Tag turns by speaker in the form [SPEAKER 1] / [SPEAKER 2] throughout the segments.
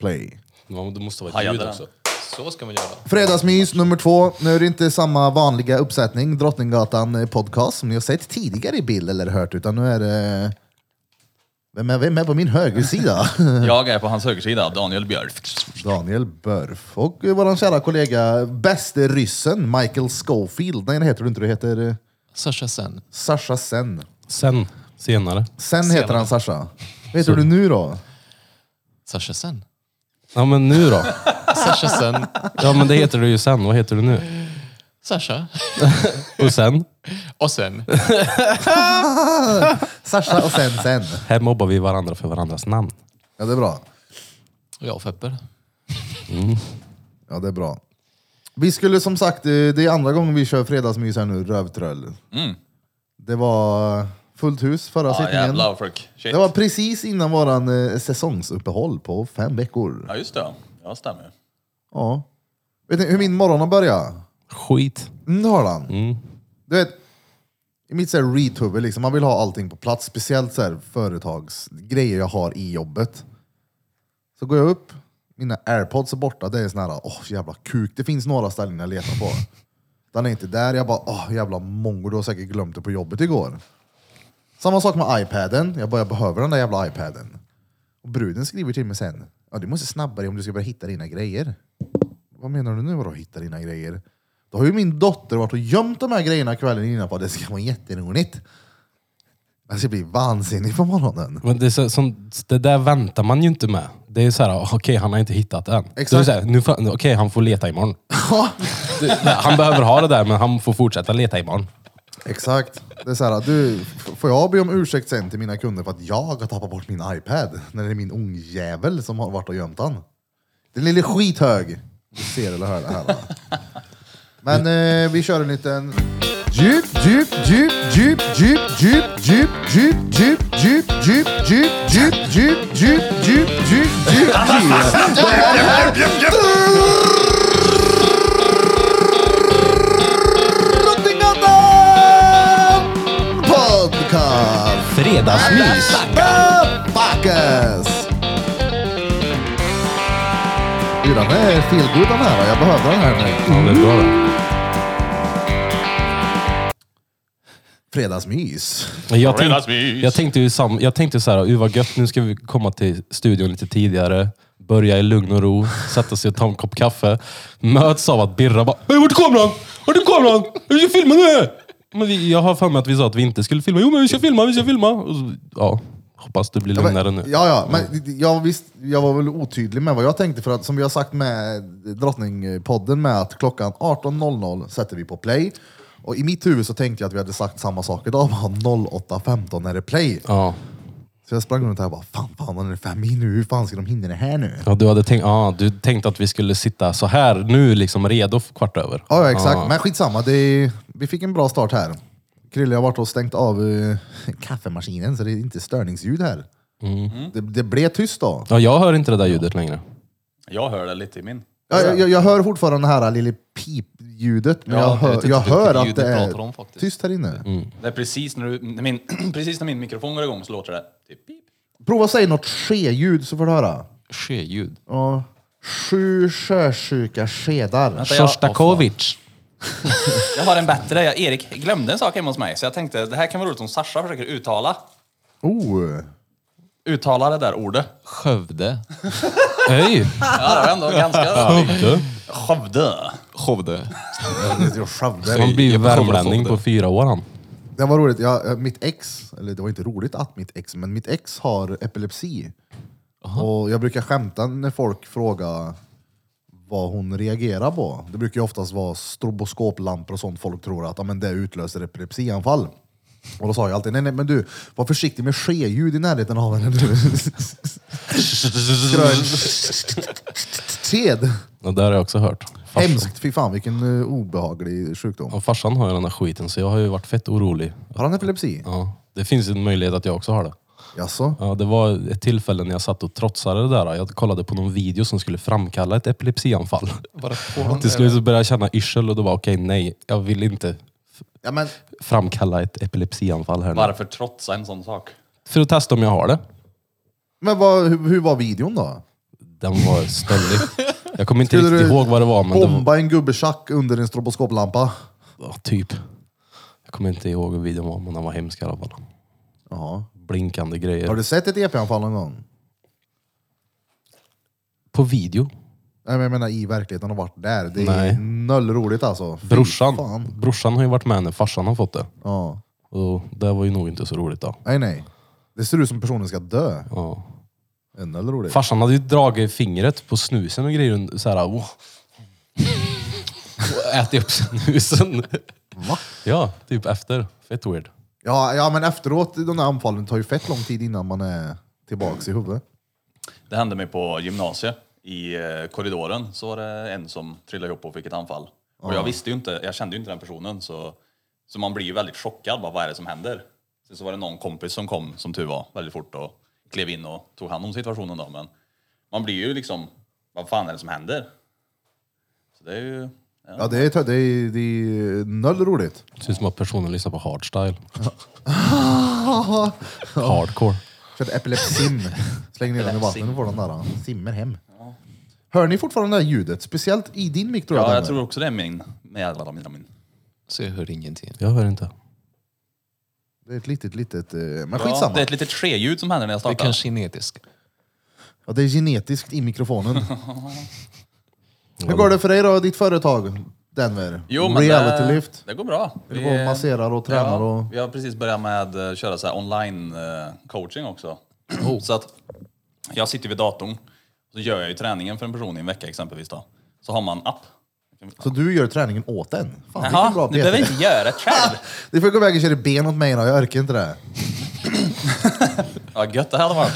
[SPEAKER 1] play.
[SPEAKER 2] Ja, men Det måste vara ett
[SPEAKER 3] Hajade
[SPEAKER 2] ljud
[SPEAKER 3] den.
[SPEAKER 2] också. Så ska man göra.
[SPEAKER 1] Fredagsmys nummer två. Nu är det inte samma vanliga uppsättning Drottninggatan eh, podcast som ni har sett tidigare i bild eller hört, utan nu är det... eh, Vem är, vem är på min högersida?
[SPEAKER 3] Jag är på hans högersida, Daniel Björk.
[SPEAKER 1] Daniel Börf och eh, vår kära kollega bäste ryssen Michael Schofield. Nej, det heter du inte. Du heter eh,
[SPEAKER 2] Sasha sen.
[SPEAKER 1] Sasha Sen.
[SPEAKER 2] Sen. Senare.
[SPEAKER 1] Sen heter han Sasha. Vad heter du nu då?
[SPEAKER 2] Sasha sen. Ja men nu då? Sasha sen. Ja men det heter du ju sen. Vad heter du nu? Sasha. Och sen? Och sen.
[SPEAKER 1] Sasha och sen sen.
[SPEAKER 2] Här mobbar vi varandra för varandras namn.
[SPEAKER 1] Ja, det är bra.
[SPEAKER 2] Och jag och Pepper.
[SPEAKER 1] Ja, det är bra. Vi skulle som sagt, eh, det är andra gången vi kör fredagsmys här nu, Rövtröll. Det var fullt hus förra
[SPEAKER 3] Mm. Ja,
[SPEAKER 1] sittningen.
[SPEAKER 3] jävlar folk. Shit.
[SPEAKER 1] Det var precis innan våran eh, säsongsuppehåll på fem veckor.
[SPEAKER 3] Ja, just det. Ja, stämmer.
[SPEAKER 1] Ja. Vet ni hur min morgon har börjat?
[SPEAKER 2] Skit.
[SPEAKER 1] Mm, det har han. Du vet, i mitt så här reet-huvud, liksom, man vill ha allting på plats. Speciellt så här företagsgrejer jag har i jobbet. Så går jag upp, mina airpods är borta. Det är sån här, åh jävla kuk. Det finns några ställen jag letar på. Den är inte där. Jag bara, åh jävla mongo, du har säkert glömt det på jobbet igår. Samma sak med iPaden. Jag bara, jag behöver den där jävla iPaden. Och bruden skriver till mig sen, ja du måste snabbare om du ska börja hitta dina grejer. Vad menar du nu vadå hitta dina grejer? Då har ju min dotter varit och gömt de här grejerna kvällen innan på det ska vara jätteroligt. Alltså jag blir vansinnig på morgonen.
[SPEAKER 4] Men det, är så, som, det där väntar man ju inte med. Det är ju såhär, okej han har inte hittat än. Då är det
[SPEAKER 1] Exakt.
[SPEAKER 4] så här, nu får- Okej, han får leta imorgon. Det- det- han behöver ha det där, men han får fortsätta leta imorgon.
[SPEAKER 1] Exakt. Det är så här, du, f- får jag be om ursäkt sen till mina kunder för att jag har tappat bort min iPad? När det är min ungjävel som har varit och gömt den. Den lille skithög. Du ser eller hör det här. va? Men eh, vi kör en liten... Djup, djup, djup, djup, djup, djup, djup, djup, djup, djup, djup, djup, djup, djup, djup, djup, djup, djup, djup. Drottninggatan podcast!
[SPEAKER 4] Fredagsmys!
[SPEAKER 1] Fuckers! Du, den är feelgood den här. va? Jag behöver den här nu.
[SPEAKER 4] Ja, det är bra det.
[SPEAKER 1] Fredagsmys.
[SPEAKER 4] Men Jag, tänk,
[SPEAKER 3] Fredagsmys.
[SPEAKER 4] jag tänkte ju sam, jag tänkte så här, "Uh, vad gött, nu ska vi komma till studion lite tidigare. Börja i lugn och ro, sätta sig och ta en kopp kaffe. Möts av att Birra bara, "Hej, vart är kameran? Vart är kameran? Vi ska filma nu! Men vi, jag har för mig att vi sa att vi inte skulle filma. Jo men vi ska filma, vi ska filma. Och så, ja, hoppas du blir lugnare nu.
[SPEAKER 1] Ja, ja. Men jag, visst, jag var väl otydlig med vad jag tänkte. För att som vi har sagt med Drottningpodden med att klockan 18.00 sätter vi på play. Och i mitt huvud så tänkte jag att vi hade sagt samma sak idag. bara 08.15 är det play.
[SPEAKER 4] Ja.
[SPEAKER 1] Så jag sprang runt här och bara, fan, fan, den är fem i nu. Hur fan ska de hinna det här nu?
[SPEAKER 4] Ja, du hade tänkt, ja, du tänkte att vi skulle sitta så här nu, liksom redo för kvart över.
[SPEAKER 1] Ja, ja exakt. Men skitsamma, det är, vi fick en bra start här. Krille har varit och stängt av eh, kaffemaskinen så det är inte störningsljud här. Det, det blev tyst då.
[SPEAKER 4] Ja, jag hör inte det där ljudet längre.
[SPEAKER 3] Jag hör det lite i min.
[SPEAKER 1] Jag, jag, jag hör fortfarande det här lilla pipljudet, men
[SPEAKER 2] Ja,
[SPEAKER 1] jag
[SPEAKER 2] det är
[SPEAKER 1] hör,
[SPEAKER 2] typ
[SPEAKER 1] jag
[SPEAKER 2] det
[SPEAKER 1] hör att
[SPEAKER 2] pipljudet
[SPEAKER 1] det
[SPEAKER 2] pratar om
[SPEAKER 1] är
[SPEAKER 2] faktiskt.
[SPEAKER 1] tyst här inne.
[SPEAKER 3] Det är precis när, du, när, min, precis när min mikrofon går igång så låter det typ pip.
[SPEAKER 1] Prova att säga något ske-ljud så får du höra.
[SPEAKER 2] Sjöljud.
[SPEAKER 1] Ja. Sju sjösjuka skedar.
[SPEAKER 3] Vänta, jag-
[SPEAKER 4] Sjostakovic.
[SPEAKER 3] Jag har en bättre. Jag, Erik glömde en sak hemma hos mig, så jag tänkte det här kan vara roligt om Sasha försöker uttala.
[SPEAKER 1] Oh.
[SPEAKER 3] Uttala det där ordet.
[SPEAKER 2] Skövde.
[SPEAKER 4] Hej!
[SPEAKER 3] Ja, det var ändå ganska...
[SPEAKER 4] Skövde.
[SPEAKER 3] Skövde.
[SPEAKER 2] Skövde.
[SPEAKER 1] jag skämde.
[SPEAKER 4] Han blir ju
[SPEAKER 2] Jag kommer från
[SPEAKER 4] värmlänning
[SPEAKER 2] Skövde.
[SPEAKER 4] på fyra år han.
[SPEAKER 1] Det var roligt, jag, eh, mitt ex, eller det var inte roligt att mitt ex, men mitt ex har epilepsi. Och jag brukar skämta när folk frågar vad hon reagerar på. Det brukar ju oftast vara stroboskoplampor och sånt folk tror att ja, men det utlöser epilepsianfall. Och då sa jag alltid, nej nej men du, var försiktig med skeljud i närheten av henne. du." Grön Sed!
[SPEAKER 4] Ja, det har jag också hört. Farsan.
[SPEAKER 1] Hemskt, fy fan vilken eh, obehaglig sjukdom.
[SPEAKER 4] Ja, farsan har ju den här skiten, så jag har ju varit fett orolig.
[SPEAKER 1] Har han epilepsi?
[SPEAKER 4] Ja, det finns ju en möjlighet att jag också har det.
[SPEAKER 1] Jaså?
[SPEAKER 4] Ja, det var ett tillfälle när jag satt och trotsade det där. Jag kollade på någon video som skulle framkalla ett epilepsianfall. Till slut så började jag känna yrsel och då var okej, nej, jag vill inte
[SPEAKER 1] Ja, men,
[SPEAKER 4] framkalla ett epilepsianfall här nu.
[SPEAKER 3] Varför trotsa en sån sak?
[SPEAKER 4] För att testa om jag har det.
[SPEAKER 1] men vad, hur, hur var videon då?
[SPEAKER 4] den var stöldig. Jag kommer inte
[SPEAKER 1] Skulle
[SPEAKER 4] riktigt
[SPEAKER 1] du
[SPEAKER 4] ihåg vad det var, men det var,
[SPEAKER 1] Bomba en gubbeschack under en stroboskoplampa.
[SPEAKER 4] ja, typ. Jag kommer inte ihåg vad videon var, men den var hemsk i alla fall.
[SPEAKER 1] Jaha.
[SPEAKER 4] Blinkande
[SPEAKER 1] Har
[SPEAKER 4] grejer.
[SPEAKER 1] du sett ett EP-anfall någon gång?
[SPEAKER 4] På video.
[SPEAKER 1] Nej, men jag menar i verkligheten och varit där. Det är
[SPEAKER 4] Nej.
[SPEAKER 1] noll roligt alltså. Fy
[SPEAKER 4] Brorsan,
[SPEAKER 1] Fan.
[SPEAKER 4] brorsan har ju varit med när farsan har fått det.
[SPEAKER 1] Ja.
[SPEAKER 4] Och det var ju nog inte så roligt då.
[SPEAKER 1] Nej, nej. Det ser ut som personen ska dö.
[SPEAKER 4] Ja.
[SPEAKER 1] Det är noll roligt.
[SPEAKER 4] Farsan hade ju dragit fingret på snusen och grejer. und- Så här, wow. och ätit upp snusen.
[SPEAKER 1] Va?
[SPEAKER 4] Ja, typ efter. Fett weird.
[SPEAKER 1] Ja, ja, men efteråt, de där anfallen tar ju fett lång tid innan man är tillbaks i huvudet.
[SPEAKER 3] Det hände mig på gymnasiet. I eh, korridoren så var det en som trillade ihop och fick ett anfall. Och jag visste ju inte, jag kände ju inte den personen så, så man blir ju väldigt chockad. Bara, vad är det som händer? Sen så var det någon kompis som kom, som tur var, väldigt fort och klev in och tog hand om situationen då. Men man blir ju liksom, vad fan är det som händer? Så det är ju... Ja.
[SPEAKER 1] Ja, det är, det är, det är noll roligt.
[SPEAKER 4] Det ser ut som att personen lyssnar på hardstyle. Hardcore.
[SPEAKER 1] Körde epilepsim. Släng ner den i vattnet och får den där. han Simmer hem. Hör ni fortfarande det här ljudet? Speciellt i din mick tror jag.
[SPEAKER 3] Ja, jag
[SPEAKER 1] Danne.
[SPEAKER 3] tror också det är min. Jävlar, mina min.
[SPEAKER 5] Så jag hör ingenting.
[SPEAKER 4] Jag hör inte.
[SPEAKER 1] Det är ett litet, litet... eh, Men
[SPEAKER 3] Ja,
[SPEAKER 1] skitsamma.
[SPEAKER 3] det är ett litet skeljud som händer när jag
[SPEAKER 5] Det är
[SPEAKER 3] startar.
[SPEAKER 5] kanske kinetiskt.
[SPEAKER 1] Ja, det är genetiskt i mikrofonen. Hur går det för dig då, ditt företag? Denver?
[SPEAKER 3] Jo, men eh,
[SPEAKER 1] Reality
[SPEAKER 3] det,
[SPEAKER 1] lift?
[SPEAKER 3] Det går bra. eh,
[SPEAKER 1] Du går och masserar och tränar och...
[SPEAKER 3] Vi har precis börjat med att köra så här online eh, coaching också.
[SPEAKER 1] Oh.
[SPEAKER 3] Så att jag sitter vid datorn, så gör jag ju träningen för en person i en vecka exempelvis då. Så har man en app.
[SPEAKER 1] Så du gör träningen åt en? Fan, vilken bra
[SPEAKER 3] Jaha, ni behöver
[SPEAKER 1] PT.
[SPEAKER 3] inte göra det själv.
[SPEAKER 1] Du får gå iväg och köra ben åt mig då, jag orkar inte det.
[SPEAKER 3] Ja, gött det hade varit.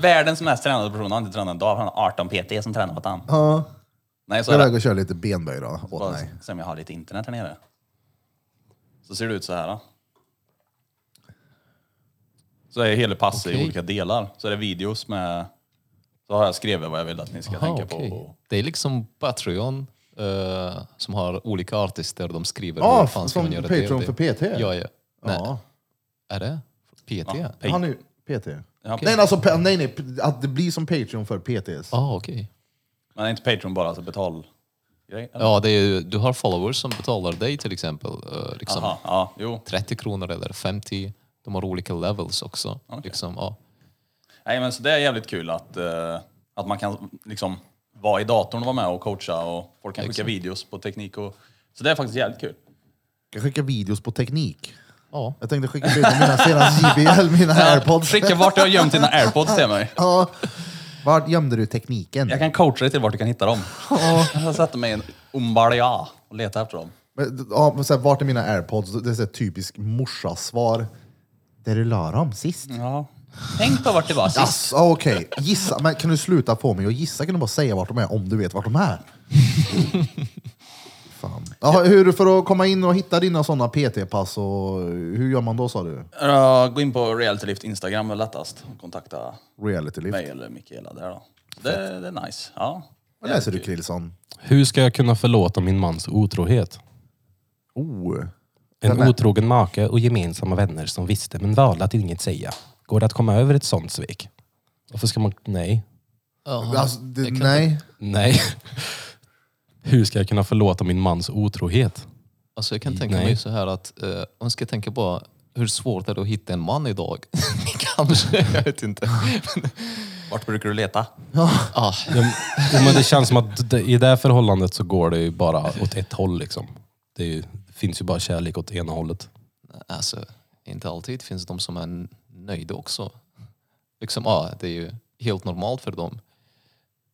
[SPEAKER 3] Världens mest tränade person har inte tränat en dag, han har 18 PT som tränar åt han.
[SPEAKER 1] Ja,
[SPEAKER 3] Nej, så
[SPEAKER 1] gå
[SPEAKER 3] är
[SPEAKER 1] iväg
[SPEAKER 3] det.
[SPEAKER 1] och köra lite benböj då, åt
[SPEAKER 3] Bara
[SPEAKER 1] mig.
[SPEAKER 3] se om jag har lite internet här nere. Så ser det ut så här. Då. Så är hela passet i
[SPEAKER 5] Okej.
[SPEAKER 3] olika delar. Så är det videos med... Så har jag skrivit vad jag vill att ni ska tänka
[SPEAKER 5] Ah, okej.
[SPEAKER 3] på.
[SPEAKER 5] Det är liksom Patreon eh, som har olika artister. De skriver
[SPEAKER 1] Ja,
[SPEAKER 5] hur fan ska
[SPEAKER 1] som
[SPEAKER 5] man göra det och
[SPEAKER 1] Ah, Patreon
[SPEAKER 5] det.
[SPEAKER 1] för PT.
[SPEAKER 5] Ja, ja. Nej,
[SPEAKER 1] Ja,
[SPEAKER 5] är det? PT? Ja,
[SPEAKER 3] Pay-
[SPEAKER 1] han är ju PT.
[SPEAKER 3] Ja,
[SPEAKER 1] Nej, alltså, pe- nej, nej, p- att det blir som Patreon för PTs.
[SPEAKER 5] ah, okej.
[SPEAKER 3] Men är inte Patreon bara alltså betal... grej, eller?
[SPEAKER 5] Ja, det är, ju- du har followers som betalar dig till exempel. eh, liksom
[SPEAKER 3] Aha, ja, jo.
[SPEAKER 5] 30 kronor eller 50. De har olika levels också. Liksom, ja.
[SPEAKER 3] Nej, men så det är jävligt kul att, eh, att man kan liksom vara i datorn och vara med och coacha och folk kan skicka
[SPEAKER 5] Exakt.
[SPEAKER 3] videos på teknik och... Så det är faktiskt jävligt kul.
[SPEAKER 1] Jag skickar videos på teknik.
[SPEAKER 5] Ja.
[SPEAKER 1] Jag tänkte skicka bilder på mina senaste JBL, mina airpods.
[SPEAKER 3] Skicka vart du har gömt dina airpods till mig.
[SPEAKER 1] Ja. Vart gömde du tekniken?
[SPEAKER 3] Jag kan coacha dig till vart du kan hitta dem. Jag sätter mig i en umbalja och letar efter dem.
[SPEAKER 1] Men, ja, men så här, vart är mina airpods? Det är så här typiskt morsasvar. Där du la dem sist.
[SPEAKER 3] Ja. Tänk på vart det var sist.
[SPEAKER 1] Yes, Okej, gissa. Men kan du sluta få mig att gissa? Kan du bara säga vart de är om du vet vart de är? Fan. Ja, hur, för att komma in och hitta dina sådana PT-pass, och, hur gör man då sa du?
[SPEAKER 3] Ja, Gå in på Realitylift Instagram är lättast. Kontakta
[SPEAKER 1] Reality lift.
[SPEAKER 3] mig eller Mikaela där då. Det, det är nice. Ja.
[SPEAKER 1] Vad läser du Krillson?
[SPEAKER 4] Hur ska jag kunna förlåta min mans otrohet?
[SPEAKER 1] Oh.
[SPEAKER 4] En otrogen make och gemensamma vänner som visste men valde att inget säga. Går det att komma över ett sånt svek? Varför ska man... Nej.
[SPEAKER 5] Jaha.
[SPEAKER 1] Alltså, det, nej.
[SPEAKER 4] Nej. Hur ska jag kunna förlåta min mans otrohet?
[SPEAKER 5] Alltså, jag kan tänka
[SPEAKER 4] Nej.
[SPEAKER 5] mig så här att eh, om jag ska tänka på hur svårt är det att hitta en man idag? Kanske, jag vet inte.
[SPEAKER 3] Vart brukar du leta?
[SPEAKER 5] ah,
[SPEAKER 4] Ja, men det känns som att det, i det här förhållandet så går det ju bara åt ett håll liksom. Det är ju, det finns ju bara kärlek åt ena hållet.
[SPEAKER 5] alltså, inte alltid finns de som är nöjda också. Liksom, ja, det är ju helt normalt för dem.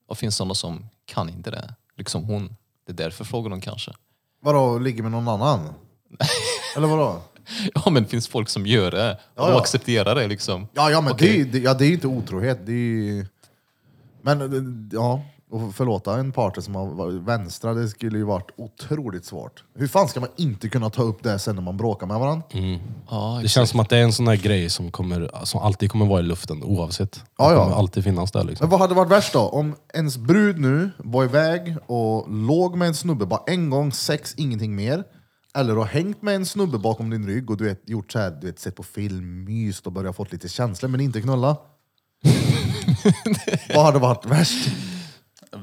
[SPEAKER 5] Och finns sådana som kan inte det. Liksom hon. Det är därför frågar de kanske.
[SPEAKER 1] Vadå, ligger med någon annan? Eller vadå?
[SPEAKER 5] Ja men finns folk som gör det och
[SPEAKER 1] ja.
[SPEAKER 5] accepterar det liksom.
[SPEAKER 1] Ja, ja men
[SPEAKER 5] Okej.
[SPEAKER 1] det, är ju- det, ja, det är ju inte otrohet. Det är ju... Men eh, ja, och förlåta en partner som har varit vänstra, det skulle ju varit otroligt svårt. Hur fan ska man inte kunna ta upp det sen när man bråkar med varandra?
[SPEAKER 5] Ja,
[SPEAKER 4] Det känns som att det är en sån här grej som, kommer, som alltid kommer vara i luften oavsett.
[SPEAKER 1] Ja,
[SPEAKER 4] Det
[SPEAKER 1] ja.
[SPEAKER 4] kommer alltid finnas där liksom.
[SPEAKER 1] Men vad hade varit värst då? Om ens brud nu var iväg och låg med en snubbe bara en gång, sex, ingenting mer. Eller har hängt med en snubbe bakom din rygg och du vet, gjort så här, du vet, sett på film, myst och börjat fått lite känslor men inte knulla. vad hade varit värst?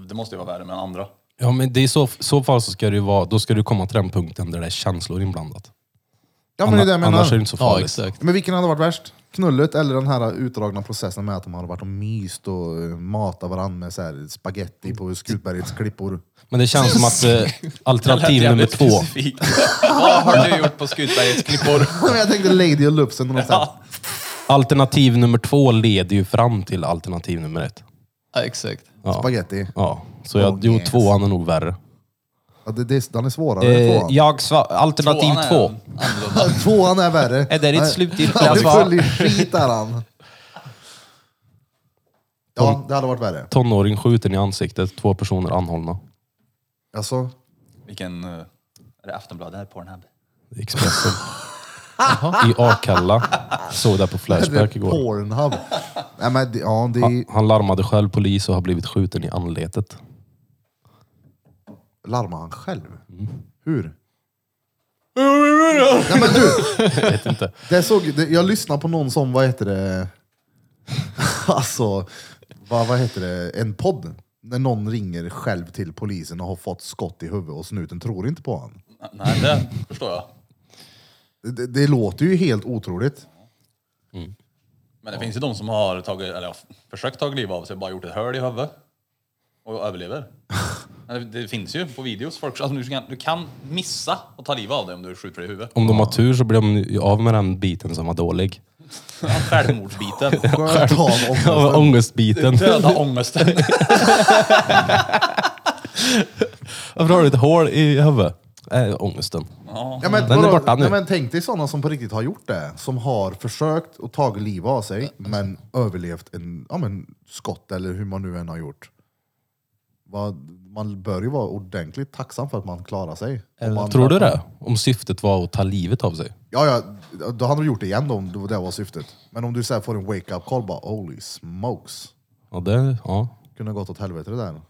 [SPEAKER 3] Det måste ju vara värre med den andra.
[SPEAKER 4] Ja, men det är så, så fall så ska det ju vara, då ska du komma till den punkten där det är känslor inblandat.
[SPEAKER 1] Ja men det är det jag menar.
[SPEAKER 4] Annars är det inte så
[SPEAKER 5] Ja,
[SPEAKER 4] farligt.
[SPEAKER 5] exakt.
[SPEAKER 1] Men vilken hade varit värst? Knullet eller den här utdragna processen med att de hade varit och myst och eh, matat varandra med så här spaghetti på Skutbergets klippor?
[SPEAKER 4] men det känns som att eh,
[SPEAKER 3] Det lät
[SPEAKER 4] alternativ nummer
[SPEAKER 3] jävligt
[SPEAKER 4] två,
[SPEAKER 3] specifikt. Vad har du gjort på Skutbergets klippor?
[SPEAKER 1] Men jag tänkte Lady och Lupsen och något sånt.
[SPEAKER 4] alternativ nummer två leder ju fram till alternativ nummer ett.
[SPEAKER 5] Ja, exakt.
[SPEAKER 4] Ja,
[SPEAKER 1] Spaghetti.
[SPEAKER 4] ja. så jag,
[SPEAKER 1] Oh,
[SPEAKER 4] jo,
[SPEAKER 1] yes.
[SPEAKER 4] tvåan är nog värre.
[SPEAKER 1] Ja, det, det, den är svårare än
[SPEAKER 6] Eh,
[SPEAKER 1] tvåan.
[SPEAKER 6] jag svar, alternativ
[SPEAKER 3] Tvåan är
[SPEAKER 6] två.
[SPEAKER 3] annorlunda.
[SPEAKER 1] Tvåan är värre.
[SPEAKER 4] Eh,
[SPEAKER 6] Är det ditt slutgiltiga
[SPEAKER 1] Ja, det
[SPEAKER 6] svar?
[SPEAKER 1] föll i skit där han. Ja, det hade varit värre.
[SPEAKER 4] Tonåring skjuten i ansiktet, två personer anhållna.
[SPEAKER 1] Alltså,
[SPEAKER 3] Vilken... eh, Är det Aftonbladet här? Pornhub?
[SPEAKER 4] i Expressen. I Akalla. Såg det på
[SPEAKER 1] det är
[SPEAKER 4] Flashback igår.
[SPEAKER 1] Pornhub. Nej, men det, ja, det är,
[SPEAKER 4] Han larmade själv polis och har blivit skjuten i anletet.
[SPEAKER 1] larmar han själv? Hur? Nej, men du,
[SPEAKER 4] Vet inte.
[SPEAKER 1] det såg, det, jag lyssnade på någon som, vad heter det? Alltså, vad, vad heter det? En podd. När någon ringer själv till polisen och har fått skott i huvudet och snuten tror inte på honom.
[SPEAKER 3] Nej, det förstår jag.
[SPEAKER 1] Det, det låter ju helt otroligt.
[SPEAKER 3] Men det finns ju de som har tagit, eller ja, försökt ta livet av sig bara gjort ett hål i huvudet och överlever. Men det, det finns ju på videos. Folk, alltså, du, kan, du kan missa och ta livet av dig om du skjuter dig i huvudet.
[SPEAKER 4] Om de har tur så blir de ju av med den biten som var dålig.
[SPEAKER 3] Självmordsbiten.
[SPEAKER 1] Skönt tal om
[SPEAKER 4] Ja, Ångestbiten.
[SPEAKER 3] Döda ångesten.
[SPEAKER 4] Varför har du ett hål i huvudet? Äh, ångesten.
[SPEAKER 1] Ja, men,
[SPEAKER 4] Den är
[SPEAKER 1] vadå?
[SPEAKER 4] borta nu.
[SPEAKER 1] Nej, men tänk dig sådana som på riktigt har gjort det. Som har försökt och tagit liv av sig, men överlevt en ja, men, skott eller hur man nu än har gjort. Vad- Man bör ju vara ordentligt tacksam för att man klarar sig. Om man,
[SPEAKER 4] Tror du det? Om syftet var att ta livet av sig?
[SPEAKER 1] Ja, ja, då hade du gjort det igen då, om det var syftet. Men om du så här får en wake-up call, bara holy smokes.
[SPEAKER 4] Ja, det, ja.
[SPEAKER 1] Kunde ha gått åt helvete det där.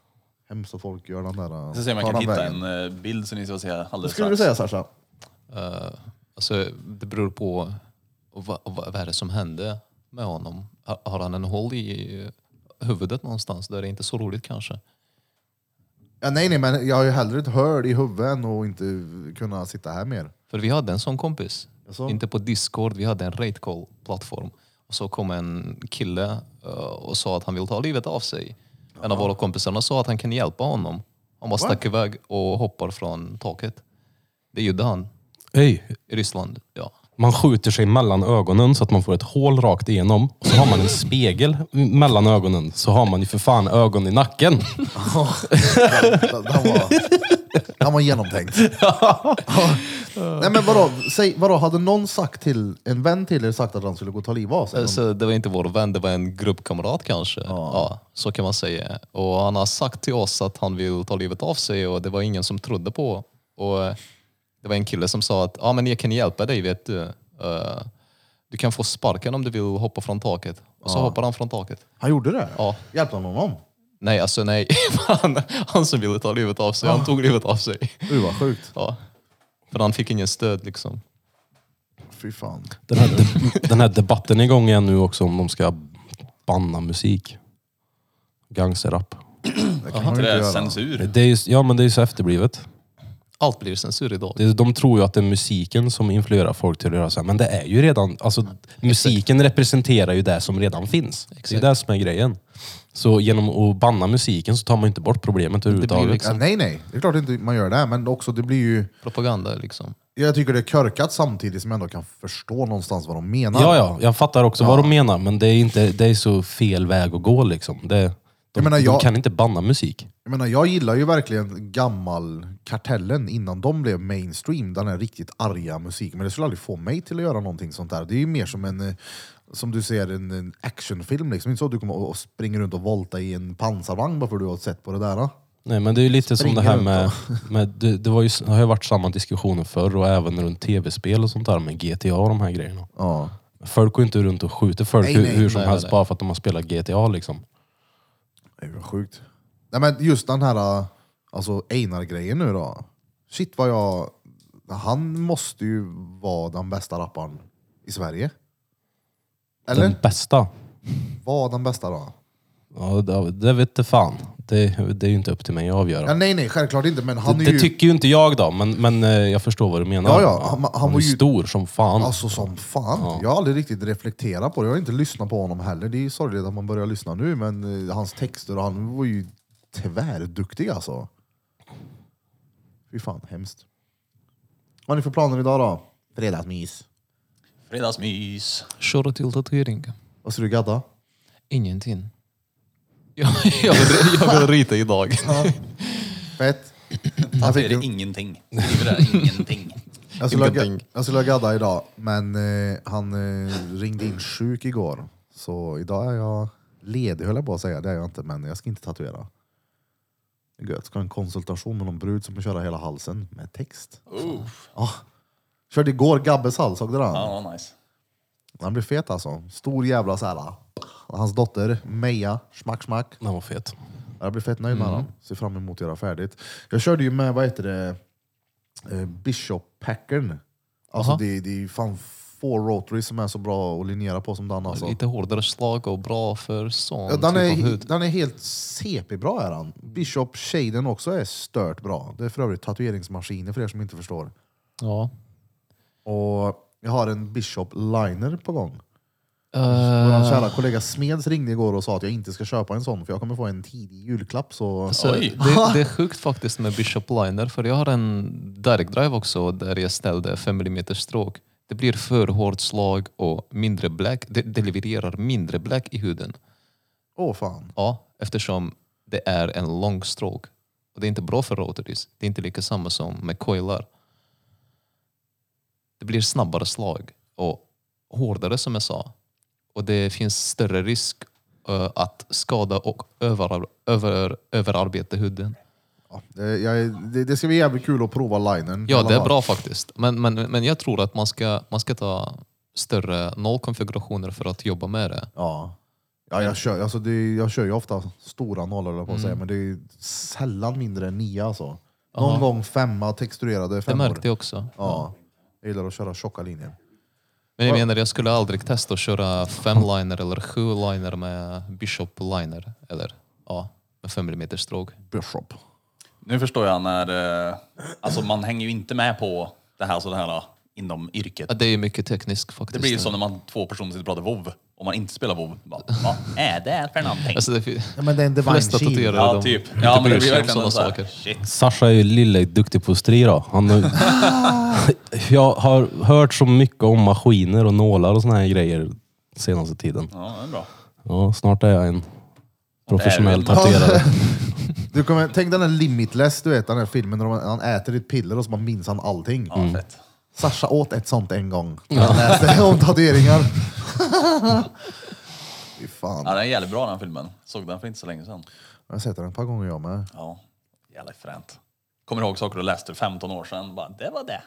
[SPEAKER 1] Hemskt att folk gör den där...
[SPEAKER 3] Så ser man
[SPEAKER 1] tar
[SPEAKER 3] kan
[SPEAKER 1] den
[SPEAKER 3] hitta
[SPEAKER 1] vägen.
[SPEAKER 3] en eh, bild som ni ska se
[SPEAKER 1] Vad
[SPEAKER 3] alldeles
[SPEAKER 1] skulle du
[SPEAKER 3] strax.
[SPEAKER 1] säga Sasha?
[SPEAKER 5] Eh, alltså, det beror på vad, vad är det som hände med honom. Har, har han en hål i eh, huvudet någonstans? Där är det inte så roligt kanske.
[SPEAKER 1] Ja, nej, nej, men jag har ju hellre ett hörd i huvudet än att inte kunna sitta här mer.
[SPEAKER 5] För vi hade en sån kompis.
[SPEAKER 1] Jaså?
[SPEAKER 5] Inte på Discord, vi hade en ratecall-plattform. Och så kom en kille eh, och sa att han vill ta livet av sig. En av våra kompisarna sa att han kan hjälpa honom. Han bara stack iväg och hoppar från taket. Det gjorde han
[SPEAKER 4] Ey,
[SPEAKER 5] i Ryssland. Ja.
[SPEAKER 4] man skjuter sig mellan ögonen så att man får ett hål rakt igenom. Och så har man en spegel mellan ögonen så har man ju för fan ögon i nacken.
[SPEAKER 1] Den var, den var genomtänkt. Nej men vadå, säg, vadå, hade någon sagt till, en vän till er sagt att han skulle gå och ta livet av sig?
[SPEAKER 5] Eh, Så det var inte vår vän, det var en gruppkamrat kanske. Ja. så kan man säga. Och han har sagt till oss att han vill ta livet av sig och det var ingen som trodde på. Och eh, det var en kille som sa att ah, men jag kan hjälpa dig, vet du. Eh, Du kan få sparken om du vill hoppa från taket. Och så hoppar han från taket.
[SPEAKER 1] Han gjorde det?
[SPEAKER 5] Ja.
[SPEAKER 1] Hjälpte han honom?
[SPEAKER 5] Nej, alltså nej. Han, han som ville ta livet av sig, han tog livet av sig.
[SPEAKER 1] Du vad sjukt.
[SPEAKER 5] Ja. För han fick ingen stöd liksom.
[SPEAKER 1] Fy fan.
[SPEAKER 4] Den här, de, den här debatten är igång igen nu också om de ska banna musik. Gangsterrap.
[SPEAKER 1] Det kan man ju
[SPEAKER 3] Det
[SPEAKER 1] inte
[SPEAKER 3] är
[SPEAKER 1] göra.
[SPEAKER 3] censur.
[SPEAKER 4] Det är ju, ja men det är ju så efterblivet.
[SPEAKER 5] Allt blir censur idag.
[SPEAKER 4] Det, är- de tror ju att det är musiken som influerar folk till att göra så här. Men det är ju redan, alltså musiken representerar ju det som redan finns. Det är
[SPEAKER 5] Exakt.
[SPEAKER 4] ju det som är grejen. Så genom att banna musiken så tar man ju inte bort problemet överhuvudtaget.
[SPEAKER 5] liksom-
[SPEAKER 1] Ja, nej nej, det är klart inte man gör det, men också det blir ju...
[SPEAKER 5] Propaganda liksom.
[SPEAKER 1] Jag tycker det är körkat samtidigt som jag ändå kan förstå någonstans vad de menar.
[SPEAKER 4] Ja, ja, jag fattar också vad de menar, men det är, inte, det är så fel väg att gå liksom. Det, de,
[SPEAKER 1] Jag menar,
[SPEAKER 4] de
[SPEAKER 1] jag-
[SPEAKER 4] kan inte banna musik.
[SPEAKER 1] Jag menar, jag gillar ju verkligen gammal kartellen innan de blev mainstream, den här riktigt arga musiken. Men det skulle aldrig få mig till att göra någonting sånt där. Det är ju mer som en, eh, som du ser, en, en actionfilm liksom. Inte så att du kommer och och springer runt och volta i en pansarvagn bara för att du har sett på det där. då.
[SPEAKER 4] Nej men det är ju lite som
[SPEAKER 1] Springer
[SPEAKER 4] det här
[SPEAKER 1] runt
[SPEAKER 4] med, med det, det, var ju, det har ju varit samma diskussioner förr och även runt tv-spel och sånt där med GTA och de här grejerna.
[SPEAKER 1] Ja.
[SPEAKER 4] Folk går ju inte runt och skjuter folk
[SPEAKER 1] Nej,
[SPEAKER 4] hur,
[SPEAKER 1] nej,
[SPEAKER 4] hur som
[SPEAKER 5] nej,
[SPEAKER 4] helst
[SPEAKER 5] nej.
[SPEAKER 4] bara för att de har spelat GTA liksom.
[SPEAKER 1] Det är ju sjukt. Nej men just den här eh, alltså Einar-grejen nu då. Shit vad jag... Han måste ju vara den bästa rapparen i Sverige. Eller?
[SPEAKER 4] Den bästa.
[SPEAKER 1] Var den bästa då?
[SPEAKER 4] Ja, det, det vet du fan. Det, det är ju inte upp till mig att avgöra.
[SPEAKER 1] Ja, nej, nej, självklart inte. Men han
[SPEAKER 4] det,
[SPEAKER 1] är
[SPEAKER 4] det
[SPEAKER 1] ju...
[SPEAKER 4] tycker ju inte jag då, men, men eh, jag förstår vad du menar.
[SPEAKER 1] Ja, ja, han- han
[SPEAKER 4] är
[SPEAKER 1] var ju-
[SPEAKER 4] stor som fan.
[SPEAKER 1] Alltså som fan. Jag har aldrig riktigt reflekterat på det. Jag har inte lyssnat på honom heller. Det är ju sorgligt att man börjar lyssna nu, men eh, hans texter, och han var ju tvärduktig alltså. Fy fan, hemskt. Vad har ni för planer idag då? Fredagsmys.
[SPEAKER 3] Fredagsmys.
[SPEAKER 5] Köra till tatuering.
[SPEAKER 1] Vad ska du gadda?
[SPEAKER 5] Ingenting. Jag, jag, vill, jag vill rita idag.
[SPEAKER 1] Fett.
[SPEAKER 3] Han
[SPEAKER 1] Jag fick
[SPEAKER 3] säger
[SPEAKER 1] ju-
[SPEAKER 3] ingenting. Skriver det, ingenting.
[SPEAKER 1] Jag skulle, ha,
[SPEAKER 5] Ingenting.
[SPEAKER 1] jag skulle ha gadda idag, men eh, han eh, ringde in sjuk igår. Så idag är jag ledig höll jag på att säga, det är jag inte, men jag ska inte tatuera. Det är Gött. Ska ha en konsultation med någon brud som får köra hela halsen med text.
[SPEAKER 3] Oh,
[SPEAKER 1] Körde igår Gabbes hals, såg du den?
[SPEAKER 3] ja, vad nice.
[SPEAKER 1] Han blev fet alltså. Stor jävla såhär. Hans dotter Meja, smack smack.
[SPEAKER 4] Han var fet.
[SPEAKER 1] Jag blir fett nöjd
[SPEAKER 5] Mm.
[SPEAKER 1] med den. Ser fram emot att göra färdigt. Jag körde ju med, vad heter det, eh, Bishop-packern. Alltså det, det är ju fan få rotary som är så bra att linjera på som den alltså.
[SPEAKER 5] Lite hårdare slag och bra för sån
[SPEAKER 1] Ja, den,
[SPEAKER 5] typ av hud.
[SPEAKER 1] är, den är helt CP-bra är den. Bishop Shaden också är stört bra. Det är för övrigt tatueringsmaskiner för er som inte förstår.
[SPEAKER 5] Ja.
[SPEAKER 1] Och jag har en Bishop Liner på gång. Vår
[SPEAKER 5] Uh,
[SPEAKER 1] kära kollega Smeds ringde igår och sa att jag inte ska köpa en sån för jag kommer få en tidig julklapp. Så...
[SPEAKER 5] så
[SPEAKER 3] Oj.
[SPEAKER 5] det, det är sjukt faktiskt med Bishop Liner för jag har en direct drive också där jag ställde 5 mm stråk. Det blir för hårt slag och mindre black. Det, det levererar mindre black i huden.
[SPEAKER 1] Åh fan.
[SPEAKER 5] Ja, eftersom det är en lång stråk. Och det är inte bra för rotaries. Det är inte lika samma som med coilar. Det blir snabbare slag och hårdare som jag sa. Och det finns större risk eh, att skada och över, över, överarbeta huden.
[SPEAKER 1] Ja, det, jag, det, det ska bli jävligt kul att prova linern. i
[SPEAKER 5] Ja,
[SPEAKER 1] alla
[SPEAKER 5] det är
[SPEAKER 1] fall.
[SPEAKER 5] bra faktiskt. Men, men, men jag tror att man ska, man ska ta större nollkonfigurationer för att jobba med det.
[SPEAKER 1] Ja. Ja, jag, kör, alltså det, jag kör ju ofta stora nollor, höll jag på att säga,
[SPEAKER 5] Mm.
[SPEAKER 1] men det är ju sällan mindre än nia. Alltså. Någon gång femma, texturerade
[SPEAKER 5] Det
[SPEAKER 1] femmor.
[SPEAKER 5] märkte jag också.
[SPEAKER 1] Ja. Jag gillar att köra tjocka linjer.
[SPEAKER 5] Men jag menar, jag skulle aldrig testa att köra femliner eller sjuliner med bishop liner. Eller ja, med 5 mm stråk.
[SPEAKER 1] Bishop.
[SPEAKER 3] Nu förstår jag när... Eh, alltså man hänger ju inte med på det här sådär inom yrket.
[SPEAKER 5] Ja, det är ju mycket tekniskt faktiskt.
[SPEAKER 3] Det blir ju
[SPEAKER 5] nu.
[SPEAKER 3] som när man två personer sitter och pratar WoW. Om man inte spelar WoW. Bara, Vad är det för någonting?
[SPEAKER 5] Alltså, det fi-
[SPEAKER 1] Ja, men det är en divine
[SPEAKER 5] flesta
[SPEAKER 1] shield.
[SPEAKER 5] tatuerare
[SPEAKER 3] Ja,
[SPEAKER 5] de
[SPEAKER 3] typ.
[SPEAKER 5] inte
[SPEAKER 3] Ja, men det
[SPEAKER 5] bryr
[SPEAKER 3] blir
[SPEAKER 5] sig om
[SPEAKER 3] verkligen
[SPEAKER 5] sådana
[SPEAKER 3] en sån här,
[SPEAKER 5] saker.
[SPEAKER 3] Shit.
[SPEAKER 4] Sasha är ju lille duktig på att strira. Han har, jag har hört så mycket om maskiner och nålar och såna här grejer senaste tiden.
[SPEAKER 3] Ja, det är bra.
[SPEAKER 4] Ja, snart är jag en professionell
[SPEAKER 3] Där är
[SPEAKER 4] tatuerare.
[SPEAKER 1] Du kommer, tänk den här Limitless, du vet den här filmen när de, han äter ett piller och så man minns han allting.
[SPEAKER 3] Ja,
[SPEAKER 5] Mm.
[SPEAKER 3] fett.
[SPEAKER 1] Sasha åt ett sånt en gång. Jag läste om tatueringar. Fy fan.
[SPEAKER 3] Ja, den är jävligt bra den filmen. Såg den för inte så länge sedan.
[SPEAKER 1] Jag har sett den ett par gånger jag med.
[SPEAKER 3] Ja, jävligt fränt. Kommer ihåg saker du läste för 15 år sedan. Bara, det var det.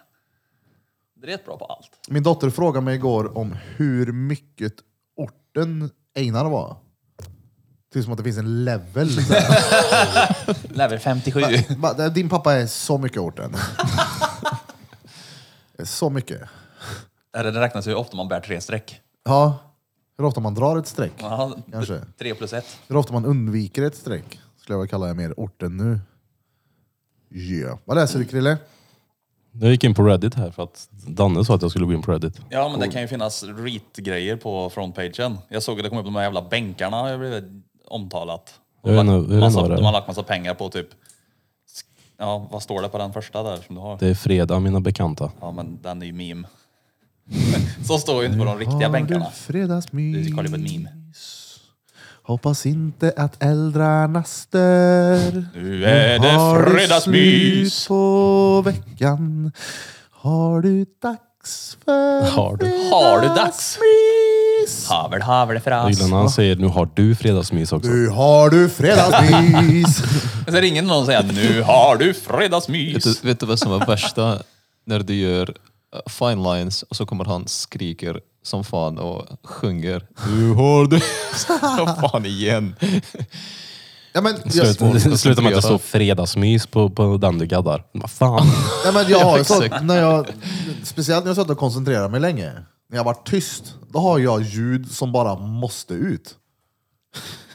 [SPEAKER 3] Det är rätt bra på allt.
[SPEAKER 1] Min dotter frågade mig igår om hur mycket orten Einar var. Det är som att det finns en level. Så här.
[SPEAKER 3] Level 57.
[SPEAKER 1] Bara, Din pappa är så mycket orten. Så mycket.
[SPEAKER 3] Det räknas ju hur ofta man bär tre streck.
[SPEAKER 1] Ja. Hur ofta man drar ett streck.
[SPEAKER 3] Ja,
[SPEAKER 1] Kanske.
[SPEAKER 3] Tre plus ett.
[SPEAKER 1] Hur ofta man undviker ett streck. Skulle jag väl kalla det mer orten nu. Yeah. Vad läser du Krille?
[SPEAKER 4] Jag gick in på Reddit här för att Danne sa att jag skulle gå in på Reddit.
[SPEAKER 3] Ja, men det kan ju finnas reat-grejer på frontpagen. Jag såg att det kom upp de här jävla bänkarna. Jag blev omtalat.
[SPEAKER 4] Jag vet inte- jag vet inte
[SPEAKER 3] massa,
[SPEAKER 4] vad det är.
[SPEAKER 3] de har lagt massa pengar på typ... Ja, vad står det på den första där som du har?
[SPEAKER 4] Det är fredag, mina bekanta.
[SPEAKER 3] Ja, men den är ju meme. Så står ju inte på de riktiga
[SPEAKER 1] Har
[SPEAKER 3] bänkarna.
[SPEAKER 1] du fredagsmys?
[SPEAKER 3] Du kollar på ett meme.
[SPEAKER 1] Hoppas inte att äldrarna stör.
[SPEAKER 3] Nu är
[SPEAKER 1] Har
[SPEAKER 3] det
[SPEAKER 1] du
[SPEAKER 3] fredagsmys!
[SPEAKER 1] slut på veckan? Har du dags för
[SPEAKER 4] Har du-
[SPEAKER 3] Har du dags?
[SPEAKER 1] fredagsmys?
[SPEAKER 3] Havel, havel,
[SPEAKER 4] Jag
[SPEAKER 3] fras.
[SPEAKER 4] gillar när han säger nu har du fredagsmys också.
[SPEAKER 1] Nu har du fredagsmys!
[SPEAKER 3] Så ringer någon och säger nu har du fredagsmys.
[SPEAKER 5] Vet du, vet du vad som är värsta? När du gör eh, fine lines och så kommer han skriker som fan och sjunger. Du har det! Som fan igen.
[SPEAKER 1] ja, men, jag,
[SPEAKER 4] Sluta, sluta med att det står fredagsmys på, på den du gaddar. Vad fan.
[SPEAKER 1] ja, men jag har ju så,
[SPEAKER 5] exakt.
[SPEAKER 1] när jag, speciellt när jag satt och koncentrerade mig länge, när jag var tyst, då har jag ljud som bara måste ut.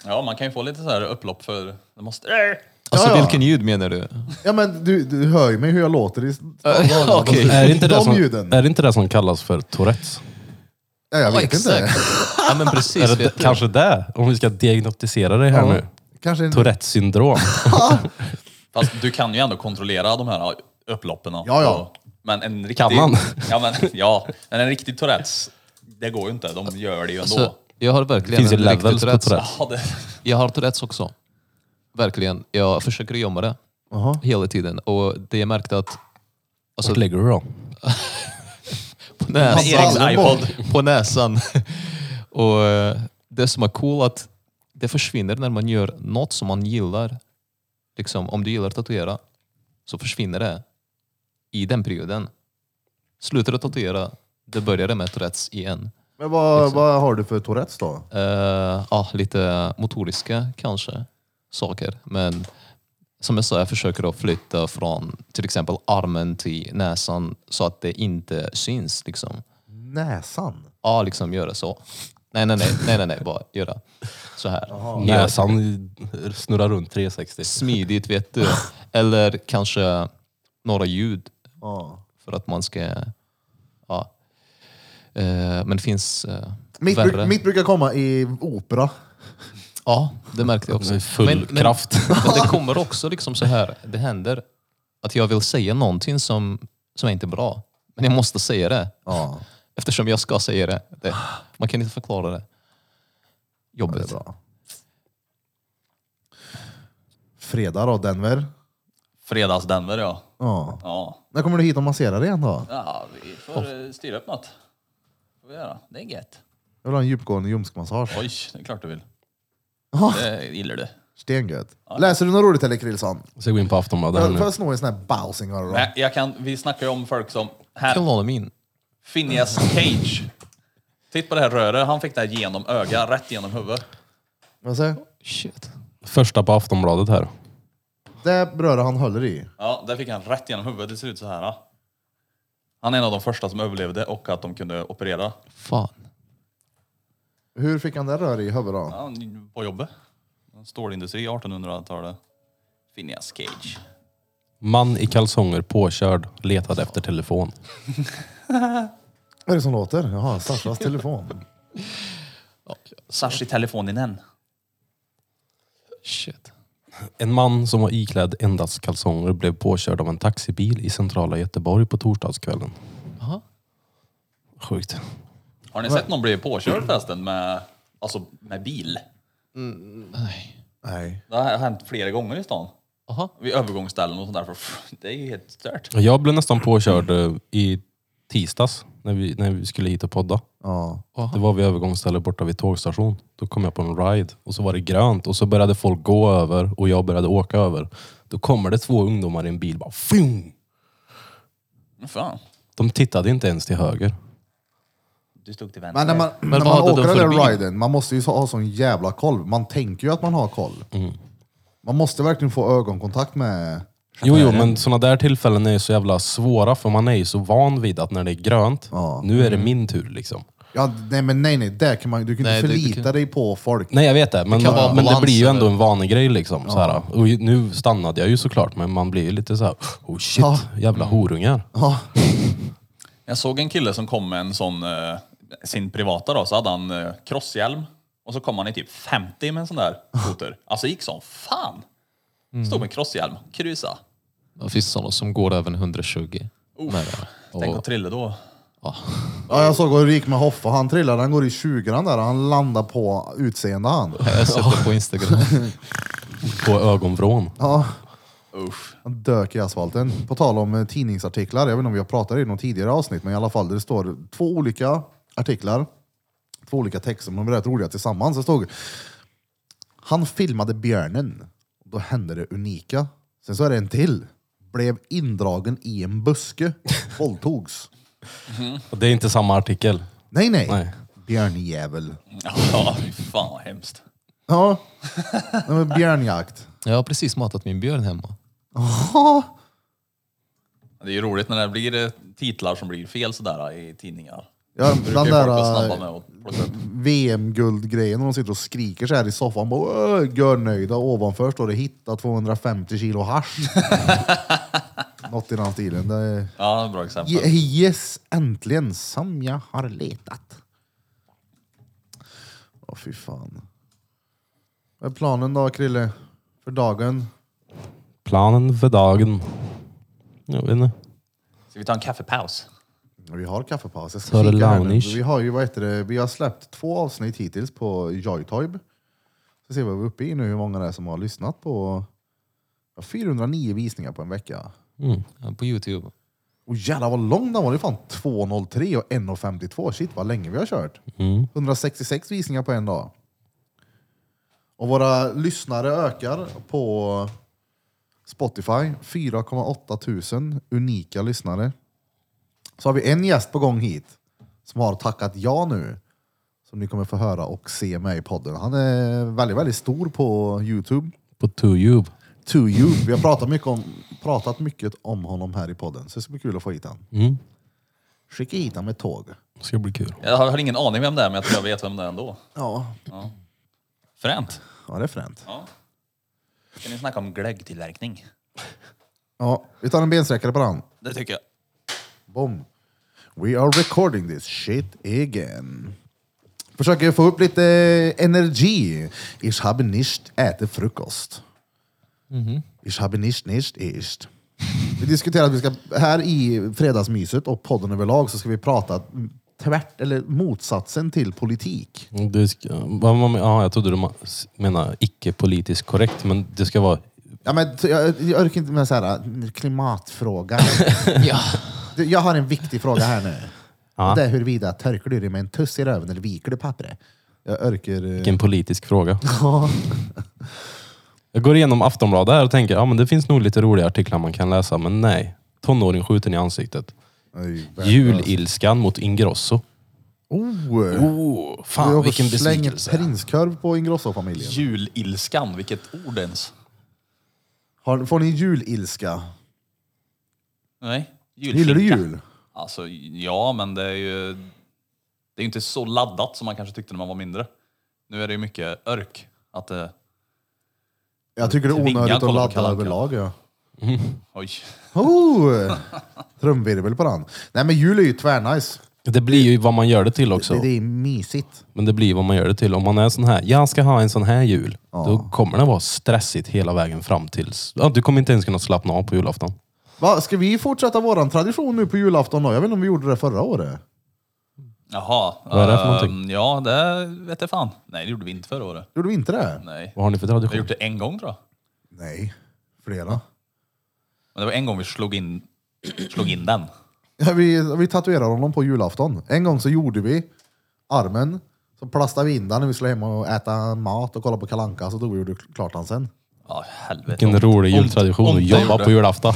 [SPEAKER 3] Ja, man kan ju få lite så här upplopp för... Det måste...
[SPEAKER 5] Alltså
[SPEAKER 1] Ja, ja.
[SPEAKER 5] vilken ljud menar du?
[SPEAKER 1] Ja men du, du hör ju mig hur jag låter. i-
[SPEAKER 5] Okej.
[SPEAKER 4] Är det, inte det
[SPEAKER 1] De
[SPEAKER 4] som,
[SPEAKER 1] ljuden.
[SPEAKER 4] är det inte det som kallas för Tourettes?
[SPEAKER 1] Ja, jag vet inte.
[SPEAKER 5] exakt. Ja men precis.
[SPEAKER 4] Är det,
[SPEAKER 5] vet du.
[SPEAKER 4] kanske det? Om vi ska diagnostisera det här nu.
[SPEAKER 1] Kanske en...
[SPEAKER 4] Tourettes syndrom.
[SPEAKER 3] Fast du kan ju ändå kontrollera de här upploppen. och-
[SPEAKER 1] Ja, ja.
[SPEAKER 3] och- Men en riktig,
[SPEAKER 4] Kan man?
[SPEAKER 3] Ja, men, ja, men en riktig Tourettes, det går ju inte. De gör det ju ändå.
[SPEAKER 5] Alltså, jag har verkligen
[SPEAKER 4] Finns ju
[SPEAKER 5] en riktig
[SPEAKER 4] levels på
[SPEAKER 5] Tourettes.
[SPEAKER 4] Tourettes.
[SPEAKER 3] ja,
[SPEAKER 1] Alltså,
[SPEAKER 3] det,
[SPEAKER 5] Jag har Tourettes också. Verkligen. Jag försöker gömma det
[SPEAKER 1] Jaha.
[SPEAKER 5] hela tiden. Och det jag märkte att
[SPEAKER 4] Vart lägger du då?
[SPEAKER 5] på näsan.
[SPEAKER 1] Eriks Alvemorg.
[SPEAKER 5] På näsan. Och eh, det som är cool att det försvinner när man gör något som man gillar. Liksom, om du gillar att tatuera så försvinner det i den perioden. Slutar du tatuera, det börjar det med Tourettes igen.
[SPEAKER 1] Men vad, vad har du för Tourettes då?
[SPEAKER 5] Eh, ja, lite motoriska kanske saker. Men som jag sa, jag försöker att flytta från till exempel armen till näsan så att det inte syns. Liksom.
[SPEAKER 1] Näsan?
[SPEAKER 5] Ja, liksom göra så. Nej, nej, nej, nej, nej, nej bara göra så här. Göra
[SPEAKER 4] Näsan i- snurrar runt 360.
[SPEAKER 5] Smidigt, vet du. Eller kanske några ljud
[SPEAKER 1] Ja.
[SPEAKER 5] för att man ska... Ja. Eh, men det finns eh,
[SPEAKER 1] Mitt,
[SPEAKER 5] värre.
[SPEAKER 1] bruk, mitt brukar komma i opera.
[SPEAKER 5] Ja, det märkte jag också.
[SPEAKER 4] Med full kraft.
[SPEAKER 5] Men, men det kommer också liksom så här, det händer att jag vill säga någonting som, som är inte bra. Men jag måste säga det.
[SPEAKER 1] Ja,
[SPEAKER 5] Eftersom jag ska säga det. det man kan inte förklara det.
[SPEAKER 1] det är
[SPEAKER 5] Jobbigt.
[SPEAKER 1] bra. Fredag då, Denver.
[SPEAKER 3] fredags Denver, ja.
[SPEAKER 1] Ja.
[SPEAKER 3] ja.
[SPEAKER 1] När kommer du hit och masserar igen då?
[SPEAKER 3] Ja, vi får
[SPEAKER 1] Oh.
[SPEAKER 3] eh, styra upp något. Får vi göra. Det är gött.
[SPEAKER 1] Jag vill ha en djupgående ljumskmassage.
[SPEAKER 3] Oj, det är klart du vill.
[SPEAKER 1] Ja.
[SPEAKER 3] Det gillar du.
[SPEAKER 1] Stengött. Läser du något roligt eller Krilson?
[SPEAKER 4] Så jag går in på Aftonbladet här
[SPEAKER 1] Får
[SPEAKER 4] nu.
[SPEAKER 1] jag snå en sån här bowsing här då?
[SPEAKER 3] Men jag kan, vi snackar ju om folk som...
[SPEAKER 5] Jag kan
[SPEAKER 3] Här,
[SPEAKER 5] låna min.
[SPEAKER 3] Phineas Cage. Titta på det här röret. Han fick det här genom ögat, rätt genom huvudet.
[SPEAKER 1] Vad säger jag?
[SPEAKER 5] Shit.
[SPEAKER 4] Första på Aftonbladet här.
[SPEAKER 1] Det brödet han håller i.
[SPEAKER 3] Ja, där fick han rätt genom huvudet. Det ser ut så här. ja. Han är en av de första som överlevde och att de kunde operera.
[SPEAKER 5] Fan.
[SPEAKER 1] Hur fick han det röret i huvudet då?
[SPEAKER 3] Ja, på jobbet. Stålindustri, 1800-talet. Phineas Cage.
[SPEAKER 4] Man i kalsonger påkörd, letad efter telefon.
[SPEAKER 1] Vad är det som låter? Jaha, Sashas telefon.
[SPEAKER 3] Sashi telefoninen.
[SPEAKER 5] Shit.
[SPEAKER 4] En man som var iklädd endast kalsonger blev påkörd av en taxibil i centrala Göteborg på torsdagskvällen.
[SPEAKER 5] Aha.
[SPEAKER 4] Sjukt.
[SPEAKER 3] Har ni sett någon bli påkörd förresten med, alltså, med bil?
[SPEAKER 5] Nej.
[SPEAKER 1] Nej.
[SPEAKER 3] Det har hänt flera gånger i stan.
[SPEAKER 5] Aha.
[SPEAKER 3] Vid övergångsställen och sånt där. För det är ju helt stört.
[SPEAKER 4] Jag blev nästan påkörd eh, i tisdags när vi, när vi skulle hit och podda.
[SPEAKER 1] Ja.
[SPEAKER 4] Det var vid övergångsstället borta vid tågstation. Då kom jag på en ride och så var det grönt och så började folk gå över och jag började åka över. Då kommer det två ungdomar i en bil bara fjong!
[SPEAKER 3] Men Fan,
[SPEAKER 4] De tittade inte ens till höger.
[SPEAKER 3] du stod till vänster.
[SPEAKER 1] Men när man, när
[SPEAKER 5] vad
[SPEAKER 1] man
[SPEAKER 5] hade de
[SPEAKER 1] åker den
[SPEAKER 5] för
[SPEAKER 1] där
[SPEAKER 5] bil?
[SPEAKER 1] riden, man måste ju ha sån jävla koll. Man tänker ju att man har koll.
[SPEAKER 5] Mm.
[SPEAKER 1] Man måste verkligen få ögonkontakt med...
[SPEAKER 4] Jo, jo, men sådana där tillfällen är ju så jävla svåra för man är ju så van vid att när det är grönt,
[SPEAKER 1] Ja.
[SPEAKER 4] nu är det min tur liksom.
[SPEAKER 1] Ja, nej men nej nej, där kan man, du kan
[SPEAKER 5] Nej,
[SPEAKER 1] inte
[SPEAKER 5] det- det
[SPEAKER 1] förlita
[SPEAKER 5] kan-
[SPEAKER 1] dig på folk.
[SPEAKER 4] Nej, jag vet det, men
[SPEAKER 5] kan
[SPEAKER 4] det,
[SPEAKER 5] vara
[SPEAKER 4] men det
[SPEAKER 5] balans
[SPEAKER 4] blir ju
[SPEAKER 5] eller-
[SPEAKER 4] ändå en vanegrej liksom. Så här. Och ju- nu stannade jag ju såklart, men man blir ju lite så här, oh shit,
[SPEAKER 1] Ja.
[SPEAKER 4] jävla horungar.
[SPEAKER 1] Ja.
[SPEAKER 3] Jag såg en kille som kom med en sån, eh, sin privata då, så hade han eh, crosshjälm. Och så kom han i typ 50 med en sån där skoter. Alltså det gick som fan.
[SPEAKER 1] Mm.
[SPEAKER 3] Stod med crosshjälm, krysa.
[SPEAKER 5] Det finns sådana som går även 120. Med det.
[SPEAKER 3] Tänk
[SPEAKER 5] Och,
[SPEAKER 3] att trilla då.
[SPEAKER 1] ja, jag såg hur det gick med Hoffa. Han trillade, han går i 20 där och han landar på utseende han.
[SPEAKER 5] jag har sett det på Instagram.
[SPEAKER 4] På ögonvrån.
[SPEAKER 1] Ja.
[SPEAKER 3] Usch.
[SPEAKER 1] Han dök i asfalten. På tal om eh, tidningsartiklar, jag vet inte om vi har pratat i någon tidigare avsnitt, men i alla fall det står två olika artiklar, två olika texter, men de är rätt roliga tillsammans. Det stod Han filmade björnen. Då hände det unika. Sen så är det en till. Blev indragen i en buske. Våldtogs.
[SPEAKER 4] Och Det är inte samma artikel.
[SPEAKER 1] Nej, nej.
[SPEAKER 4] Nej.
[SPEAKER 1] Björnjävel.
[SPEAKER 3] Ja, fy fan vad hemskt.
[SPEAKER 1] Ja, det var björnjakt.
[SPEAKER 5] Jag har precis matat min björn hemma.
[SPEAKER 3] Det är ju roligt när det blir eh, titlar som blir fel sådär i tidningar.
[SPEAKER 1] Ja, den
[SPEAKER 3] Brukar ju folk vara
[SPEAKER 1] där
[SPEAKER 3] snabba
[SPEAKER 1] eh,
[SPEAKER 3] med att plocka upp.
[SPEAKER 1] VM-guldgrejen och de sitter och skriker så här i soffan. Bara, "Åh, görnöjda. Ovanför står det hitta 250 kilo hasch. Något i den stilen. Det är...
[SPEAKER 3] Ja, bra exempel.
[SPEAKER 1] Ye- Yes, äntligen som jag har letat. Åh fy fan. Vad är planen då Krille? För dagen?
[SPEAKER 4] Planen för dagen. Jag vet inte.
[SPEAKER 3] Ska vi ta en kaffepaus?
[SPEAKER 1] Vi har kaffepaus. Jag
[SPEAKER 4] Ta
[SPEAKER 1] ska
[SPEAKER 4] det
[SPEAKER 1] kika här nu.
[SPEAKER 4] lounge.
[SPEAKER 1] Vi har ju vad heter det? Vi har släppt två avsnitt hittills på Joytoib. Ska se vad vi är uppe i nu, hur många det är som har lyssnat på. Ja, 409 visningar på en vecka.
[SPEAKER 5] Ja, På Youtube.
[SPEAKER 1] Och jävlar vad lång den var. Det är fan 2.03 och 1.52. Shit vad länge vi har kört. 166 visningar på en dag. Och våra lyssnare ökar på Spotify. 4,8 tusen unika lyssnare. Så har vi en gäst på gång hit som har tackat ja nu. Som ni kommer få höra och se med i podden. Han är väldigt, väldigt stor på Youtube.
[SPEAKER 4] På Tujub.
[SPEAKER 1] To you. Vi har pratat mycket om, pratat mycket om honom här i podden, så det ska bli kul att få hit honom. Skicka hit honom med tåg.
[SPEAKER 4] Det ska bli kul.
[SPEAKER 3] Jag har, har ingen aning vem det är, men jag tror jag vet vem det är ändå.
[SPEAKER 1] Ja,
[SPEAKER 3] Fränt.
[SPEAKER 1] ja det är fränt.
[SPEAKER 3] Ja. Kan ni snacka om glöggtillverkning?
[SPEAKER 1] Ja, vi tar en bensträckare på den.
[SPEAKER 3] Det tycker jag.
[SPEAKER 1] Bom. We are recording this shit again. Försöker få upp lite eh, energi. Ich habe nicht ätit frukost. Ich habe nicht, nicht, ist. Vi diskuterar att vi ska, här i fredagsmyset och podden överlag så ska vi prata tvärt, eller motsatsen till politik.
[SPEAKER 4] Det ska, vad man, ja, jag trodde du ma- menar icke politiskt korrekt, men det ska vara...
[SPEAKER 1] Ja, men t- jag, jag orkar inte med så här eh, klimatfråga.
[SPEAKER 5] Ja.
[SPEAKER 1] Du, Jag har en viktig fråga här nu.
[SPEAKER 4] Ja.
[SPEAKER 1] Det är huruvida torkar du dig med en tuss i röven eller viker du pappret? Jag orkar... eh,
[SPEAKER 4] Vilken politisk fråga.
[SPEAKER 1] Ja.
[SPEAKER 4] Jag går igenom Aftonbladet här och tänker, ja men det finns nog lite roliga artiklar man kan läsa, men nej. Tonåring skjuten i ansiktet.
[SPEAKER 1] Oj, värdelöst.
[SPEAKER 4] Julilskan mot Ingrosso.
[SPEAKER 1] Oh!
[SPEAKER 4] Oh,
[SPEAKER 1] Du har
[SPEAKER 4] fan vilken
[SPEAKER 1] slängt
[SPEAKER 4] besvikelse.
[SPEAKER 1] prinskorv på Ingrosso-familjen.
[SPEAKER 3] Julilskan, vilket ord ens.
[SPEAKER 1] Har, får ni julilska?
[SPEAKER 3] Nej. Julskinka.
[SPEAKER 1] Gillar du jul?
[SPEAKER 3] Alltså, ja, men det är ju... Det är ju inte så laddat som man kanske tyckte när man var mindre. Nu är det ju mycket örk. Att det...
[SPEAKER 1] Jag tycker det är
[SPEAKER 3] Tvinga
[SPEAKER 1] onödigt
[SPEAKER 3] kolla
[SPEAKER 1] att
[SPEAKER 3] på
[SPEAKER 1] ladda
[SPEAKER 3] Kalle Anka.
[SPEAKER 1] överlag. Ja.
[SPEAKER 3] Oj.
[SPEAKER 1] Oh! Trumvirvel på den. Nej men jul är ju tvärnice.
[SPEAKER 4] Det blir ju vad man gör det till också.
[SPEAKER 1] Det, det är mysigt.
[SPEAKER 4] Men det blir vad man gör det till. Om man är sån här, jag ska ha en sån här jul. Då kommer det vara stressigt hela vägen fram tills... Ja, du kommer inte ens kunna slappna av på julafton.
[SPEAKER 1] Va, ska vi fortsätta våran tradition nu på julafton då? Jag vet inte om vi gjorde det förra året.
[SPEAKER 3] Jaha.
[SPEAKER 4] Vad är det för
[SPEAKER 3] ehm,
[SPEAKER 4] någonting?
[SPEAKER 3] Ja, det vet jag fan. Nej, det gjorde vi inte förra året.
[SPEAKER 1] Gjorde vi inte det?
[SPEAKER 3] Nej.
[SPEAKER 4] Vad har ni för
[SPEAKER 3] Vi har
[SPEAKER 4] tradition?
[SPEAKER 3] gjort det en gång tror jag.
[SPEAKER 1] Nej, flera.
[SPEAKER 3] Men det var en gång vi slog in, slog in den.
[SPEAKER 1] Ja, vi, vi tatuerade honom på julafton. En gång så gjorde vi armen, så plastade vi in den när vi skulle hem och äta mat och kolla på Kalanka så tog vi och gjorde klart den sen.
[SPEAKER 3] Ja, helvete.
[SPEAKER 4] Vilken rolig jultradition att jobba på julafton.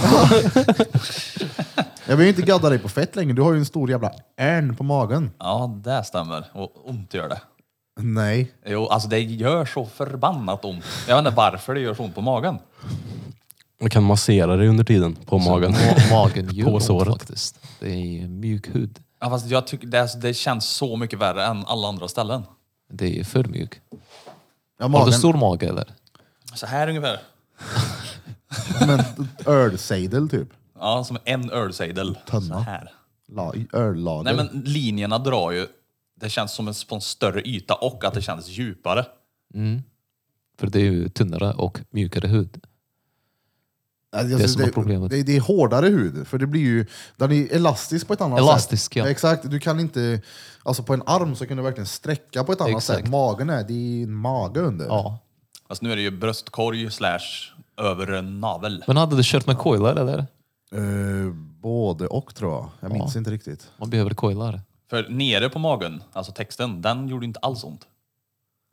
[SPEAKER 1] Jag vill ju inte gadda dig på fett längre, du har ju en stor jävla ärn på magen.
[SPEAKER 3] Ja, det stämmer. Och ont gör det.
[SPEAKER 1] Nej.
[SPEAKER 3] Jo, alltså det gör så förbannat ont. Jag vet inte varför det gör så ont på magen.
[SPEAKER 4] Man kan massera dig under tiden på magen.
[SPEAKER 5] Alltså, Ma- Magen gör
[SPEAKER 4] På
[SPEAKER 5] ont
[SPEAKER 4] såret.
[SPEAKER 5] faktiskt. Det är mjuk hud.
[SPEAKER 3] Ja, fast jag tycker det, alltså, det känns så mycket värre än alla andra ställen.
[SPEAKER 5] Det är för mjuk.
[SPEAKER 1] Ja,
[SPEAKER 5] Har du
[SPEAKER 1] magen,
[SPEAKER 5] stor mage eller?
[SPEAKER 3] Så här ungefär.
[SPEAKER 1] men ölsejdel typ.
[SPEAKER 3] Ja, som en ölsejdel. Så här.
[SPEAKER 1] La, öllager.
[SPEAKER 3] Nej, men linjerna drar ju. Det känns som en, på en större yta och att det känns djupare.
[SPEAKER 5] För det är ju tunnare och mjukare hud.
[SPEAKER 1] Alltså,
[SPEAKER 5] det är som är problemet.
[SPEAKER 1] Det, det är hårdare hud, för det blir ju, den är elastisk på ett annat
[SPEAKER 5] Elastisk,
[SPEAKER 1] sätt.
[SPEAKER 5] ja.
[SPEAKER 1] Exakt, du kan inte, alltså på en arm så kan du verkligen sträcka på ett annat
[SPEAKER 5] Exakt.
[SPEAKER 1] sätt. Magen är din mage under.
[SPEAKER 5] Ja.
[SPEAKER 3] Fast nu är det ju bröstkorg slash övre navel.
[SPEAKER 5] Men hade du kört med coilar eller?
[SPEAKER 1] Eh, både och tror jag. Jag minns inte riktigt.
[SPEAKER 5] Man behöver coilar.
[SPEAKER 3] För nere på magen, alltså texten, den gjorde inte alls ont.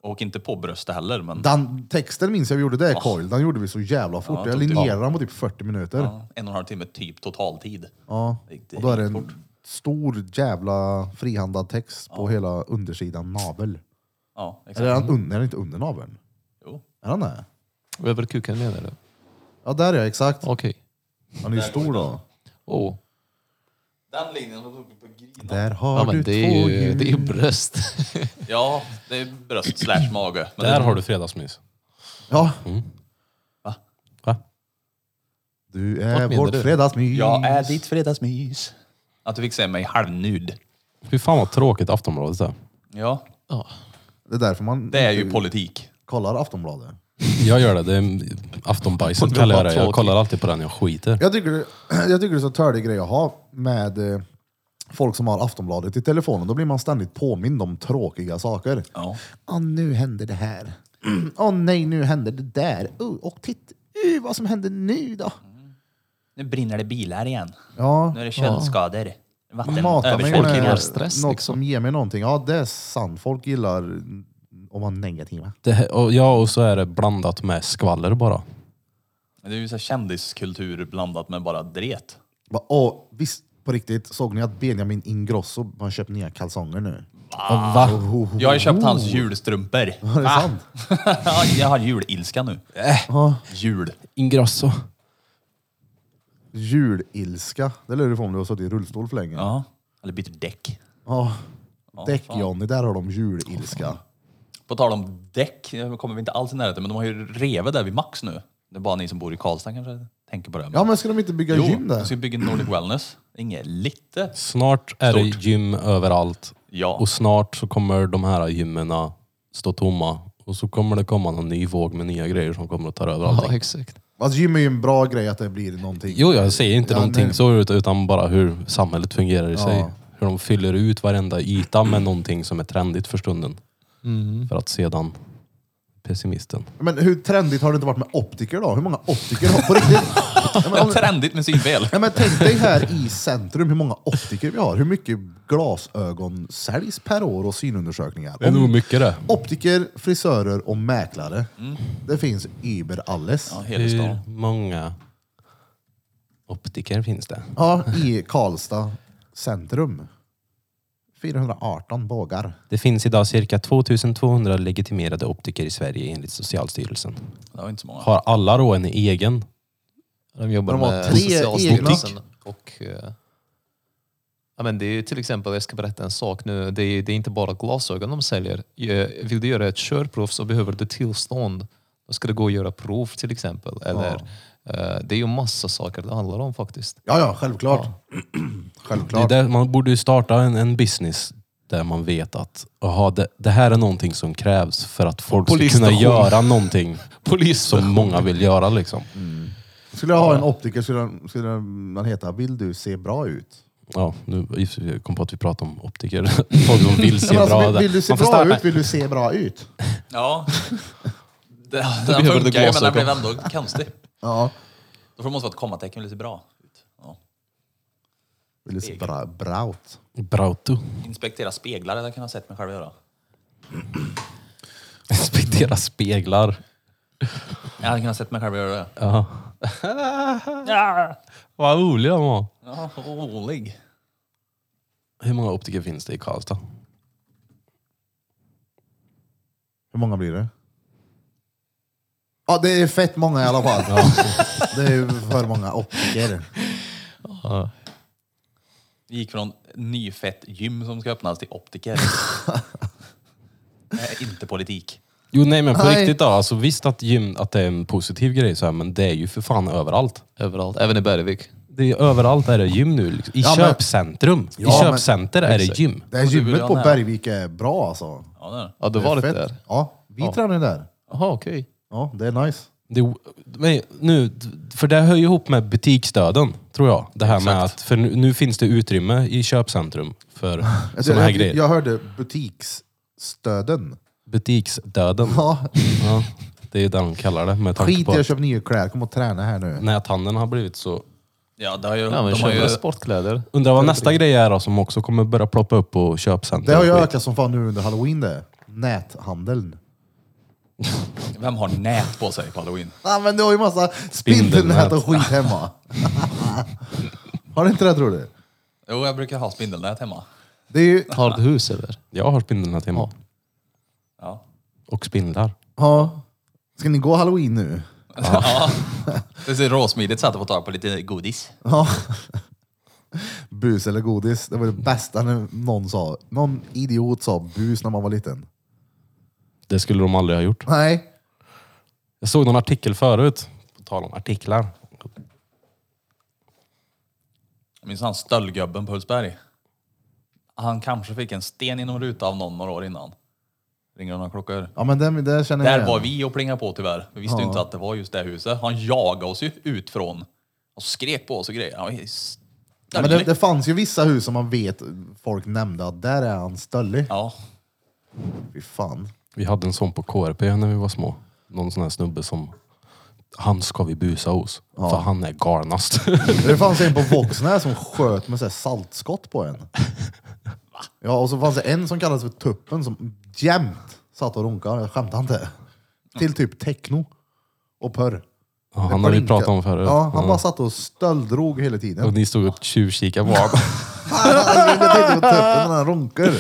[SPEAKER 3] Och inte på bröstet heller, men
[SPEAKER 1] Den texten minns jag vi gjorde det, coil. Den gjorde vi så jävla fort.
[SPEAKER 3] Ja,
[SPEAKER 1] jag
[SPEAKER 3] tog det.
[SPEAKER 1] linjerade den på typ 40 minuter. Ja.
[SPEAKER 3] ja, en och en halv timme typ totaltid. Det
[SPEAKER 1] Och då är det
[SPEAKER 3] gick fort.
[SPEAKER 1] en stor jävla frihandad text på hela undersidan navel.
[SPEAKER 3] Ja, exakt.
[SPEAKER 1] Eller är den, under, är den inte under naveln?
[SPEAKER 3] Jo.
[SPEAKER 1] Är den det?
[SPEAKER 5] Över kuken menar du?
[SPEAKER 1] Ja, där är jag exakt.
[SPEAKER 5] Okej.
[SPEAKER 1] Han är ju stor då.
[SPEAKER 5] Åh.
[SPEAKER 3] Den linjen håller på att grina.
[SPEAKER 1] Där har
[SPEAKER 5] Ja, men
[SPEAKER 1] du
[SPEAKER 5] det
[SPEAKER 1] två
[SPEAKER 5] är ju
[SPEAKER 1] hjul.
[SPEAKER 5] det är ju bröst.
[SPEAKER 3] Ja, det är bröst slash mage. Men
[SPEAKER 4] Där
[SPEAKER 3] det,
[SPEAKER 4] har du fredagsmys.
[SPEAKER 1] Ja.
[SPEAKER 3] Va?
[SPEAKER 4] Va?
[SPEAKER 1] Du
[SPEAKER 5] Vart
[SPEAKER 1] är
[SPEAKER 5] menar
[SPEAKER 1] vårt
[SPEAKER 5] du?
[SPEAKER 1] fredagsmys.
[SPEAKER 3] jag är ditt fredagsmys. Att du fick se mig halvnud.
[SPEAKER 4] Fy fan vad tråkigt Aftonbladet är.
[SPEAKER 3] Ja,
[SPEAKER 1] Det är därför man
[SPEAKER 3] det är ju
[SPEAKER 1] inte
[SPEAKER 3] politik.
[SPEAKER 1] kollar Aftonbladet.
[SPEAKER 4] Jag gör det. det är aftonbajset kallar jag det. Jag kollar alltid på den jag skiter.
[SPEAKER 1] Jag tycker, det- jag tycker det är så tördig grej att ha med eh, folk som har Aftonbladet i telefonen. Då blir man ständigt påmind om tråkiga saker.
[SPEAKER 3] Ja.
[SPEAKER 1] Åh, Ah, nu händer det här. Åh nej, nu händer det där. Uh, och titta uh, vad som händer nu då.
[SPEAKER 7] Nu brinner det bilar igen.
[SPEAKER 1] Ja,
[SPEAKER 7] Nu är det köldskador. Vatten,
[SPEAKER 1] mata mig
[SPEAKER 7] översvämning.
[SPEAKER 5] Folk gillar
[SPEAKER 1] med
[SPEAKER 5] stress,
[SPEAKER 1] något
[SPEAKER 5] liksom.
[SPEAKER 1] som ger mig någonting. Ja, det är sant. Folk gillar mm, om man är negativa.
[SPEAKER 4] Det, här- och, ja, och så är det blandat med skvaller bara.
[SPEAKER 3] Det är ju så här kändiskultur blandat med bara dret.
[SPEAKER 1] Bara, åh, visst, på riktigt, såg ni att Benjamin Ingrosso har köpt nya kalsonger nu?
[SPEAKER 4] Va?
[SPEAKER 3] Jag har ju köpt hans julstrumpor. Ah.
[SPEAKER 1] Var det sant?
[SPEAKER 3] Ja, jag har julilska nu. Jul.
[SPEAKER 4] Ingrosso.
[SPEAKER 1] Julilska, det lär du få om du har suttit i rullstol för länge.
[SPEAKER 3] Ja. Eller byter däck.
[SPEAKER 1] Ja. Däck-Johnny, där har de julilska.
[SPEAKER 3] På tal om däck, nu kommer vi inte alls i närheten, men de har ju revet där vid Max nu. Det är bara ni som bor i Karlstad kanske tänker på det.
[SPEAKER 1] Ja men ska de inte bygga
[SPEAKER 3] jo,
[SPEAKER 1] gym
[SPEAKER 3] de
[SPEAKER 1] där?
[SPEAKER 4] alltså,
[SPEAKER 3] ska bygga Nordic Wellness. Inget lite.
[SPEAKER 4] Snart är
[SPEAKER 3] Stort.
[SPEAKER 4] det gym överallt.
[SPEAKER 3] Ja.
[SPEAKER 4] Och snart så kommer de här gymmena stå tomma. Och så kommer det komma någon ny våg med nya grejer som kommer att ta över
[SPEAKER 5] Ja,
[SPEAKER 4] allting.
[SPEAKER 5] exakt.
[SPEAKER 1] Alltså gym är ju en bra grej att det blir någonting.
[SPEAKER 4] Jo, jag säger inte
[SPEAKER 1] Ja,
[SPEAKER 4] någonting
[SPEAKER 1] nej.
[SPEAKER 4] så, ut- utan bara hur samhället fungerar i sig. Hur de fyller ut varenda yta med någonting som är trendigt för stunden. För att sedan pessimisten.
[SPEAKER 1] Men hur trendigt har det inte varit med optiker då? Hur många optiker har på riktigt? ja, men, om,
[SPEAKER 3] Trendigt med synfel.
[SPEAKER 1] ja, men tänk dig här i centrum hur många optiker vi har. Hur mycket glasögon säljs per år och synundersökningar?
[SPEAKER 4] Det är nog mycket det.
[SPEAKER 1] Optiker, frisörer och mäklare.
[SPEAKER 4] Mm.
[SPEAKER 1] Det finns über alles.
[SPEAKER 3] Ja,
[SPEAKER 1] Ja.
[SPEAKER 3] hela stan.
[SPEAKER 4] Hur många optiker finns det?
[SPEAKER 1] i Karlstad centrum. 418 bågar.
[SPEAKER 4] Det finns idag cirka 2200 legitimerade optiker i Sverige enligt Socialstyrelsen.
[SPEAKER 3] Det var inte så många.
[SPEAKER 4] Har alla då en egen?
[SPEAKER 5] De jobbar
[SPEAKER 1] De har
[SPEAKER 5] med
[SPEAKER 1] tre
[SPEAKER 5] Socialstyrelsen och... eh, Ja, men det är ju till exempel, jag ska berätta en sak nu, det är, det är inte bara glasögon de säljer. Eh, Vill du göra ett körprov så behöver du tillstånd. Då ska du gå och göra prov till exempel. Eller, eh, Det är ju massa saker det handlar om faktiskt.
[SPEAKER 1] Ja, ja, självklart.
[SPEAKER 4] Det är
[SPEAKER 1] självklart.
[SPEAKER 4] där, man borde ju starta en, en business där man vet att aha, det, det här är någonting som krävs för att folk ska kunna
[SPEAKER 5] Polisstation.
[SPEAKER 4] göra någonting som många vill göra. Liksom.
[SPEAKER 1] Skulle jag ha en optiker skulle, den- skulle den- den heta Vill du se bra ut?
[SPEAKER 4] Ja, nu jag kom på att vi pratade om optiker. Folk som vill se
[SPEAKER 1] Nej, men
[SPEAKER 4] bra
[SPEAKER 1] Alltså, vill, vill du se
[SPEAKER 4] Man får
[SPEAKER 1] bra
[SPEAKER 4] starta-
[SPEAKER 1] ut? Vill du se bra ut?
[SPEAKER 3] Ja. Den, den funkar
[SPEAKER 5] behöver
[SPEAKER 3] ju, men den
[SPEAKER 5] glasögon.
[SPEAKER 3] blev ändå konstig.
[SPEAKER 1] Ja.
[SPEAKER 3] Då får det måste vara ett kommatecken, lite bra. ut. Ja.
[SPEAKER 1] Vill du se bra, bra ut?
[SPEAKER 4] Brauto.
[SPEAKER 3] Inspektera speglar, det kan jag ha sett mig själv göra.
[SPEAKER 4] Inspektera speglar.
[SPEAKER 3] Jag hade kunnat sett mig själv göra det.
[SPEAKER 4] Ja. Vad rolig de var.
[SPEAKER 3] Ja, rolig.
[SPEAKER 4] Hur många optiker finns det i Karlstad?
[SPEAKER 1] Hur många blir det? Ja, det är fett många i alla fall. Det är ju för många optiker.
[SPEAKER 3] Vi gick från nyfett gym som ska öppnas till optiker. det är inte politik.
[SPEAKER 4] Jo nej men på
[SPEAKER 1] Nej.
[SPEAKER 4] riktigt då. Alltså, visst att gym att det är en positiv grej så här, men det är ju för fan överallt.
[SPEAKER 5] Överallt, även i Bergvik.
[SPEAKER 4] Det är, överallt är det gym nu. Liksom. I
[SPEAKER 1] Ja, men-
[SPEAKER 4] köpcentrum. I
[SPEAKER 1] Ja, men-
[SPEAKER 4] köpcenter är det gym.
[SPEAKER 1] Det här
[SPEAKER 3] du vill
[SPEAKER 1] gymmet
[SPEAKER 3] ha
[SPEAKER 1] på
[SPEAKER 3] den här.
[SPEAKER 1] Bergvik är bra alltså.
[SPEAKER 3] Ja, det är det.
[SPEAKER 5] Ja, du
[SPEAKER 1] Det är
[SPEAKER 5] varit
[SPEAKER 1] fett.
[SPEAKER 5] där?
[SPEAKER 1] Ja, vi tränar där.
[SPEAKER 5] Jaha, okej.
[SPEAKER 1] Ja, det är nice.
[SPEAKER 4] Det, men nu, för det hör ju ihop med butiksstöden, tror jag. Det här med att, för nu, nu finns det utrymme i köpcentrum för sådana här
[SPEAKER 1] Alltså, jag,
[SPEAKER 4] grejer.
[SPEAKER 1] jag hörde butiksstöden.
[SPEAKER 4] Butiksdöden.
[SPEAKER 1] Ja,
[SPEAKER 4] Ja, det är det de kallar det. Med tanke
[SPEAKER 1] skit
[SPEAKER 4] på
[SPEAKER 1] i att
[SPEAKER 4] att
[SPEAKER 1] köpa nya kläder, kom och träna här nu.
[SPEAKER 4] näthandeln har blivit så...
[SPEAKER 3] Ja, det har ju,
[SPEAKER 5] Ja, men
[SPEAKER 3] de har
[SPEAKER 5] köper
[SPEAKER 3] ju
[SPEAKER 5] sportkläder.
[SPEAKER 4] Undrar vad nästa grej är då, som också kommer börja ploppa upp på köpcentrum.
[SPEAKER 1] Det har ju
[SPEAKER 4] och skit.
[SPEAKER 1] ökat som fan nu under halloween det. Näthandeln.
[SPEAKER 3] Vem har nät på sig på halloween?
[SPEAKER 1] Ja, men du har ju massa spindelnät
[SPEAKER 4] Spindelnät.
[SPEAKER 1] och skit hemma. har du inte det tror du?
[SPEAKER 3] Jo, jag brukar ha spindelnät hemma.
[SPEAKER 1] Det är ju...
[SPEAKER 5] Har du hus eller?
[SPEAKER 4] Jag har spindelnät hemma.
[SPEAKER 3] Ja.
[SPEAKER 4] Och spindlar.
[SPEAKER 1] Ja. Ska ni gå halloween nu?
[SPEAKER 3] Det är så råsmidigt sätt att få tag på lite godis.
[SPEAKER 1] Ja. bus eller godis. Det var det bästa när någon sa, någon idiot sa bus när man var liten.
[SPEAKER 4] Det skulle de aldrig ha gjort.
[SPEAKER 1] Nej,
[SPEAKER 4] Jag såg någon artikel förut, på tal om artiklar.
[SPEAKER 3] Jag minns han stöldgubben på Hultsberg. Han kanske fick en sten inom rutan av någon några år innan. Ringer några klockor.
[SPEAKER 1] ja, men det, det känner jag
[SPEAKER 3] Där
[SPEAKER 1] igen.
[SPEAKER 3] var vi och plingade på tyvärr. Vi visste ju inte att det var just det huset. Han jagade oss ju ut från och skrek på oss och grejer. Han var ju
[SPEAKER 1] Ja, men det,
[SPEAKER 3] stöldig.
[SPEAKER 1] det fanns ju vissa hus som man vet folk nämnde att där är han stöllig.
[SPEAKER 3] Ja,
[SPEAKER 1] Fy fan.
[SPEAKER 4] Vi hade en sån på KRP när vi var små. Någon sån här snubbe som, han ska vi busa hos. För han är galnast.
[SPEAKER 1] Det fanns en på Våxnäs som sköt med så här saltskott på en. Ja, och så fanns det en som kallades för Tuppen som jämt satt och runkade. Jag skämtar inte. Till typ techno och porr.
[SPEAKER 4] Ja, han har vi pratat om förut.
[SPEAKER 1] Ja, han bara satt och stölddrog hela
[SPEAKER 4] Och
[SPEAKER 1] tiden.
[SPEAKER 4] ni stod och tjuvkikade på honom.
[SPEAKER 1] Jag tänkte på typ Tuppen när han runkar.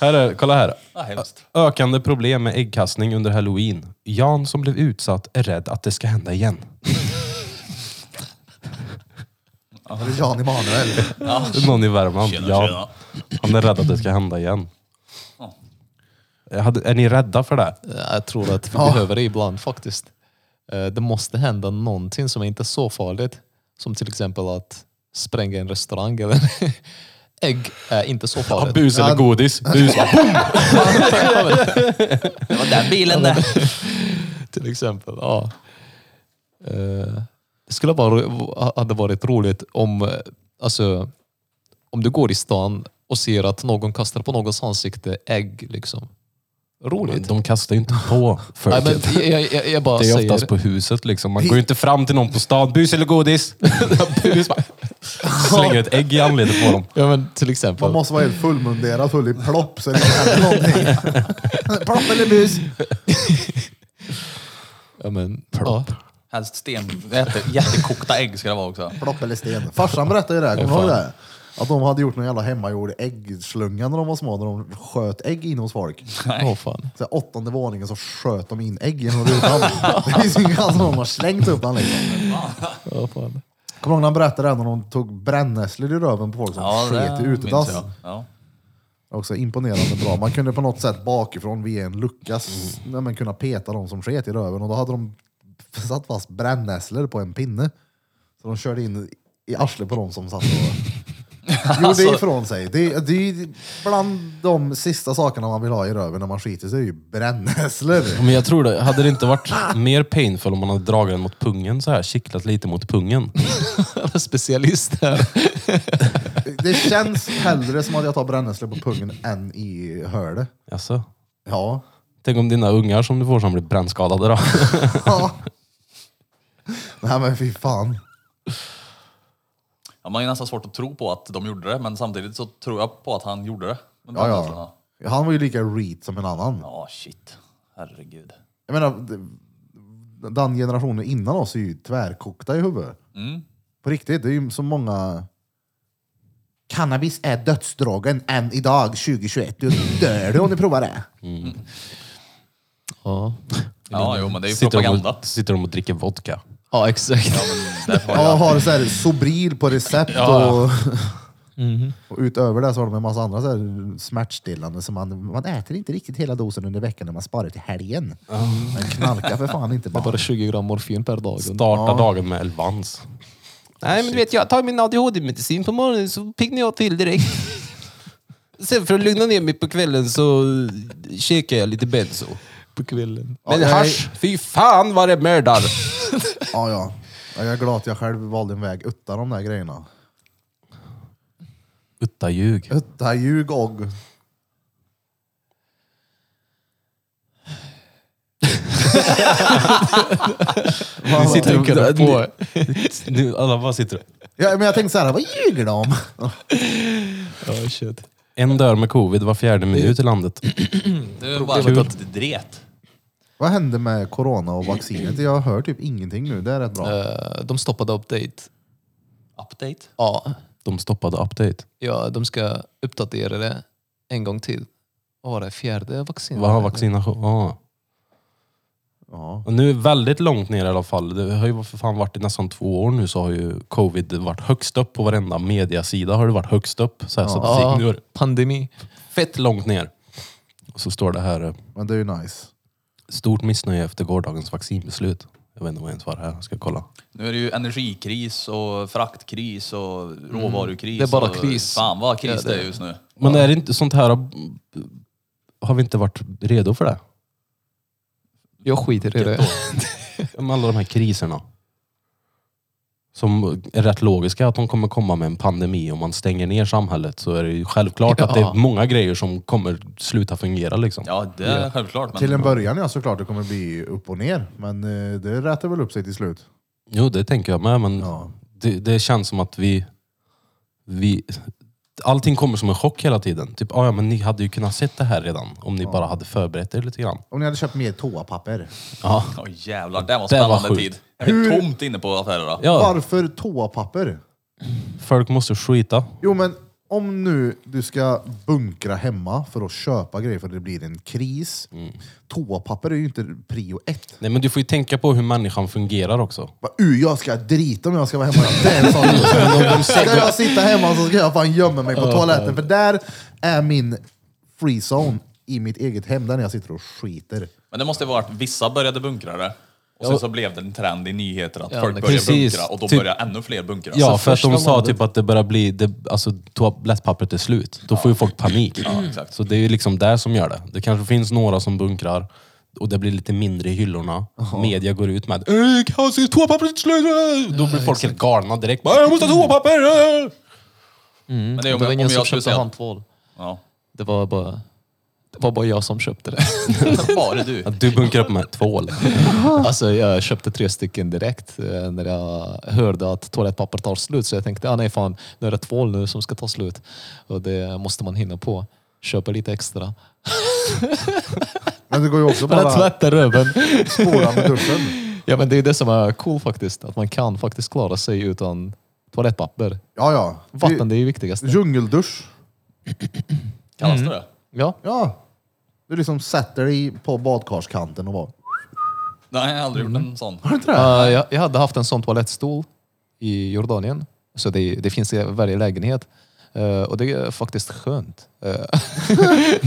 [SPEAKER 4] här är, kolla här.
[SPEAKER 3] ja hemskt.
[SPEAKER 4] Ökande problem med äggkastning under halloween. Jan som blev utsatt är rädd att det ska hända igen.
[SPEAKER 1] Det är Jan Emanuel.
[SPEAKER 4] Någon i Värmland.
[SPEAKER 3] Tjena,
[SPEAKER 4] Jan.
[SPEAKER 3] tjena.
[SPEAKER 4] Han är rädd att det ska hända igen. Jag hade- Är ni rädda för det?
[SPEAKER 5] Jag tror att vi behöver det ibland faktiskt. Eh, Det måste hända någonting som inte är så farligt. Som till exempel att spränga en restaurang eller ägg är inte så
[SPEAKER 4] Ja,
[SPEAKER 5] farligt.
[SPEAKER 4] bus eller godis? Bus.
[SPEAKER 7] Det var den bilen där.
[SPEAKER 5] till exempel. Ja. Eh, Det skulle bara hade varit roligt om, eh, alltså, om du går i stan och ser att någon kastar på någons ansikte ägg. Liksom. Roligt.
[SPEAKER 4] De kastar ju inte på
[SPEAKER 5] Nej,
[SPEAKER 4] folket.
[SPEAKER 5] men jag, jag, jag bara
[SPEAKER 4] det är
[SPEAKER 5] säger,
[SPEAKER 4] oftast på huset liksom. Man går ju inte fram till någon på stan. Bus eller godis? bus bara. Slänger ett ägg i anledet på dem.
[SPEAKER 5] ja, men till exempel.
[SPEAKER 1] Man måste vara helt fullmunderad, full i plopp så det inte händer någonting. Plopp eller bus?
[SPEAKER 5] Ja, men, ja.
[SPEAKER 3] Helst sten. Jätte, jättekokta ägg ska det vara också.
[SPEAKER 1] Plopp eller sten. Farsan berättade ju det, här, kommer du ihåg det? Att de hade gjort någon jävla hemmagjord äggslunga när de var små, när de sköt ägg in hos folk.
[SPEAKER 5] Åh, fan.
[SPEAKER 1] Så här, åttonde våningen så sköt de in ägg genom rutan. Det finns ju ingen chans att de har slängt upp den liksom.
[SPEAKER 5] Ja, fan.
[SPEAKER 1] Kommer du ihåg när han berättade det här när de tog brännässlor i röven på folk som sket i
[SPEAKER 3] minns
[SPEAKER 1] utedass?
[SPEAKER 3] jag. Ja.
[SPEAKER 1] Också imponerande bra. Man kunde på något sätt bakifrån via en lucka s- nej, men kunna peta de som sket i röven och då hade de satt fast brännässlor på en pinne. Så de körde in i arslet på de som satt och gjorde ifrån sig. Det, det är ju bland de sista sakerna man vill ha i röven när man skiter sig, är ju brännässlor.
[SPEAKER 4] Men jag tror det. Hade det inte varit mer painful om man hade dragit den mot pungen så här, kittlat lite mot pungen?
[SPEAKER 5] Jag är specialist här.
[SPEAKER 1] Det känns hellre som att jag tar brännässlor på pungen än i hörde.
[SPEAKER 4] Alltså,
[SPEAKER 1] Ja.
[SPEAKER 4] tänk om dina ungar som du får som blir brännskadade då?
[SPEAKER 1] ja. Nej men fy fan.
[SPEAKER 3] Ja, man är nästan svårt att tro på att de gjorde det, men samtidigt så tror jag på att han gjorde det. Men
[SPEAKER 1] Ja,
[SPEAKER 3] den känslan,
[SPEAKER 1] ja. Han var ju lika reet som en annan.
[SPEAKER 3] ja, shit. Herregud.
[SPEAKER 1] Jag menar, d- den generationen innan oss är ju tvärkokta i huvudet. På riktigt, det är ju så många... Cannabis är dödsdrogen än idag 2021. Du dör du om du provar det.
[SPEAKER 5] Ja,
[SPEAKER 3] Ja, jo, men det är ju
[SPEAKER 4] Sitter de,
[SPEAKER 3] propaganda.
[SPEAKER 4] och, sitter de och dricker vodka?
[SPEAKER 5] ja exakt.
[SPEAKER 3] Därför har
[SPEAKER 1] Ja,
[SPEAKER 3] jag-
[SPEAKER 1] har så här Sobril på recept och... Och utöver det så har de en massa andra så här smärtstillande som man, man äter inte riktigt hela dosen under veckan när man sparar till helgen. Men knarka för fan inte
[SPEAKER 5] Bara
[SPEAKER 1] bara.
[SPEAKER 5] 20 gram morfin per dag.
[SPEAKER 4] Starta dagen med Elvans.
[SPEAKER 6] Nej, men du vet, jag tar min ADHD-medicin på morgonen så piggnar jag till direkt. Sen för att lugna ner mig på kvällen så eh, käkar jag lite benzo.
[SPEAKER 5] på kvällen.
[SPEAKER 6] Men
[SPEAKER 1] Ja, jag-
[SPEAKER 6] hasch, fy fan vad det mördar!
[SPEAKER 1] Ja, ja. Ja, Jag är glad att jag själv valde en väg utan de där grejerna.
[SPEAKER 4] Utta ljug.
[SPEAKER 1] Utta ljug och...
[SPEAKER 4] Ni
[SPEAKER 1] Vad-
[SPEAKER 4] sitter och,
[SPEAKER 5] tänker du på?
[SPEAKER 4] Ni, nu, alla bara sitter och-
[SPEAKER 1] ja, men jag tänkte så här, vad ljuger de om?
[SPEAKER 5] Ja, shit.
[SPEAKER 4] En dör med covid var fjärde minut i landet.
[SPEAKER 3] Det är bara ett dret.
[SPEAKER 1] Vad hände med corona och vaccinet? Jag hör typ ingenting nu, det är rätt bra.
[SPEAKER 5] Eh, De stoppade update.
[SPEAKER 3] Update.
[SPEAKER 5] Ja,
[SPEAKER 4] De stoppade update.
[SPEAKER 5] ja, de ska uppdatera det en gång till. Vad var det? Fjärde vaccin?
[SPEAKER 4] Vad har vaccination? Ah.
[SPEAKER 1] Ja.
[SPEAKER 4] Och nu är det väldigt långt ner i alla fall. Det har ju för fan varit i nästan två år nu så har ju covid varit högst upp på varenda mediasida. Har det varit högst upp. Så här, statistik. Nu är det
[SPEAKER 5] Pandemi.
[SPEAKER 4] fett långt ner. Och så står det här, eh,
[SPEAKER 1] Men det är ju nice.
[SPEAKER 4] stort missnöje efter gårdagens vaccinbeslut. Jag vet inte vad ens var det här, jag ska kolla.
[SPEAKER 3] Nu är det ju energikris och fraktkris och råvarukris.
[SPEAKER 5] Det är bara
[SPEAKER 3] och,
[SPEAKER 5] kris.
[SPEAKER 3] Fan vad kris
[SPEAKER 5] Ja, det
[SPEAKER 3] det är
[SPEAKER 5] är.
[SPEAKER 3] just nu.
[SPEAKER 4] Men är det inte sånt här, har vi inte varit redo för det?
[SPEAKER 5] Jag skiter i det.
[SPEAKER 4] Med alla de här kriserna. Som är rätt logiska, att de kommer komma med en pandemi. Om man stänger ner samhället så är det ju självklart att det är
[SPEAKER 5] Ja.
[SPEAKER 4] många grejer som kommer sluta fungera. Liksom.
[SPEAKER 3] Ja, det är självklart. Men
[SPEAKER 1] Till en början ja, såklart det kommer bli upp och ner. Men eh, det rätar väl upp sig till slut.
[SPEAKER 4] Jo, det tänker jag med, men
[SPEAKER 1] Ja.
[SPEAKER 4] det, det känns som att vi, vi... Allting kommer som en chock hela tiden. Typ, ah, ja, men ni hade ju kunnat sett det här redan om ni bara hade förberett er lite grann.
[SPEAKER 1] Om ni hade köpt mer toapapper.
[SPEAKER 3] Åh jävlar, det var en
[SPEAKER 4] Det var
[SPEAKER 3] spännande
[SPEAKER 4] sjukt.
[SPEAKER 3] tid. Det är tomt inne på affärerna.
[SPEAKER 4] Ja,
[SPEAKER 1] Varför toapapper?
[SPEAKER 4] folk måste skita.
[SPEAKER 1] Jo men om nu du ska bunkra hemma för att köpa grejer för det blir en kris. Toapapper är ju inte prio ett.
[SPEAKER 4] Nej, men du får ju tänka på hur människan fungerar också.
[SPEAKER 1] Bara, "Uh, jag ska drita om jag ska vara hemma. Det är en sån Ska jag sitta hemma så ska jag fan gömma mig på toaletten. För där är min free zone i mitt eget hem, där jag sitter och skiter.
[SPEAKER 3] Men det måste ha varit, vissa började bunkra det. Och sen så blev det en trend i nyheter att
[SPEAKER 5] Ja,
[SPEAKER 3] folk
[SPEAKER 5] det-
[SPEAKER 3] började
[SPEAKER 4] precis.
[SPEAKER 3] bunkra och då
[SPEAKER 4] Typ-
[SPEAKER 3] började ännu fler bunkra.
[SPEAKER 4] Ja, för att
[SPEAKER 5] Alltså, första
[SPEAKER 4] de sa
[SPEAKER 5] månaden-
[SPEAKER 4] typ att det börjar bli, det, alltså toalettpapperet är slut. Då får ju folk panik.
[SPEAKER 3] exakt.
[SPEAKER 4] Så det är ju liksom det som gör det. Det kanske finns några som bunkrar och det blir lite mindre i hyllorna. Media går ut med "Äh, kaos, toapappret är slut! äh." Då blir folk helt galna direkt. Bara, Jag måste ha
[SPEAKER 5] Mm.
[SPEAKER 4] toapapper! äh."
[SPEAKER 3] Men det är
[SPEAKER 5] Det
[SPEAKER 3] om, jag-
[SPEAKER 5] var
[SPEAKER 3] om
[SPEAKER 5] ingen som
[SPEAKER 3] jag skulle
[SPEAKER 5] köpte
[SPEAKER 3] säga...
[SPEAKER 5] handtvål.
[SPEAKER 3] Ja.
[SPEAKER 5] Det var bara... Det var bara jag som köpte det.
[SPEAKER 3] Bara du.
[SPEAKER 4] Att du bunkrar upp med tvål.
[SPEAKER 5] Alltså jag köpte tre stycken direkt eh, när jag hörde att toalettpapper tar slut. Så jag tänkte, ah, nej fan, nu är det tvål nu som ska ta slut. Och det måste man hinna på. Köpa lite extra.
[SPEAKER 1] Men det går ju också
[SPEAKER 5] För att
[SPEAKER 1] bara
[SPEAKER 5] tvätta röven.
[SPEAKER 1] spola med duschen.
[SPEAKER 5] Ja men det är det som är cool faktiskt. Att man kan faktiskt klara sig utan toalettpapper.
[SPEAKER 1] Ja, ja. Vi-
[SPEAKER 5] Vatten det är ju viktigast.
[SPEAKER 1] Djungeldusch.
[SPEAKER 3] Kallas det det?
[SPEAKER 5] Ja.
[SPEAKER 1] Ja. Du liksom sätter dig på badkarskanten och bara...
[SPEAKER 3] Nej, jag har aldrig gjort en sån.
[SPEAKER 5] Eh, jag, jag hade haft en sån toalettstol i Jordanien. Så det, det finns i varje lägenhet. Eh, och det är faktiskt skönt. Eh,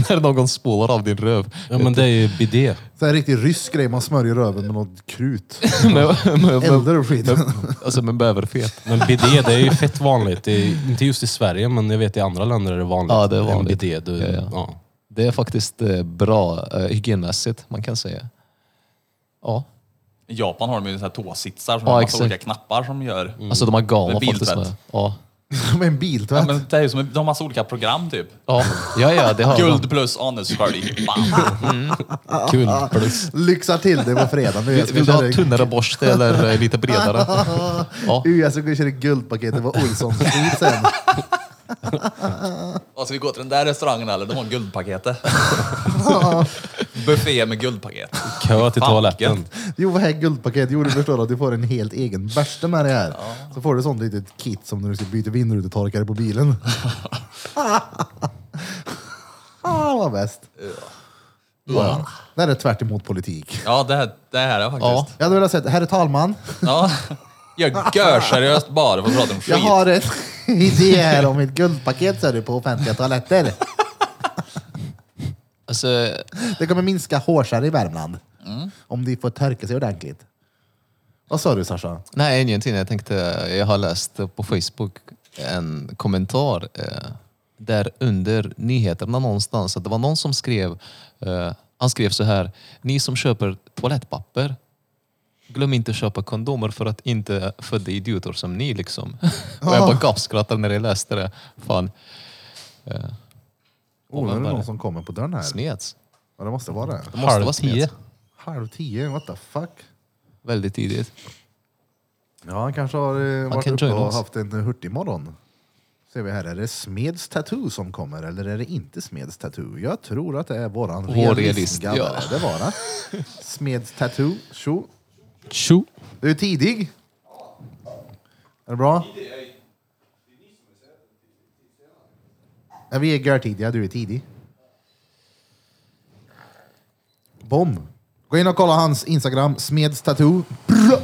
[SPEAKER 5] när någon spolar av din röv.
[SPEAKER 4] Ja, men det är ju bidé.
[SPEAKER 1] Så här riktig rysk grej, man smörjer röven med något krut.
[SPEAKER 5] med, med, med,
[SPEAKER 1] Eldar upp skiten.
[SPEAKER 5] alltså med bäverfet.
[SPEAKER 4] Men bidé, det är ju fett vanligt. Det är, inte just i Sverige, men jag vet i andra länder är det vanligt.
[SPEAKER 5] Ja, det är vanligt.
[SPEAKER 4] En bidé, du,
[SPEAKER 5] Ja, ja.
[SPEAKER 4] ja.
[SPEAKER 5] Det är faktiskt eh, bra eh, hygienmässigt, man kan säga. Ja,
[SPEAKER 3] I Japan har de ju så här toasitsar som
[SPEAKER 5] Ja,
[SPEAKER 3] har massa
[SPEAKER 5] exakt.
[SPEAKER 3] olika knappar som gör...
[SPEAKER 5] alltså de har
[SPEAKER 3] Med
[SPEAKER 5] galna faktiskt
[SPEAKER 3] biltvätt.
[SPEAKER 5] med. Ja.
[SPEAKER 1] Med en
[SPEAKER 3] Ja,
[SPEAKER 1] biltvätt.
[SPEAKER 3] men det är ju som, de har massa olika program typ.
[SPEAKER 5] Ja. ja, ja, det har de.
[SPEAKER 3] Guld plus anusskölj. Bam!
[SPEAKER 5] Kul. Plus.
[SPEAKER 1] Lyxar till det på fredag. Nu jag
[SPEAKER 5] Vill,
[SPEAKER 1] ska
[SPEAKER 5] vill du ha
[SPEAKER 1] köra-
[SPEAKER 5] tunnare borste eller eh, lite bredare? Ja.
[SPEAKER 1] Uh, jag ska gå och köra guldpaketet på Olssons tid sen.
[SPEAKER 3] Ja, Ska vi gå till den där restaurangen eller? De har guldpaketet. Buffé med guldpaket.
[SPEAKER 4] Kö till
[SPEAKER 3] Fan,
[SPEAKER 4] toaletten.
[SPEAKER 3] gött.
[SPEAKER 1] Jo, vad här guldpaket? Jo, du förstår att du får en helt egen bärste med det här. Så får du sånt litet kit som när du ska byta vindrutetorkare på bilen. ah, vad bäst. Ja. Det här är tvärt emot politik.
[SPEAKER 3] Ja, det här, det här är
[SPEAKER 5] Ja.
[SPEAKER 3] faktiskt.
[SPEAKER 1] Jag hade velat säga, herr talman,
[SPEAKER 3] Ja. Jag gör seriöst bara för att prata om skit.
[SPEAKER 1] jag har en idé här om ett guldpaket ser du, på offentliga toaletter.
[SPEAKER 5] Alltså,
[SPEAKER 1] Det kommer minska hårsar i Värmland. Om de får torka sig ordentligt. Vad sa du Sasha?
[SPEAKER 5] Nej, ingenting. Jag tänkte, jag har läst på Facebook en kommentar eh, där under nyheterna någonstans, att det var någon som skrev, eh, han skrev så här, ni som köper toalettpapper, glöm inte köpa kondomer för att inte föda idioter som ni liksom. Och jag bara
[SPEAKER 4] Ah.
[SPEAKER 5] gapskrattade när jag läste det. Fan,
[SPEAKER 1] Oh, nu är
[SPEAKER 5] vem
[SPEAKER 1] det
[SPEAKER 5] var
[SPEAKER 1] någon
[SPEAKER 5] det?
[SPEAKER 1] som kommer på dörren här.
[SPEAKER 5] smeds.
[SPEAKER 1] Ja, det måste vara det.
[SPEAKER 5] Det måste
[SPEAKER 4] Halv
[SPEAKER 5] vara
[SPEAKER 4] tio.
[SPEAKER 5] smeds.
[SPEAKER 1] Halv tio, what the fuck?
[SPEAKER 5] Väldigt tidigt.
[SPEAKER 1] Ja, han kanske har eh, varit
[SPEAKER 5] kan
[SPEAKER 1] uppe
[SPEAKER 5] joina
[SPEAKER 1] och
[SPEAKER 5] oss.
[SPEAKER 1] haft en eh, hurtig morgon. Ser vi här, är det Smeds Tattoo som kommer eller är det inte Smeds Tattoo? Jag tror att det är våran
[SPEAKER 5] Vår realist,
[SPEAKER 1] realistgabbar.
[SPEAKER 5] ja.
[SPEAKER 1] Det var det. Smeds Tattoo, tjo.
[SPEAKER 4] Tjo!
[SPEAKER 1] Du är tidig. Är det bra? Ja, vi är görtidiga, du är tidig. Bom. Gå in och kolla hans Instagram, Smeds Tattoo. Brr!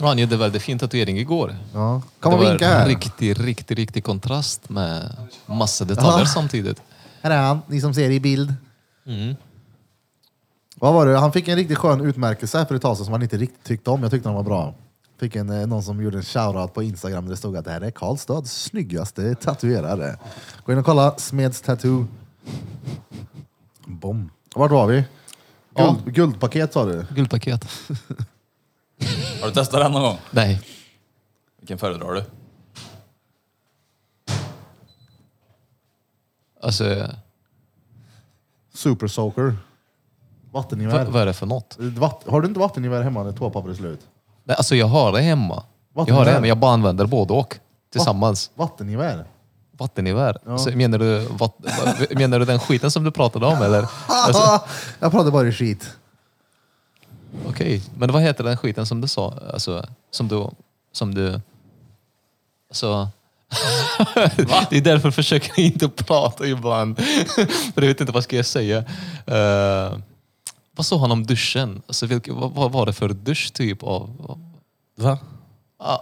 [SPEAKER 5] Han gjorde väldigt fin tatuering igår.
[SPEAKER 1] Ja. Kom och
[SPEAKER 5] det var
[SPEAKER 1] vinka här.
[SPEAKER 5] riktig, riktig, riktig kontrast med massa detaljer
[SPEAKER 1] Ja.
[SPEAKER 5] samtidigt.
[SPEAKER 1] Här är han, ni som ser i bild. Vad var det? Han fick en riktigt skön utmärkelse här för ett tag sedan som han inte riktigt tyckte om. Jag tyckte den var bra. Fick en, eh, någon som gjorde en shoutout på Instagram där det stod att det här är Karlstads snyggaste tatuerare. Gå in och kolla Smeds Tattoo. Bom. Vart var vi? Guld, Guldpaket sa du?
[SPEAKER 5] Guldpaket.
[SPEAKER 3] Har du testat den någon gång?
[SPEAKER 5] Nej.
[SPEAKER 3] Vilken föredrar du?
[SPEAKER 5] Alltså,
[SPEAKER 1] Super Soaker.
[SPEAKER 5] vad,
[SPEAKER 1] Vattengevär.
[SPEAKER 5] vad är det för något?
[SPEAKER 1] Vatt- har du inte vattengevär hemma när toapapper är slut?
[SPEAKER 5] Nej, alltså jag har det hemma. Jag har det
[SPEAKER 1] Vattengevär.
[SPEAKER 5] hemma. Jag bara använder både och tillsammans.
[SPEAKER 1] Vattengevär?
[SPEAKER 5] Vattengevär. Så menar, du, vatt, menar du den skiten som du pratade om eller? Alltså,
[SPEAKER 1] Ah, jag pratar bara i skit.
[SPEAKER 5] Okej, men vad heter den skiten som du sa? Alltså, som du... Som du alltså, det är därför jag försöker inte prata ibland. För jag vet inte vad ska jag säga. Eh, vad sa han om duschen? Alltså, vilk, vad, vad var det för dusch typ av...
[SPEAKER 4] Va?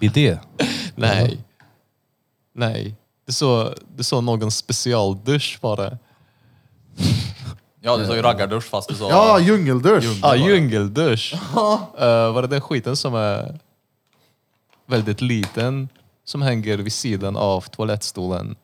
[SPEAKER 4] Bidé?
[SPEAKER 5] Nej. Nej. Du sa du sa någon specialdusch bara.
[SPEAKER 3] Ja, du sa ju raggardusch fast du sa...
[SPEAKER 1] Ja, djungeldusch!
[SPEAKER 5] Eh. Ja, ah, djungeldusch. Eh, var det den skiten som är väldigt liten som hänger vid sidan av toalettstolen?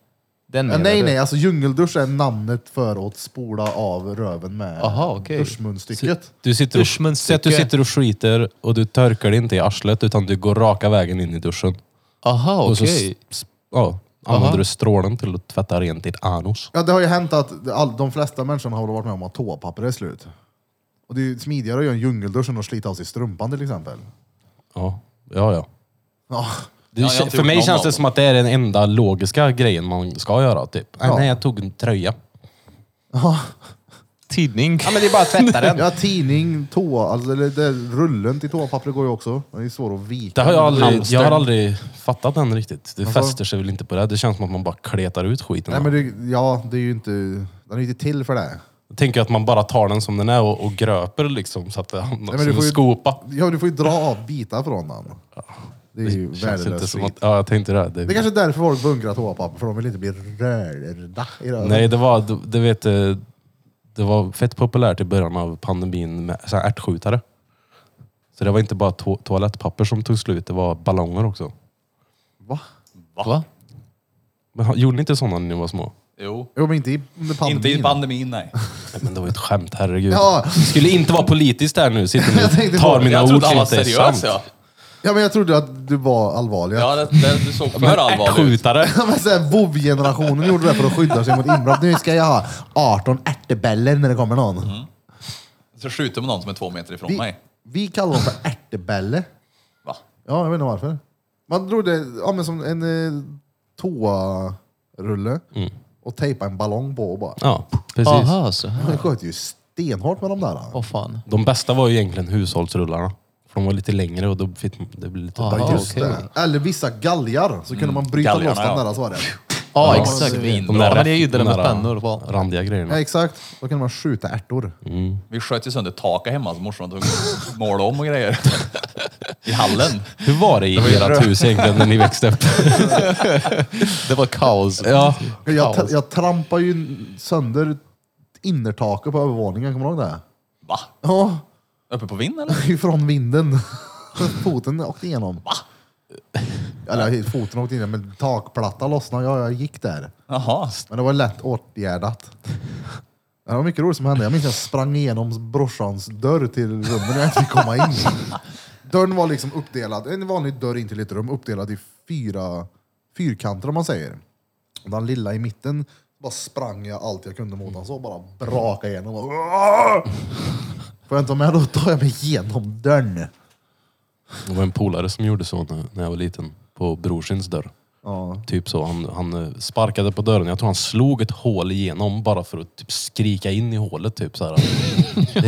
[SPEAKER 5] Den
[SPEAKER 1] Ja,
[SPEAKER 5] menar
[SPEAKER 1] nej,
[SPEAKER 5] du?
[SPEAKER 1] nej, alltså djungeldusch är namnet för att spola av röven med
[SPEAKER 5] Aha, okej.
[SPEAKER 1] duschmunstycket.
[SPEAKER 4] Du sitter och,
[SPEAKER 5] Duschmunstycke.
[SPEAKER 4] säg att du sitter och skiter och du torkar dig inte i arslet utan du går raka vägen in i duschen.
[SPEAKER 5] Aha,
[SPEAKER 4] Och så
[SPEAKER 5] okej.
[SPEAKER 4] s- s- ja, använder
[SPEAKER 5] Aha.
[SPEAKER 4] du strålen till att tvätta rent ditt anus.
[SPEAKER 1] Ja, det har ju hänt att all, de flesta människorna har väl varit med om att toapapper är slut. Och det är ju smidigare att göra en djungeldusch än att slita av sig strumpan till exempel.
[SPEAKER 4] Ja, ja. ja.
[SPEAKER 1] Ja,
[SPEAKER 4] Det,
[SPEAKER 3] Ja, jag har inte
[SPEAKER 4] för
[SPEAKER 3] gjort
[SPEAKER 4] mig
[SPEAKER 3] någon
[SPEAKER 4] känns
[SPEAKER 3] av
[SPEAKER 4] det
[SPEAKER 3] dem.
[SPEAKER 4] som att det är den enda logiska grejen man ska göra. Typ. Nej,
[SPEAKER 1] Ja.
[SPEAKER 4] Nej, jag tog en tröja.
[SPEAKER 5] Tidning.
[SPEAKER 4] Ja, men det är bara att tvätta den.
[SPEAKER 1] ja tidning, toa, alltså, eller det, rullen till toapappret går ju också. Det är svårt att vika.
[SPEAKER 4] Det har jag, aldrig, jag har
[SPEAKER 5] Hamstern.
[SPEAKER 4] aldrig fattat den riktigt. Det
[SPEAKER 1] Alltså?
[SPEAKER 4] fäster sig väl inte på det. Det känns som att man bara kletar ut skiten.
[SPEAKER 1] Nej, men det, ja, det är ju inte... Den är ju inte till för det.
[SPEAKER 4] Jag tänker att man bara tar den som den är och, och gröper liksom så att det hamnar
[SPEAKER 1] men
[SPEAKER 4] som
[SPEAKER 1] du
[SPEAKER 4] en
[SPEAKER 1] får ju-
[SPEAKER 4] skopa.
[SPEAKER 1] Ja, du får ju dra av bitar från den. Det är ju
[SPEAKER 4] Det känns inte
[SPEAKER 1] värdelöst.
[SPEAKER 4] som
[SPEAKER 1] skit.
[SPEAKER 4] att, ja, jag tänkte det. det,
[SPEAKER 1] Det är kanske är därför folk bunkrar toapapper, för de vill inte bli rörda i röven.
[SPEAKER 4] Nej, det var, det, det vet, eh, det var fett populärt i början av pandemin med så här ärtskjutare. Så det var inte bara to toalettpapper som tog slut, det var ballonger också.
[SPEAKER 1] Va?
[SPEAKER 5] Va?
[SPEAKER 4] Men ha- gjorde ni inte sådana när ni var små?
[SPEAKER 3] Jo.
[SPEAKER 1] Jo, men inte i, under pandemin.
[SPEAKER 3] Inte i pandemin, nej.
[SPEAKER 4] Nej, men det var ju ett skämt, herregud.
[SPEAKER 1] Ja.
[SPEAKER 4] Det skulle inte vara politiskt här nu. Sitter
[SPEAKER 1] Jag
[SPEAKER 4] ni
[SPEAKER 1] tänkte
[SPEAKER 4] och tar
[SPEAKER 1] på-
[SPEAKER 4] mina
[SPEAKER 3] jag
[SPEAKER 4] ord
[SPEAKER 3] trodde
[SPEAKER 4] som
[SPEAKER 3] han var
[SPEAKER 4] inte är sant.
[SPEAKER 3] seriös ja.
[SPEAKER 1] Ja, men jag trodde att du var allvarlig. Ja.
[SPEAKER 3] Ja, det, det, du såg för allvarlig ut.
[SPEAKER 4] Ärtskjutare.
[SPEAKER 1] men så här, Vov-generationen gjorde det för att skydda sig mot inbrott. Nu ska jag ha 18 ärtebeller när det kommer någon.
[SPEAKER 3] Så skjuter man någon som är två meter ifrån
[SPEAKER 1] Vi,
[SPEAKER 3] Mm, mig.
[SPEAKER 1] vi kallar dem för ärtebelle.
[SPEAKER 3] Va?
[SPEAKER 1] Ja, jag vet inte varför. Man drog det ja, men som en eh, toarulle
[SPEAKER 3] Mm.
[SPEAKER 1] och tejpade en ballong på och bara...
[SPEAKER 4] Ja, precis.
[SPEAKER 5] Aha, så här.
[SPEAKER 1] Man sköt ju stenhårt med de där.
[SPEAKER 5] Åh fan.
[SPEAKER 4] De bästa var ju egentligen hushållsrullarna. För de var lite längre och då fick det blev lite...
[SPEAKER 5] Aha.
[SPEAKER 1] Ja, just
[SPEAKER 5] okej.
[SPEAKER 1] det. Eller vissa galgar, så kunde man bryta loss
[SPEAKER 3] Galgarna,
[SPEAKER 1] den
[SPEAKER 3] ja.
[SPEAKER 1] där så var det.
[SPEAKER 5] Ja,
[SPEAKER 1] Ja,
[SPEAKER 5] exakt.
[SPEAKER 1] det är
[SPEAKER 5] De
[SPEAKER 4] där
[SPEAKER 5] ja, men jag
[SPEAKER 4] rätt-
[SPEAKER 5] gjorde det med
[SPEAKER 4] de där
[SPEAKER 5] pennor. va?
[SPEAKER 4] Randiga grejerna.
[SPEAKER 1] Ja, exakt. Då kunde man skjuta ärtor.
[SPEAKER 3] Vi sköt ju sönder taket hemma så morsan var tvungen att måla om och grejer. I hallen.
[SPEAKER 4] Hur var det i ert hus egentligen när ni växte upp?
[SPEAKER 5] Det var kaos.
[SPEAKER 4] Ja.
[SPEAKER 1] Jag, tra- jag trampade ju sönder innertaket på övervåningen, kommer du ihåg det?
[SPEAKER 3] Va?
[SPEAKER 1] Ja,
[SPEAKER 3] Uppe på vind eller?
[SPEAKER 1] ifrån vinden. foten åkte igenom. Va? Eller foten åkte igenom, men takplatta lossnade. Ja, jag gick där.
[SPEAKER 3] Jaha.
[SPEAKER 1] Men det var lätt åtgärdat. Det var mycket roligt som hände. Jag minns jag sprang igenom brorsans dörr till rummet när jag inte fick komma in. Dörren var liksom uppdelad, en vanlig dörr in till ett rum, uppdelad i fyra fyrkanter om man säger. Och den lilla i mitten, bara sprang jag allt jag kunde mot den så bara braka igenom. Och, Får jag inte vara med då tar jag mig igenom dörren.
[SPEAKER 4] Det var en polare som gjorde så när- när jag var liten. På brorsins dörr.
[SPEAKER 1] Ja.
[SPEAKER 4] Typ så. Han, han eh, sparkade på dörren. Jag tror han slog ett hål igenom bara för att typ skrika in i hålet. Typ så här.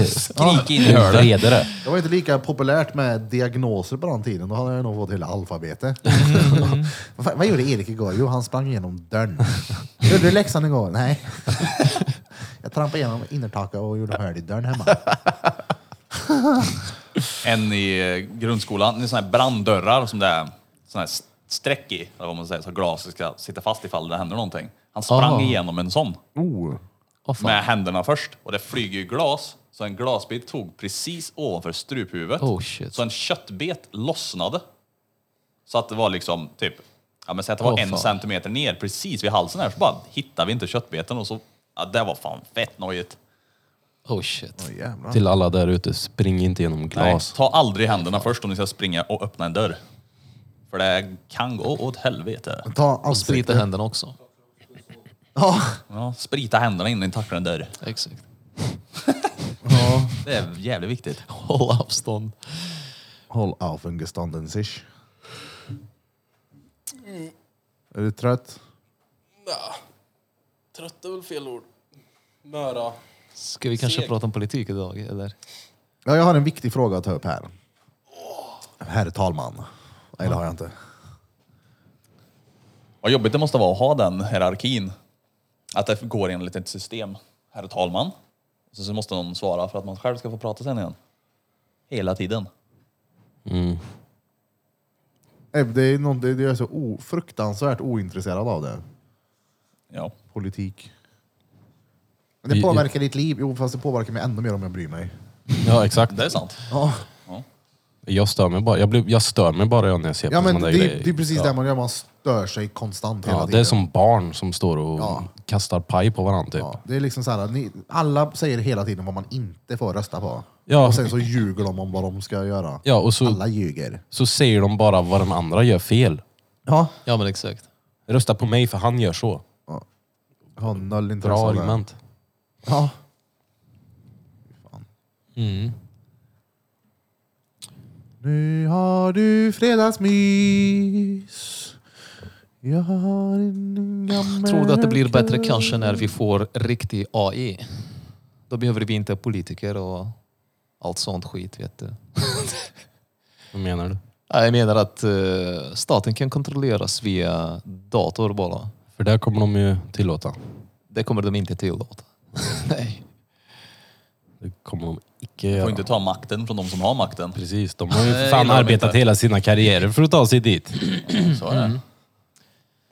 [SPEAKER 7] Skrik in i
[SPEAKER 4] Det
[SPEAKER 7] hörnet.
[SPEAKER 4] vrede det.
[SPEAKER 1] Det var inte lika populärt med diagnoser på den tiden, då hade jag nog fått hela alfabetet. vad, vad gjorde Erik igår? Jo, han sprang igenom dörren. Gjorde du läxan igår? Nej. Jag trampade igenom innertaket och gjorde hål i dörren hemma.
[SPEAKER 3] En i eh, grundskolan, det är såna här branddörrar som det är såna här st- streck i, eller vad man säger, så glaset ska sitta fast ifall det händer någonting. Han sprang
[SPEAKER 5] Aha.
[SPEAKER 3] igenom en sån
[SPEAKER 5] Ah. Oh. Åh, fan.
[SPEAKER 3] med händerna först och det flyger ju glas. Så en glasbit tog precis ovanför struphuvudet.
[SPEAKER 5] Oh, shit.
[SPEAKER 3] Så en köttbet lossnade. Så att det var liksom typ, ja men säg att det var
[SPEAKER 5] Åh,
[SPEAKER 3] en
[SPEAKER 5] fan.
[SPEAKER 3] centimeter ner precis vid halsen här så bara hittade vi inte köttbeten och så, ja det var fan fett nojigt.
[SPEAKER 5] Oh shit.
[SPEAKER 1] Åh, jävlar.
[SPEAKER 4] Till alla där ute, spring inte genom
[SPEAKER 3] Nej,
[SPEAKER 4] glas.
[SPEAKER 3] ta aldrig händerna först om ni ska springa och öppna en dörr. För det kan gå åt helvete.
[SPEAKER 1] Ta
[SPEAKER 5] Och sprita
[SPEAKER 1] ansiktet.
[SPEAKER 5] händerna också.
[SPEAKER 1] Ja.
[SPEAKER 3] Ja, sprita händerna innan ni tacklar en dörr.
[SPEAKER 5] Exakt.
[SPEAKER 3] Det är jävligt viktigt.
[SPEAKER 5] Håll avstånd.
[SPEAKER 1] Håll aufengestanden sich. Är du trött?
[SPEAKER 4] Trött är väl fel ord. Möra.
[SPEAKER 5] Ska vi kanske prata om politik idag? Eller?
[SPEAKER 1] Ja, jag har en viktig fråga att ta upp här. Herr talman. Nej, det har jag inte.
[SPEAKER 3] Vad jobbigt det måste vara att ha den hierarkin. Att det går enligt ett system. Herr talman. Så, så måste någon svara för att man själv ska få prata sen igen. Hela tiden.
[SPEAKER 1] Nej, Eh, Det är någon, det, det är så o, fruktansvärt ointresserad av det.
[SPEAKER 3] Ja.
[SPEAKER 1] Politik. Men det
[SPEAKER 4] Vi-
[SPEAKER 1] påverkar ditt liv. Jo, fast det påverkar mig ännu mer om jag bryr mig.
[SPEAKER 4] Ja, exakt.
[SPEAKER 3] Det är sant.
[SPEAKER 1] Ja,
[SPEAKER 4] Jag stör mig bara, jag blir, jag stör mig bara när jag ser
[SPEAKER 1] ja
[SPEAKER 4] på
[SPEAKER 1] men
[SPEAKER 4] såna
[SPEAKER 1] det,
[SPEAKER 4] där
[SPEAKER 1] är-
[SPEAKER 4] grejer.
[SPEAKER 1] det är precis
[SPEAKER 4] ja.
[SPEAKER 1] det man gör. Man stör sig konstant hela
[SPEAKER 4] Ja,
[SPEAKER 1] tiden.
[SPEAKER 4] det är som barn som står och
[SPEAKER 1] Ja.
[SPEAKER 4] kastar paj på varandra typ.
[SPEAKER 1] Ja, det är liksom så här, ni, alla säger hela tiden vad man inte får rösta på.
[SPEAKER 4] Ja.
[SPEAKER 1] Och sen så ljuger de om vad de ska göra.
[SPEAKER 4] Ja, och så-
[SPEAKER 1] Alla ljuger.
[SPEAKER 4] Så säger de bara vad den andra gör fel.
[SPEAKER 1] Ja.
[SPEAKER 5] Ja men exakt.
[SPEAKER 4] Rösta på mig för han gör så.
[SPEAKER 1] Jag har noll intresse
[SPEAKER 4] Bra
[SPEAKER 1] av det.
[SPEAKER 4] argument.
[SPEAKER 1] Ja.
[SPEAKER 4] Mm.
[SPEAKER 1] Nu har du fredagsmys. Jag har en gammal...
[SPEAKER 5] Tror du att det blir bättre kanske när vi får riktig AI? Då behöver vi inte politiker och allt sånt skit vet du.
[SPEAKER 4] Vad menar du?
[SPEAKER 5] Nej, Jag menar att eh, staten kan kontrolleras via dator bara.
[SPEAKER 4] För det kommer de ju tillåta.
[SPEAKER 5] Det kommer de inte tillåta. Nej.
[SPEAKER 4] Det kommer de icke
[SPEAKER 3] Får
[SPEAKER 4] göra.
[SPEAKER 3] inte ta makten från de som har makten.
[SPEAKER 4] Precis, de har ju
[SPEAKER 3] Nej,
[SPEAKER 4] för fan
[SPEAKER 3] gillar de
[SPEAKER 4] arbetat
[SPEAKER 3] inte.
[SPEAKER 4] hela sina karriärer för att ta sig dit.
[SPEAKER 3] Så är det.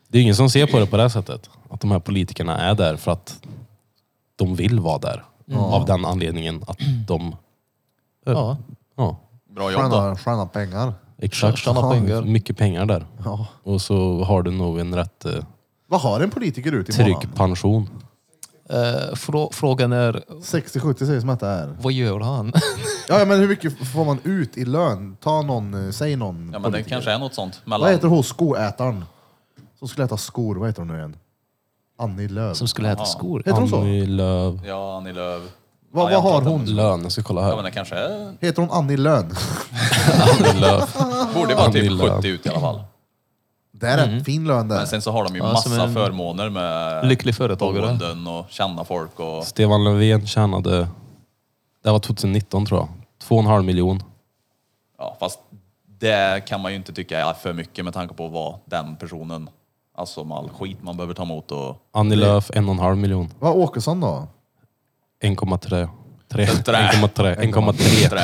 [SPEAKER 4] Det är ingen som ser på det på det här sättet. Att de här politikerna är där för att de vill vara där. Av den anledningen att de...
[SPEAKER 5] Ja.
[SPEAKER 4] Ja,
[SPEAKER 3] Bra jobb då.
[SPEAKER 1] Tjäna, tjäna pengar.
[SPEAKER 4] exakt.
[SPEAKER 5] Tjäna pengar.
[SPEAKER 4] Mycket pengar där.
[SPEAKER 1] Ja.
[SPEAKER 4] Och så har du nog en rätt eh,
[SPEAKER 1] Vad har en politiker ut i månaden?
[SPEAKER 4] trygg pension.
[SPEAKER 5] Eh, frå- frågan är,
[SPEAKER 1] 60-70 säger som att det är.
[SPEAKER 5] vad gör han?
[SPEAKER 1] Ja, ja, men hur mycket får man ut i lön? Ta någon, eh, säg någon
[SPEAKER 3] Ja, men det
[SPEAKER 1] politiker.
[SPEAKER 3] kanske är något sånt.
[SPEAKER 1] Vad
[SPEAKER 3] Mellan...
[SPEAKER 1] heter hon skoätaren? Som skulle äta skor, vad heter hon nu igen? Annie Lööf.
[SPEAKER 5] Som skulle äta
[SPEAKER 3] Ja.
[SPEAKER 5] skor?
[SPEAKER 1] Heter hon så?
[SPEAKER 4] Annie Lööf.
[SPEAKER 3] Ja, Annie Lööf.
[SPEAKER 1] Vad,
[SPEAKER 3] Ja, jag
[SPEAKER 1] vad har
[SPEAKER 3] tror att
[SPEAKER 1] hon?
[SPEAKER 4] Lön, jag ska kolla
[SPEAKER 3] Ja, men
[SPEAKER 4] här.
[SPEAKER 3] det kanske är...
[SPEAKER 1] Heter hon Annie Lön?
[SPEAKER 4] Annie Lööf.
[SPEAKER 3] borde vara
[SPEAKER 4] Annie
[SPEAKER 3] typ
[SPEAKER 4] Lööf.
[SPEAKER 3] 70 ut i alla fall.
[SPEAKER 1] Det är en fin lön
[SPEAKER 3] Men
[SPEAKER 1] där.
[SPEAKER 3] sen så har de ju
[SPEAKER 5] Ja, som
[SPEAKER 3] massa
[SPEAKER 5] en
[SPEAKER 3] förmåner med
[SPEAKER 5] Lycklig företagare.
[SPEAKER 3] boenden och känna folk och...
[SPEAKER 4] Stefan Löfven tjänade... Det var 2019 tror jag. Två och en halv miljon.
[SPEAKER 3] Ja, fast det kan man ju inte tycka är för mycket med tanke på vad den personen, alltså med all skit man behöver ta emot och...
[SPEAKER 4] Annie Lööf en och en halv miljon.
[SPEAKER 1] Vad Åkesson då?
[SPEAKER 4] 1,3. Tre.
[SPEAKER 3] Trä.
[SPEAKER 4] 1,3. 1,3.
[SPEAKER 3] Trä.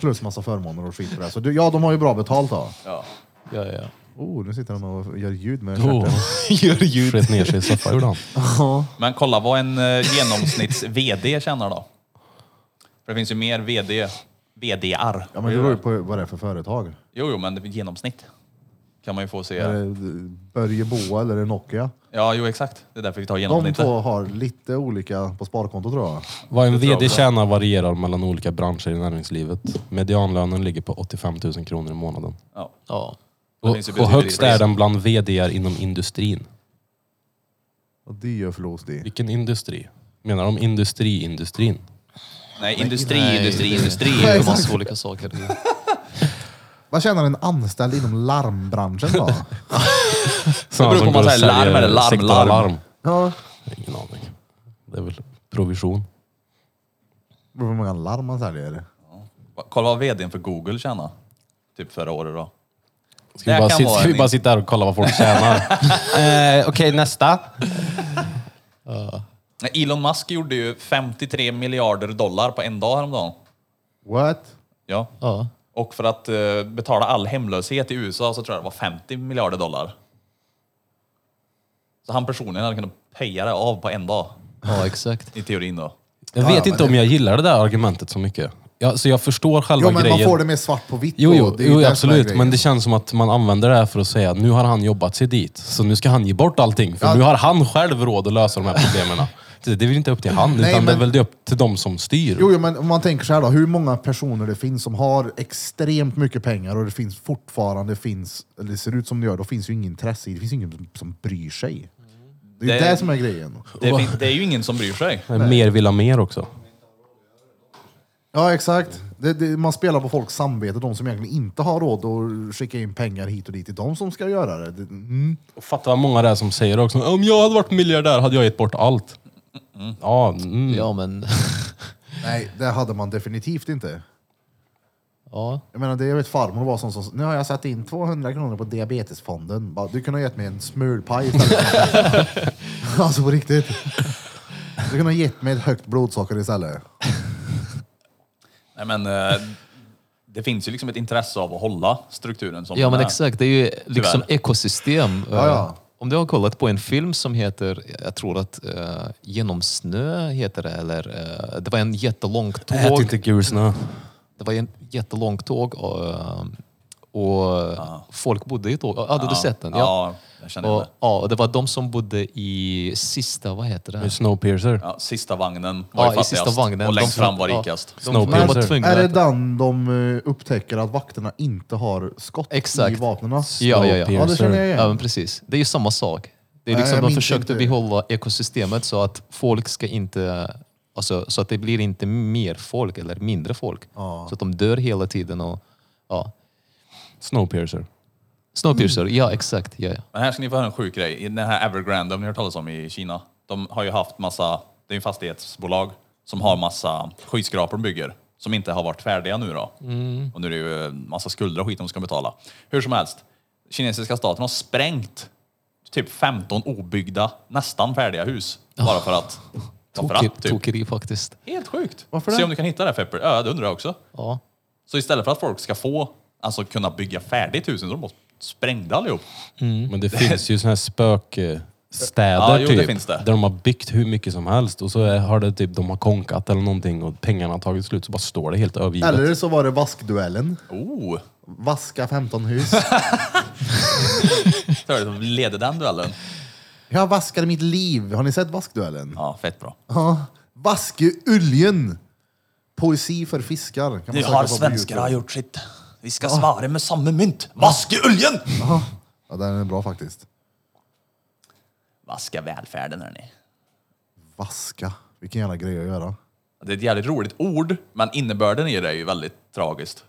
[SPEAKER 1] Plus massa förmåner och skit på det. här. Så du, ja, de har ju bra betalt då.
[SPEAKER 3] Ja.
[SPEAKER 5] Ja, ja.
[SPEAKER 1] Oh, nu sitter han och gör ljud med
[SPEAKER 4] Oh.
[SPEAKER 1] stjärten.
[SPEAKER 5] Gör ljud.
[SPEAKER 4] Sket ner sig i soffan gjorde han.
[SPEAKER 3] Men kolla vad en eh, genomsnitts-VD tjänar då. För det finns ju mer VD, VDR.
[SPEAKER 1] Ja, men det beror ju på vad det är för företag.
[SPEAKER 3] Jo, jo, men det är genomsnitt kan man ju få se.
[SPEAKER 1] Är det Börje Boa eller är det Nokia?
[SPEAKER 3] Ja, jo exakt. Det är därför vi tar
[SPEAKER 1] De
[SPEAKER 3] genomsnittet.
[SPEAKER 1] två har lite olika på sparkonto tror jag.
[SPEAKER 4] Vad en
[SPEAKER 3] Det tror jag
[SPEAKER 4] VD
[SPEAKER 3] också.
[SPEAKER 4] tjänar varierar mellan olika branscher i näringslivet. Medianlönen ligger på 85 000 kronor i månaden.
[SPEAKER 3] Ja.
[SPEAKER 5] Ja.
[SPEAKER 4] Och,
[SPEAKER 3] finns ju
[SPEAKER 4] och högst
[SPEAKER 3] betydligt-
[SPEAKER 4] är den bland VDR inom industrin.
[SPEAKER 1] Och det gör förlås det.
[SPEAKER 4] Vilken industri? Menar de industriindustrin?
[SPEAKER 3] Nej, industri,
[SPEAKER 5] Nej,
[SPEAKER 3] industri,
[SPEAKER 5] det-
[SPEAKER 3] industri.
[SPEAKER 5] Det är ju massa olika saker.
[SPEAKER 1] Vad tjänar en anställd inom larmbranschen då?
[SPEAKER 4] Det
[SPEAKER 3] beror på om man säger larm eller larm, larm.
[SPEAKER 1] ja,
[SPEAKER 4] Ingen aning. Det är väl provision.
[SPEAKER 1] det beror på hur många larm man säljer.
[SPEAKER 3] Va- Kolla vad VDn för Google tjänar. Typ förra året då.
[SPEAKER 4] Ska
[SPEAKER 3] Det
[SPEAKER 4] vi, bara
[SPEAKER 3] kan
[SPEAKER 4] sitta,
[SPEAKER 3] vara
[SPEAKER 4] ska vi
[SPEAKER 3] en-
[SPEAKER 4] bara sitta här och kolla vad folk tjänar? eh, Okej, nästa.
[SPEAKER 3] Elon Musk gjorde ju 53 miljarder dollar på en dag häromdagen.
[SPEAKER 1] What?
[SPEAKER 3] Ja.
[SPEAKER 5] Ja.
[SPEAKER 3] Och för att eh, betala all hemlöshet i USA så tror jag det var 50 miljarder dollar. Så han personligen hade kunnat paya det av på en dag,
[SPEAKER 5] ja, exakt.
[SPEAKER 3] i teorin då.
[SPEAKER 4] Jag vet inte om jag gillar det där argumentet så mycket. Ja, så jag förstår själva
[SPEAKER 1] Jo men
[SPEAKER 4] grejen.
[SPEAKER 1] man får det mer svart på vitt.
[SPEAKER 4] Jo,
[SPEAKER 1] då.
[SPEAKER 4] jo,
[SPEAKER 1] Det är ju
[SPEAKER 4] jo
[SPEAKER 1] det som är
[SPEAKER 4] absolut.
[SPEAKER 1] grejen.
[SPEAKER 4] Men det känns som att man använder det här för att säga att nu har han jobbat sig dit, så nu ska han ge bort allting. För
[SPEAKER 1] Ja.
[SPEAKER 4] nu har han själv råd att lösa de här problemen. Det det är väl inte upp till han, utan
[SPEAKER 1] Nej,
[SPEAKER 4] det är
[SPEAKER 1] men-
[SPEAKER 4] väl upp till de som styr.
[SPEAKER 1] Jo, jo, men om man tänker så här då, hur många personer det finns som har extremt mycket pengar och det finns fortfarande finns, eller det ser ut som det gör, då finns ju ingen intresse i det, finns ingen som- som bryr sig. Det är ju
[SPEAKER 3] Det-
[SPEAKER 1] det som är grejen.
[SPEAKER 3] Det, fin- det är ju ingen som bryr sig.
[SPEAKER 4] Mer vill ha mer också.
[SPEAKER 1] Ja, exakt. Det, det, man spelar på folks samvete, de som egentligen inte har råd att skicka in pengar hit och dit, det är de som ska göra det. det mm.
[SPEAKER 4] Och fatta vad många där som säger också, om jag hade varit miljardär hade jag gett bort allt. Ja, mm.
[SPEAKER 5] Ja, men...
[SPEAKER 1] Nej, det hade man definitivt inte.
[SPEAKER 5] Ja,
[SPEAKER 1] Jag menar, det, jag vet farmor var sån som nu har jag satt in 200 kronor på diabetesfonden. Bara, du kunde ha gett mig en smulpaj istället. alltså på riktigt. Du kunde ha gett mig ett högt blodsocker istället.
[SPEAKER 3] Nej, men, eh, det finns ju liksom ett intresse av att hålla strukturen som
[SPEAKER 5] ja
[SPEAKER 3] den
[SPEAKER 5] men
[SPEAKER 3] är.
[SPEAKER 5] exakt. Det är ju liksom
[SPEAKER 3] Tyvärr.
[SPEAKER 5] ekosystem. eh,
[SPEAKER 1] Ja, ja.
[SPEAKER 5] Om du har kollat på en film som heter, jag tror att eh, Genom snö heter det, eller eh, det var en jättelång
[SPEAKER 4] Ät
[SPEAKER 5] tåg.
[SPEAKER 4] inte gul snö.
[SPEAKER 5] Det var en jättelång tåg och, eh, och folk bodde i tåg. Ja, Hade du sett den?
[SPEAKER 3] Ja, jag känner
[SPEAKER 5] Och,
[SPEAKER 3] det.
[SPEAKER 5] ja, och det var de som bodde i sista, vad heter det?
[SPEAKER 4] Snowpiercer.
[SPEAKER 3] Ja, sista vagnen var ju
[SPEAKER 5] i
[SPEAKER 3] fattigast
[SPEAKER 5] sista vagnen.
[SPEAKER 3] och
[SPEAKER 5] De
[SPEAKER 3] längst
[SPEAKER 5] som-
[SPEAKER 3] fram var
[SPEAKER 5] ja.
[SPEAKER 3] rikast.
[SPEAKER 5] De, de
[SPEAKER 4] Snowpiercer.
[SPEAKER 5] var tvungna
[SPEAKER 1] Är det
[SPEAKER 5] att-
[SPEAKER 1] den de eh, upptäcker att vakterna inte har skott i
[SPEAKER 5] Exakt.
[SPEAKER 1] vapnen?
[SPEAKER 5] Ja, ja, ja.
[SPEAKER 1] Ja, det känner jag
[SPEAKER 5] Ja,
[SPEAKER 1] igen.
[SPEAKER 5] men precis. Det är ju samma sak. Det är
[SPEAKER 1] Nej,
[SPEAKER 5] liksom
[SPEAKER 1] jag
[SPEAKER 5] de
[SPEAKER 1] minns
[SPEAKER 5] försökte
[SPEAKER 1] inte.
[SPEAKER 5] behålla ekosystemet så att folk ska inte... Alltså, så att det blir inte mer folk eller mindre folk. Så att de dör hela tiden. Och, ja.
[SPEAKER 4] Snowpiercer.
[SPEAKER 5] Snowpiercer,
[SPEAKER 1] Mm.
[SPEAKER 5] ja exakt. Ja, ja.
[SPEAKER 3] Men här ska ni få höra en sjuk grej. I Den här Evergrande, om ni har hört talas om i Kina. De har ju haft massa, det är ju fastighetsbolag som har massa skyskrapor de bygger som inte har varit färdiga nu då.
[SPEAKER 5] Mm.
[SPEAKER 3] Och nu är det ju en massa skulder och skit de ska betala. Hur som helst, kinesiska staten har sprängt typ 15 obyggda, nästan färdiga hus. Bara för att ta för
[SPEAKER 5] Tokeri,
[SPEAKER 3] att, typ.
[SPEAKER 5] tokeri faktiskt.
[SPEAKER 3] Helt sjukt.
[SPEAKER 1] Varför
[SPEAKER 3] Se
[SPEAKER 1] det?
[SPEAKER 3] om du kan hitta det här Pepper. Ja, det undrar jag också.
[SPEAKER 5] Ja.
[SPEAKER 3] Så istället för att folk ska få, alltså kunna bygga färdigt husen, så de bara sprängda allihop.
[SPEAKER 4] Men det finns ju såna här spökstäder
[SPEAKER 3] Mm. Ja, jo, det
[SPEAKER 4] typ.
[SPEAKER 3] finns det.
[SPEAKER 4] Där de har byggt hur mycket som helst och så är- har det typ, de har konkat eller någonting och pengarna har tagit slut så bara står det helt övergivet.
[SPEAKER 1] Eller så var det vaskduellen.
[SPEAKER 3] Oh!
[SPEAKER 1] Vaska 15 hus.
[SPEAKER 3] Hörde du ledde den duellen?
[SPEAKER 1] Jag vaskade mitt liv. Har ni sett vaskduellen?
[SPEAKER 3] Ja, fett bra.
[SPEAKER 1] Ja. Vaske uljen. Poesi för fiskar. Kan man
[SPEAKER 3] Nu
[SPEAKER 1] söka
[SPEAKER 3] har
[SPEAKER 1] på på
[SPEAKER 3] svenskarna
[SPEAKER 1] YouTube.
[SPEAKER 3] gjort sitt. Vi ska svara med samma mynt. Vaska uljen!
[SPEAKER 1] Ja, den är bra faktiskt.
[SPEAKER 3] Vaska välfärden hörni.
[SPEAKER 1] Vaska. Vilken jävla grej att göra.
[SPEAKER 3] Det är ett jävligt roligt ord, men innebörden i det är ju väldigt tragiskt.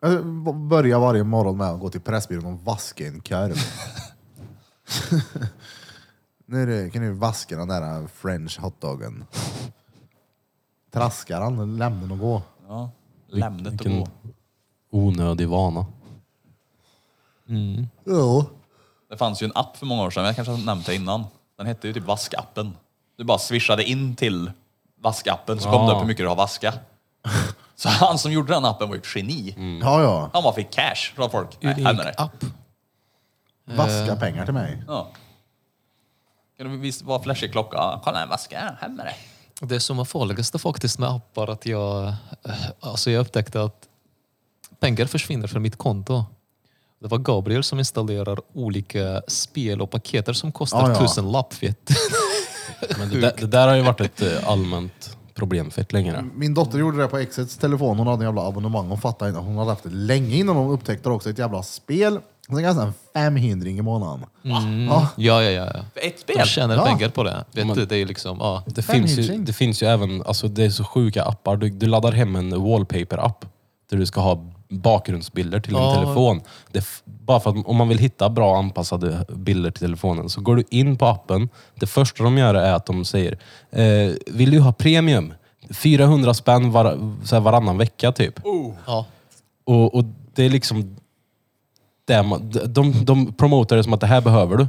[SPEAKER 1] Jag börjar varje morgon med att gå till Pressbyrån och vaska en korv. nu är det, kan du vaska den där french hotdogen. Traskar han, lämna den och gå.
[SPEAKER 3] Ja. Lämnet och
[SPEAKER 4] vilken-
[SPEAKER 3] gå.
[SPEAKER 4] Onödig vana.
[SPEAKER 1] Jo.
[SPEAKER 3] Det fanns ju en app för många år sedan, jag kanske har nämnt det innan. Den hette ju typ vaskappen. Du bara swishade in till vaskappen så kom
[SPEAKER 4] Ja.
[SPEAKER 3] det upp hur mycket du har vaskat. Så han som gjorde den appen var ju ett geni.
[SPEAKER 1] Ja, ja.
[SPEAKER 3] Han bara fick cash från folk. Nej,
[SPEAKER 5] Unik
[SPEAKER 3] han är det.
[SPEAKER 5] app.
[SPEAKER 1] Vaska pengar till mig.
[SPEAKER 3] Ja. Kan du visa vad flashig klocka? Ja, Kolla en vaska, här, hem med det.
[SPEAKER 5] Det som är farligaste faktiskt med appar att jag, eh, alltså jag upptäckte att pengar försvinner från mitt konto. Det var Gabriel som installerar olika spel och paketer som
[SPEAKER 1] Ja,
[SPEAKER 5] kostar
[SPEAKER 1] ja.
[SPEAKER 5] tusenlapp. Vet. du.
[SPEAKER 4] Men det, där, det där har ju varit ett eh, allmänt problem fett länge. nu.
[SPEAKER 1] Min dotter gjorde det på Exits telefon. Hon hade en jävla abonnemang. Hon fattade inte. Hon hade haft det länge innan hon upptäckte det också. Ett jävla spel. Hon fick nästan en femhindring i månaden.
[SPEAKER 5] Mm.
[SPEAKER 1] Ja.
[SPEAKER 5] Ja, ja, ja. ja.
[SPEAKER 3] För ett
[SPEAKER 5] De
[SPEAKER 3] spel?
[SPEAKER 5] tjänar
[SPEAKER 1] Ja.
[SPEAKER 5] pengar på det. Vet du, det är liksom, ja.
[SPEAKER 4] Det finns, ju,
[SPEAKER 1] Fanhitching.
[SPEAKER 4] det finns ju även, alltså det är så sjuka appar. Du, du laddar hem en wallpaper-app där du ska ha bakgrundsbilder till
[SPEAKER 5] Ja.
[SPEAKER 4] din telefon. Det, är f- bara för att om man vill hitta bra anpassade bilder till telefonen så går du in på appen. Det första de gör är att de säger, eh, vill du ha premium? 400 spänn var, så här varannan vecka typ.
[SPEAKER 5] ja.
[SPEAKER 4] Och, och det är liksom... Det man, de, de, de promotar det som att det här behöver du.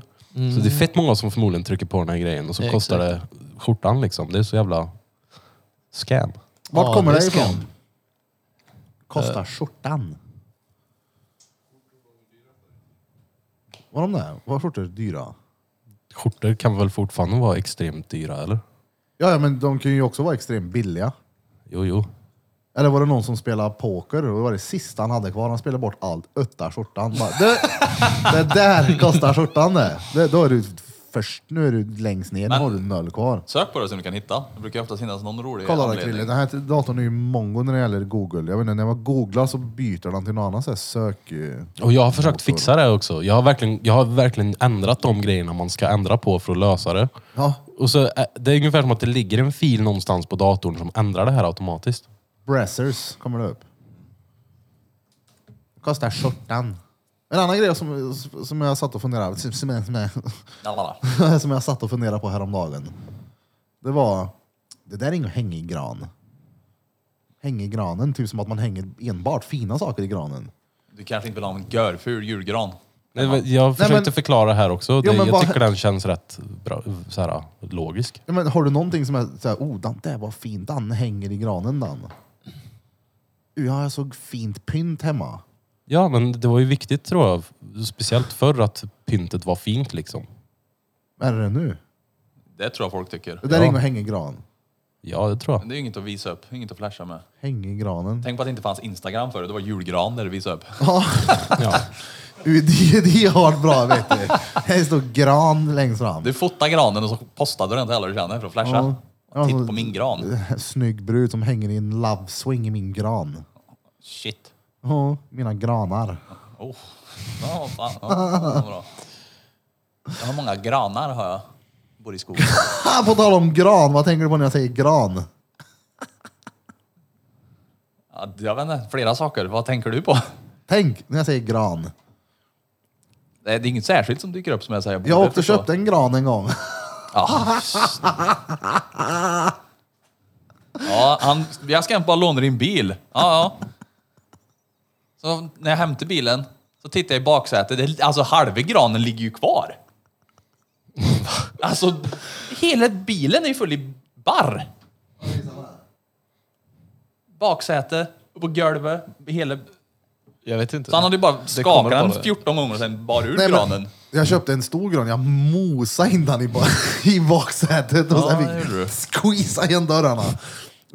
[SPEAKER 4] Så det är fett många som förmodligen trycker på den här grejen och så
[SPEAKER 5] Ja,
[SPEAKER 4] kostar det skjortan liksom. Det är så jävla scam.
[SPEAKER 1] Vart
[SPEAKER 5] Ja,
[SPEAKER 1] kommer
[SPEAKER 5] det
[SPEAKER 1] det
[SPEAKER 5] är scam. Eh.
[SPEAKER 1] ifrån? Kostar skjortan. Var de det? Var skjortor dyra?
[SPEAKER 4] Skjortor kan väl fortfarande vara extremt dyra eller?
[SPEAKER 1] Ja, ja, men de kan ju också vara extremt billiga.
[SPEAKER 4] Jo, jo.
[SPEAKER 1] Eller var det någon som spelade poker och det var det sista han hade kvar. Han spelade bort allt, ötta skjortan. Bara, det, det där kostar skjortan det. det. Då är du först, nu är du längst ner, nu har du noll kvar.
[SPEAKER 3] Sök på det som du kan hitta. Det brukar ofta finnas någon rolig
[SPEAKER 1] Kolla där Krille,
[SPEAKER 3] anledning.
[SPEAKER 1] den här datorn är ju mongo när det gäller Google. Jag vet inte, när man googlar så byter den till någon annan så här sök... eh,
[SPEAKER 4] Och jag har försökt fixa det också. Jag har, verkligen, jag har verkligen ändrat de grejerna man ska ändra på för att lösa det.
[SPEAKER 1] Ja,
[SPEAKER 4] Och så, eh, det är ungefär som att det ligger en fil någonstans på datorn som ändrar det här automatiskt.
[SPEAKER 1] Brassers kommer det upp. Kostar skjortan. En annan grej som, som jag satt och funderade som, som, jag- som, jag-
[SPEAKER 3] Lalala.
[SPEAKER 1] som jag satt och funderade på häromdagen. Det var, det där är ingen häng i gran. Häng i granen, typ som att man hänger enbart fina saker i granen.
[SPEAKER 3] Du kanske inte vill ha en görful julgran.
[SPEAKER 4] Nej, men Jag försökte
[SPEAKER 1] men-
[SPEAKER 4] förklara här också. Det,
[SPEAKER 1] men
[SPEAKER 4] jag
[SPEAKER 1] vad-
[SPEAKER 4] tycker den känns rätt bra, så här, logisk.
[SPEAKER 1] Ja, men har du någonting som är såhär, oh Dan, det var fint, Dan hänger i granen Dan. Uh, Ja, jag såg fint pynt hemma.
[SPEAKER 4] Ja, men det var ju viktigt tror jag. Speciellt förr att pyntet var fint liksom.
[SPEAKER 1] Vad är det nu?
[SPEAKER 3] Det tror jag folk tycker.
[SPEAKER 1] Det där är ingen häng i gran.
[SPEAKER 4] Ja, det tror jag.
[SPEAKER 3] Men det är ju inget att visa upp, inget att flasha med.
[SPEAKER 1] Häng i granen.
[SPEAKER 3] Tänk på att det inte fanns Instagram förut. Det var julgran där du visade upp.
[SPEAKER 1] Det, det har varit bra vet du. Här står gran längst fram.
[SPEAKER 3] Du fotade granen och så postade du den till alla du känner för att flasha.
[SPEAKER 1] Ja, Alltså,
[SPEAKER 3] Titta
[SPEAKER 1] så-
[SPEAKER 3] på min gran.
[SPEAKER 1] Snygg brud som hänger i en love swing i min gran.
[SPEAKER 3] Shit.
[SPEAKER 1] Ja, mina granar.
[SPEAKER 3] Oh. Ja, fan. Ja, det var bra. Jag har många granar har jag. Bor i skogen.
[SPEAKER 1] Ha, Ah, på tal om gran, vad tänker du på när jag säger gran?
[SPEAKER 3] Ja, jag vet inte, flera saker. Vad tänker du på?
[SPEAKER 1] Tänk när jag säger gran.
[SPEAKER 3] Det är inget särskilt som dyker upp som jag säger. borde
[SPEAKER 1] Jag åkte och
[SPEAKER 3] förstå.
[SPEAKER 1] köpte en gran en gång.
[SPEAKER 3] Typ Ja. Ja, han, jag ska bara låna din bil. Ja, ja. Så när jag hämtade bilen så tittade jag i baksätet. Det, alltså halva granen ligger ju kvar. Alltså, hela bilen är ju full i barr. Baksäte, upp på golvet, hela...
[SPEAKER 5] Jag vet inte.
[SPEAKER 3] Så han hade ju bara
[SPEAKER 5] kommer
[SPEAKER 3] skakat
[SPEAKER 5] bara.
[SPEAKER 3] den 14 gånger och sen bar ur
[SPEAKER 1] Nej, men-
[SPEAKER 3] granen.
[SPEAKER 1] Jag köpte en stor gran, jag mosade in den i, ba- i baksätet och
[SPEAKER 3] Ja,
[SPEAKER 1] sen
[SPEAKER 3] det
[SPEAKER 1] fick
[SPEAKER 3] gjorde du.
[SPEAKER 1] jag squeeza igen dörrarna.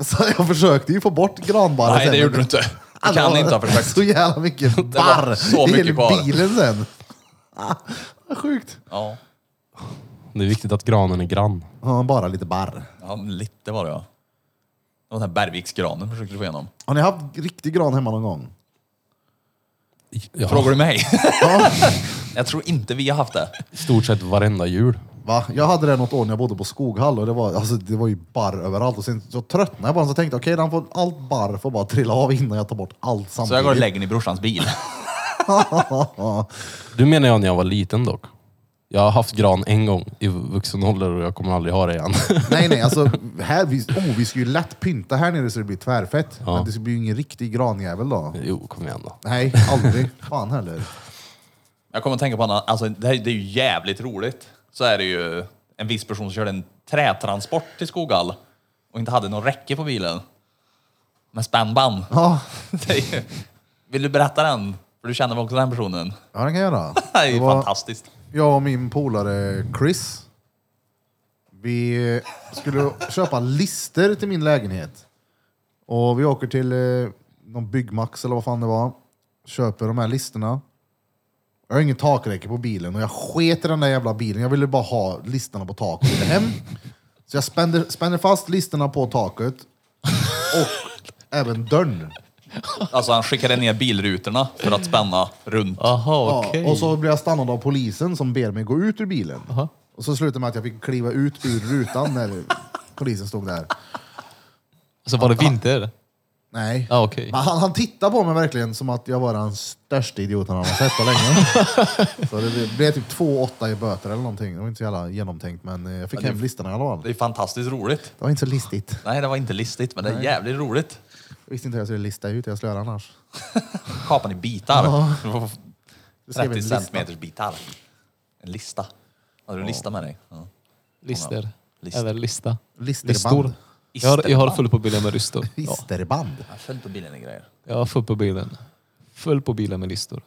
[SPEAKER 1] Så jag försökte ju få bort granbarren
[SPEAKER 3] Nej,
[SPEAKER 1] sen,
[SPEAKER 3] det
[SPEAKER 1] men-
[SPEAKER 3] gjorde du inte. Du
[SPEAKER 1] Alltså,
[SPEAKER 3] kan inte ha försökt.
[SPEAKER 1] Så jävla mycket
[SPEAKER 3] var
[SPEAKER 1] barr
[SPEAKER 3] så
[SPEAKER 1] i
[SPEAKER 3] mycket barr.
[SPEAKER 1] hela bilen sen. Ah, Sjukt.
[SPEAKER 3] Ja,
[SPEAKER 4] Det är viktigt att granen är grann.
[SPEAKER 1] Ja, bara lite barr.
[SPEAKER 3] ja men lite var det ja. Det var den här Bergviksgranen försökte du få igenom.
[SPEAKER 1] Har ni haft riktig gran hemma någon gång?
[SPEAKER 4] Ja,
[SPEAKER 3] Frågar du mig?
[SPEAKER 1] Ja.
[SPEAKER 3] Jag tror inte vi har haft det.
[SPEAKER 4] I stort sett varenda jul.
[SPEAKER 1] Va? Jag hade det något år när jag bodde på Skoghall och det var, alltså, det var ju barr överallt. Och sen så tröttnade jag bara så tänkte jag, okej, den får allt barr får bara trilla av innan jag tar bort allt samtidigt.
[SPEAKER 3] Så jag går och lägger den i brorsans bil.
[SPEAKER 4] Du menar jag när jag var liten dock. Jag har haft gran en gång i vuxen ålder och jag kommer aldrig ha det igen.
[SPEAKER 1] Nej, nej, alltså här, vi, oh, vi ska ju lätt pynta här nere så det blir tvärfett.
[SPEAKER 4] Ja.
[SPEAKER 1] Men det blir ju ingen riktig granjävel då.
[SPEAKER 4] jo, kom igen då.
[SPEAKER 1] Nej, aldrig. Fan heller.
[SPEAKER 3] Jag kommer att tänka på en annan, alltså det, här, det är ju jävligt roligt. Så är det ju en viss person som körde en trätransport till Skoghall och inte hade någon räcke på bilen. Med spännband.
[SPEAKER 1] Ja,
[SPEAKER 3] Det är ju, vill du berätta den? För du känner väl också den personen?
[SPEAKER 1] ja det kan jag göra.
[SPEAKER 3] Det är ju
[SPEAKER 1] Det var-
[SPEAKER 3] fantastiskt.
[SPEAKER 1] Jag och min polare Chris, vi skulle köpa lister till min lägenhet. Och vi åker till eh, någon Byggmax eller vad fan det var. Köper de här listerna. Jag har ingen takräcke på bilen och jag sket i den där jävla bilen. Jag ville bara ha listerna på taket och ville hem. Så jag spänner, spänner fast listerna på taket och även dörren.
[SPEAKER 3] Alltså han skickade ner bilrutorna för att spänna runt.
[SPEAKER 5] Aha,
[SPEAKER 1] Ja,
[SPEAKER 5] okej.
[SPEAKER 1] Och så blev jag stannad av polisen som ber mig gå ut ur bilen. Och så slutade det med att jag fick kliva ut ur rutan när polisen stod där.
[SPEAKER 5] Så Alltså, var det vinter?
[SPEAKER 1] Nej.
[SPEAKER 5] Ja, okej.
[SPEAKER 1] Men han, han tittade på mig verkligen som att jag var den största idioten han har sett på länge. så det blev, blev typ 2,8 i böter eller någonting. Det var inte så jävla genomtänkt men eh, jag fick hem listan i alla fall.
[SPEAKER 3] Det är fantastiskt roligt.
[SPEAKER 1] Det var inte så listigt.
[SPEAKER 3] Nej, det var inte listigt, men det är jävligt roligt.
[SPEAKER 1] Jag visste inte hur jag skulle lista ut hur jag skulle göra annars.
[SPEAKER 3] Kapan i bitar.
[SPEAKER 1] Du skrev en
[SPEAKER 3] 30
[SPEAKER 1] lista.
[SPEAKER 3] centimeters bitar. En lista. Hade du en lista med dig? Ja.
[SPEAKER 5] Lister. Eller lista.
[SPEAKER 1] Listerband.
[SPEAKER 5] Jag har, jag har fullt på bilen med listor. Ja.
[SPEAKER 1] Listerband.
[SPEAKER 7] Jag föll på bilen i grejer.
[SPEAKER 5] Jag har fullt på bilen. Full på bilen med listor.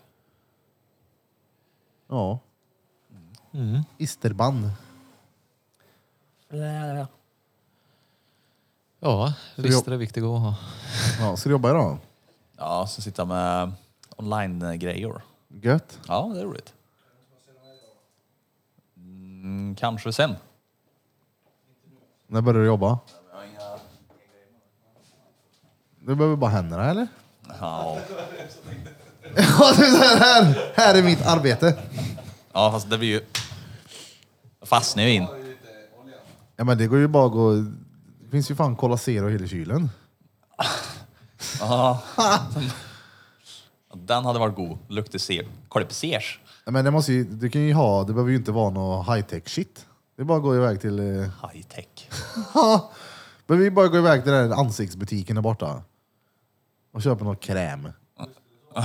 [SPEAKER 1] Ja.
[SPEAKER 5] Mm.
[SPEAKER 1] Isterband.
[SPEAKER 5] Ja, listor är viktiga att ha.
[SPEAKER 1] Ja, så du jobbar idag?
[SPEAKER 7] Ja, så sitta med online-grejer.
[SPEAKER 1] Gött.
[SPEAKER 7] Ja, det är roligt. Mm, kanske sen.
[SPEAKER 1] När börjar du jobba? Du behöver bara händerna eller?
[SPEAKER 7] Ja.
[SPEAKER 1] Ja, det är här, här är mitt arbete.
[SPEAKER 7] ja, fast det blir ju... Jag fastnar ju in.
[SPEAKER 1] Ja men det går ju bara att gå... Det finns ju fan Cola Zero i hela kylen.
[SPEAKER 7] Den hade varit god. Luktar ser. Kolla på sers.
[SPEAKER 1] Ja, men det måste ju, du kan ju ha, det behöver ju inte vara något high tech shit. Det är bara att gå iväg till... Eh,
[SPEAKER 7] High tech.
[SPEAKER 1] behöver ju bara gå iväg till den där ansiktsbutiken där borta. Och köpa något kräm. Ja,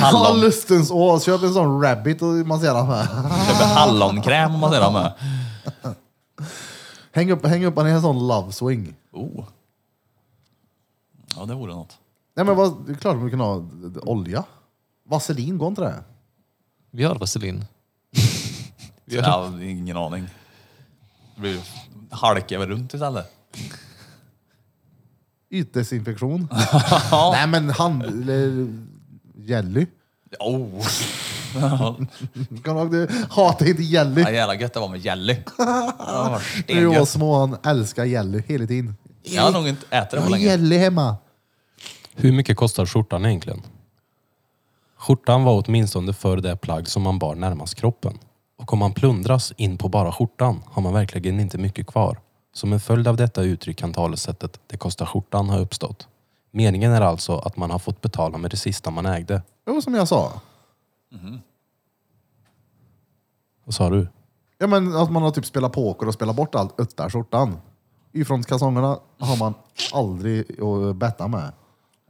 [SPEAKER 7] Hallon,
[SPEAKER 1] lustens ås. Köp en sån rabbit och man ser den här.
[SPEAKER 7] köper hallonkräm om man säger det med.
[SPEAKER 1] Häng upp, häng upp den i en sån love swing.
[SPEAKER 7] Oh. Ja, det vore något.
[SPEAKER 1] Nej men vad, det är klart man kan ha d- d- olja. Vaselin, går inte det?
[SPEAKER 5] Vi har vaselin.
[SPEAKER 7] Ja, ingen aning. Det blir halka över runt istället.
[SPEAKER 1] Ytdesinfektion. Nej men hand... eller Jelly.
[SPEAKER 7] Oh.
[SPEAKER 1] Du kan ha- du hatar inte jelly.
[SPEAKER 7] Ja, jävla gött det var med jelly. Oh,
[SPEAKER 1] När vi var små han älskade jelly hela tiden.
[SPEAKER 7] jag har nog inte ätit det
[SPEAKER 1] Jag
[SPEAKER 7] på
[SPEAKER 1] har
[SPEAKER 7] länge.
[SPEAKER 1] jelly hemma.
[SPEAKER 4] Hur mycket kostar skjortan egentligen? Skjortan var åtminstone för det plagg som man bar närmast kroppen. Och om man plundras in på bara skjortan har man verkligen inte mycket kvar. Som en följd av detta uttryck kan talesättet ”det kostar skjortan” ha uppstått. Meningen är alltså att man har fått betala med det sista man ägde.
[SPEAKER 1] Det var som jag sa.
[SPEAKER 4] Vad sa du?
[SPEAKER 1] Ja men att man har typ spelat poker och spelat bort allt utan skjortan. Ifrån kalsongerna har man aldrig att betta med.